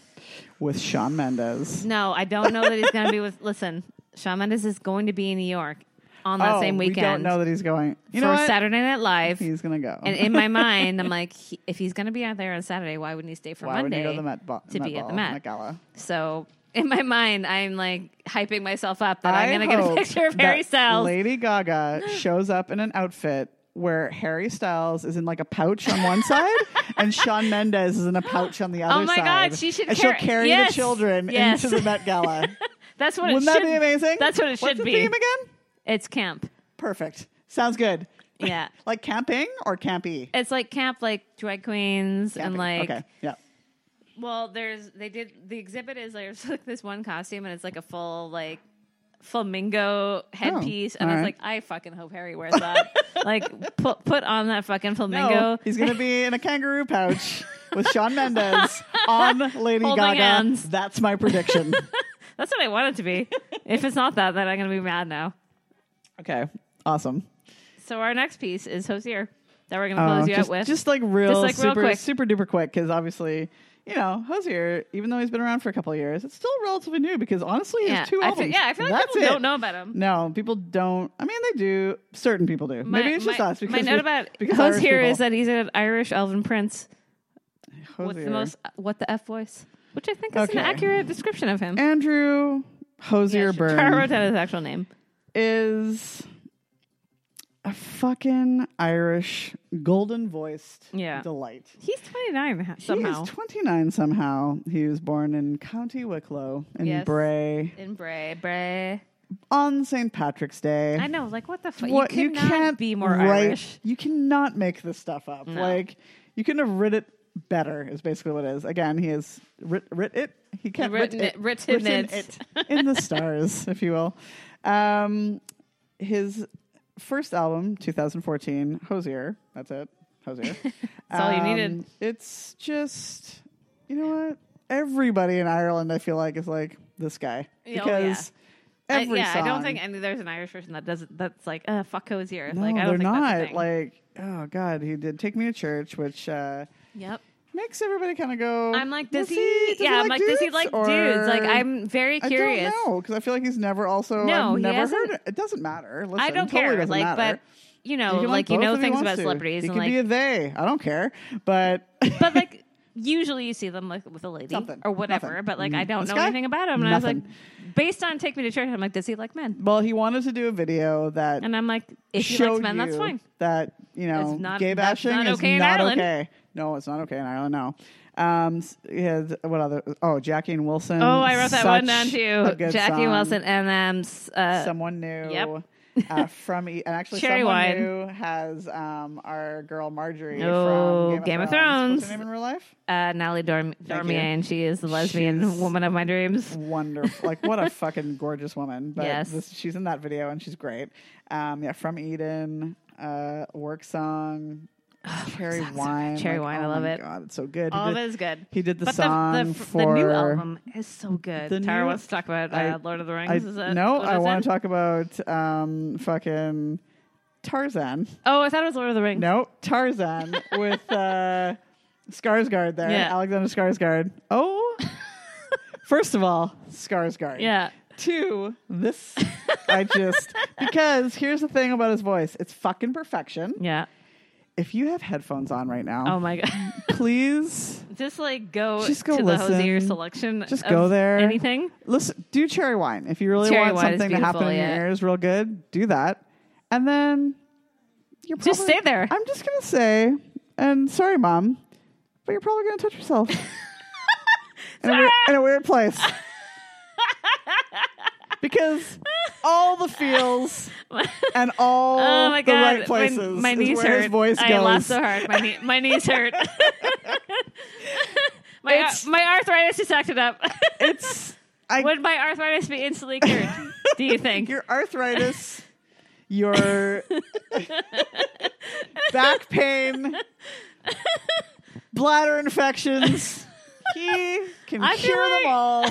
A: with Sean Mendes.
B: No, I don't know that he's going to be with. Listen, Shawn Mendes is going to be in New York on that
A: oh,
B: same
A: we don't
B: weekend
A: know that he's going. You
B: for
A: know what?
B: Saturday Night Live.
A: He's gonna go.
B: and in my mind, I'm like, he, if he's going to be out there on Saturday, why wouldn't he stay for
A: Why would
B: Monday
A: you go to the Met, Ba-
B: to
A: Met
B: be at
A: Ball,
B: the Met?
A: Gala?
B: So in my mind, I'm like hyping myself up that I am going to get a
A: hope
B: picture of
A: that
B: Harry Styles.
A: Lady Gaga shows up in an outfit where Harry Styles is in like a pouch on one side and Sean Mendes is in a pouch on the other
B: Oh my
A: side.
B: God, she should
A: and
B: carry-
A: she'll carry the
B: Yes,
A: children
B: yes.
A: into the Met Gala.
B: That's what
A: Wouldn't
B: it
A: that
B: should
A: be amazing?
B: That's what
A: What's
B: it should
A: the
B: be.
A: theme again?
B: It's camp.
A: Perfect. Sounds good.
B: Yeah.
A: Like camping or campy?
B: It's like camp, like drag queens, and
A: Camping.
B: like
A: okay, yeah.
B: well, there's they did the exhibit is there's like this one costume, and it's like a full like flamingo headpiece, and I
A: Oh, all
B: was
A: right.
B: like, I fucking hope Harry wears that. like put put on that fucking
A: No,
B: flamingo.
A: Oh, he's gonna be in a kangaroo pouch with Sean Mendes on Lady
B: Holding
A: Gaga.
B: hands.
A: That's my prediction.
B: That's what I want it to be. if it's not that, then I'm gonna be mad now.
A: okay, awesome.
B: So our next piece is Hosier that we're gonna
A: Oh,
B: close you
A: just,
B: out with.
A: just like real,
B: Just, like, real
A: super,
B: quick.
A: super duper quick. Because obviously, you know, Hosier, even though he's been around for a couple of years, it's still relatively new. Because honestly, he
B: yeah,
A: has two
B: I
A: albums.
B: feel, yeah, I feel like
A: That's
B: people
A: it.
B: don't know about him.
A: No, people don't. I mean, they do. Certain people do.
B: My-
A: Maybe it's just
B: my,
A: us. Because
B: my
A: we-
B: note about
A: because
B: Hosier
A: Irish people-
B: is that he's an Irish elven prince with
A: Hosier.
B: the most what the f voice, which I think is
A: Okay.
B: an accurate description of him.
A: Andrew Hosier Burns.
B: Tara wrote down his actual name.
A: is a fucking Irish golden voiced
B: Yeah.
A: delight.
B: He's 29 ha- somehow
A: He is 29 somehow. He was born in County Wicklow in
B: Yes.
A: Bray
B: in Bray. Bray.
A: on St. Patrick's Day.
B: I know, like what the fuck?
A: What-
B: you, cannot
A: can't
B: be more
A: write-
B: Irish.
A: You cannot make this stuff up.
B: No.
A: Like you couldn't have writ it better. Is basically what it is. Again, he has writ, writ it. He can't writ
B: Written it- written it.
A: it in the stars, if you will. Um, his first album, 2014, Hosier. That's it, Hosier. Um,
B: That's all you needed.
A: It's just you know what everybody in Ireland, I feel like, is like this guy
B: Yeah, oh,
A: because.
B: I-
A: Every
B: yeah, I don't
A: song-
B: think any there's an Irish person that does that's like uh, fuck Hosier.
A: no,
B: like I
A: they're
B: don't think
A: not.
B: that's a thing.
A: Like, oh god, he did take me to church, which uh,
B: yep.
A: makes everybody kind of go.
B: I'm like, does
A: "Was
B: he?
A: does
B: Yeah, I'm like, does he
A: dudes?"
B: like
A: Or-
B: dudes? Like, I'm very
A: I
B: curious.
A: don't know because I feel like he's never also.
B: No,
A: I've
B: he
A: never
B: hasn't-
A: heard. It. It doesn't matter. Listen,
B: I don't
A: totally
B: care.
A: Doesn't
B: Like,
A: matter.
B: but you know,
A: You can
B: like
A: like
B: you
A: both
B: know
A: if he
B: things
A: wants
B: about
A: to.
B: celebrities,
A: He
B: and
A: could
B: like,
A: be a they. I don't care, but
B: but like usually you see them like with a lady
A: Something.
B: or whatever.
A: Nothing. Mm-hmm.
B: But like I don't
A: This
B: know
A: guy?
B: anything about him, and I was
A: Nothing.
B: like, based on Take Me to Church, I'm like, does he like men?
A: well, he wanted to do a video that
B: And I'm like, if he
A: show
B: likes men, that's
A: you
B: fine.
A: That you know,
B: It's not-
A: gay
B: that's
A: bashing
B: not
A: is
B: okay in
A: not
B: Ireland.
A: okay. No, it's not okay in Ireland. No. Um, s- yeah, th- what other? Oh, Jackie and Wilson.
B: Oh, I wrote that
A: Such
B: one down
A: a
B: too.
A: good
B: Jackie
A: song.
B: Wilson and um, s- uh,
A: someone new.
B: yep.
A: uh, from E- and actually,
B: Cherry
A: someone
B: wine.
A: new has um, our girl Marjorie
B: Oh,
A: from Game of Thrones. What's her name in real life?
B: uh, Natalie Dorm- Dormier,
A: you.
B: and she is the lesbian
A: She's-
B: woman of my dreams.
A: Wonderful, like what a fucking gorgeous woman. But
B: Yes.
A: this, she's in that video and she's great. Um, yeah, from Eden, uh, work song, cherry wine,
B: Cherry Wine, I
A: oh
B: love
A: my
B: it.
A: God, it's so good. He
B: All of
A: did-
B: it is good.
A: He did the
B: but
A: song
B: the, the, f-
A: for
B: the new album is so good.
A: The
B: Tara
A: new-
B: wants to talk about uh,
A: I-
B: Lord of the Rings.
A: I,
B: is it?
A: no,
B: What
A: I
B: is
A: want
B: it?
A: to talk about um, fucking Tarzan.
B: Oh, I thought it was Lord of the Rings.
A: No, Tarzan with uh, Skarsgård there,
B: Yeah.
A: Alexander Skarsgård. Oh, first of all, Skarsgård.
B: Yeah.
A: Two, this I just because here's the thing about his voice, it's fucking perfection.
B: Yeah.
A: If you have headphones on right now,
B: Oh my god.
A: please
B: just like go,
A: Just go
B: to the Hosier
A: listen.
B: selection.
A: Just
B: of
A: go there.
B: Anything.
A: listen. Do cherry wine if you really
B: Cherry
A: want
B: wine is
A: something to happen
B: beautiful,
A: in
B: yeah.
A: your ears, real good. Do that, and then you're
B: Just
A: probably-
B: stay there.
A: I'm just gonna say, and sorry, mom, but you're probably gonna touch yourself. favorite place. because all the feels and all
B: Oh my
A: the
B: god!
A: right places.
B: my, my
A: is
B: knees
A: where
B: hurt.
A: His voice
B: I
A: goes.
B: laughed so hard. My, knee, my knees hurt. my uh,
A: It's-
B: my arthritis just acted up.
A: It's I,
B: Would my arthritis be instantly cured? Do you think?
A: your arthritis, your back pain, bladder infections. He can
B: I feel
A: cure them
B: like-
A: all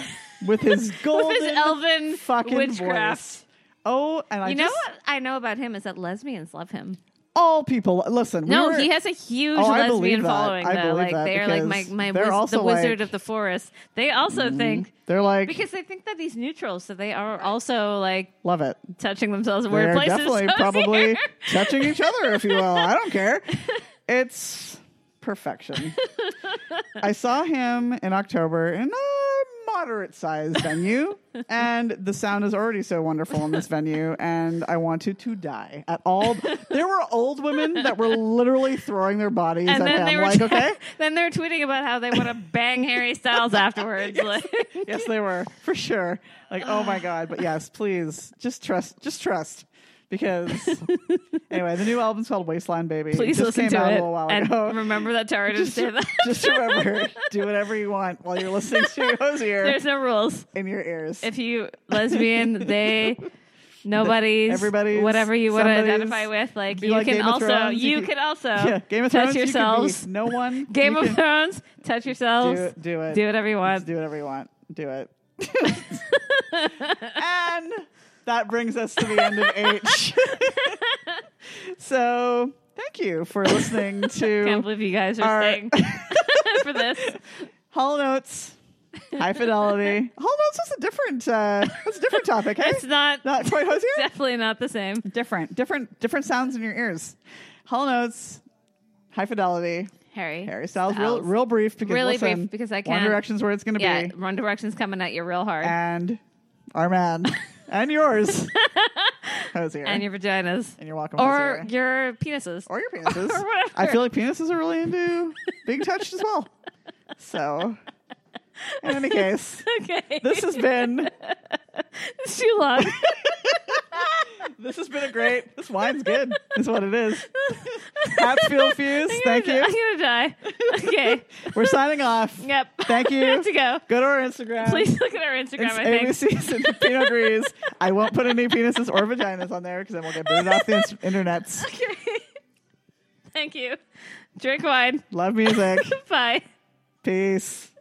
A: with his golden
B: With his elven
A: fucking
B: witchcraft.
A: voice. Oh, and I
B: You know
A: just
B: what I know about him is that lesbians love him.
A: all people listen.
B: No,
A: we were,
B: he has a huge
A: Oh, I believe
B: lesbian
A: that.
B: following.
A: I
B: though.
A: believe
B: like
A: that
B: they are like my
A: because
B: my
A: they're
B: wiz-
A: also
B: the wizard
A: like- Mm-hmm.
B: of the forest. They also think
A: They're like
B: because they think that he's neutral, so they are also like
A: love it.
B: touching themselves in
A: They're
B: weird places.
A: definitely
B: So
A: probably
B: here-
A: touching each other, if you will. I don't care. It's perfection. I saw him in October in a moderate sized venue, and the sound is already so wonderful in this venue, and I wanted to die at all. There were old women that were literally throwing their bodies
B: and
A: at
B: then
A: him.
B: they were
A: like, okay.
B: then they're tweeting about how they want to bang Harry Styles afterwards. Like,
A: yes, they were for sure. Like, oh my god! But yes, please, just trust, just trust, because anyway, the new album's called Wasteland Baby. It
B: please
A: just
B: listen
A: came
B: to
A: out a
B: it
A: little while
B: and
A: ago.
B: remember that Tara didn't
A: just,
B: say that.
A: just remember, do whatever you want while you're listening to Osier
B: There's no rules.
A: in your ears.
B: If you lesbian, they. Nobody's,
A: everybody's,
B: whatever you want to
A: somebody's,
B: identify with, like
A: be
B: you
A: like
B: can
A: Game of
B: also,
A: Thrones, you
B: you
A: can-
B: can also
A: yeah, Game of
B: touch
A: Thrones, you can
B: uh, yourselves.
A: be no one.
B: Game
A: you
B: of
A: can
B: Thrones, touch yourselves.
A: do, do it.
B: do whatever you
A: Just
B: want.
A: do whatever you want. Do it. and that brings us to the end of H. so thank you for listening
B: Can't
A: to
B: believe you guys are
A: Our-
B: staying for this.
A: Hall Notes. High fidelity. Hall notes was a different uh that's a different topic, hey?
B: It's not
A: Not quite Hosier?
B: definitely not the same.
A: Different. Different different sounds in your ears. Hall notes, high fidelity.
B: Harry.
A: Harry Styles, real real brief because
B: Really brief
A: listen,
B: because I
A: One
B: can't-
A: direction's where it's gonna
B: Yeah,
A: be.
B: One Direction's coming at you real hard.
A: and our man and yours. Hosier.
B: and your vaginas.
A: And you're welcome.
B: Or
A: Hosier.
B: your penises.
A: or your penises.
B: or whatever.
A: I feel like penises are really into being touched as well. So, in any case,
B: okay.
A: this has been
B: It's too long.
A: this has been a great. This wine's good. Is what it is. Hatfield Fuse.
B: I'm
A: Thank
B: gonna-
A: you.
B: I'm gonna die. Okay.
A: We're signing off.
B: Yep.
A: Thank
B: I have to
A: you.
B: go.
A: Go to our Instagram.
B: Please look at our Instagram, I think.
A: It's ABC's and Pinot Gris. I won't put any penises or vaginas on there because then we'll get booted off the ins- internets.
B: Okay. Thank you. Drink wine.
A: Love music.
B: Bye.
A: Peace.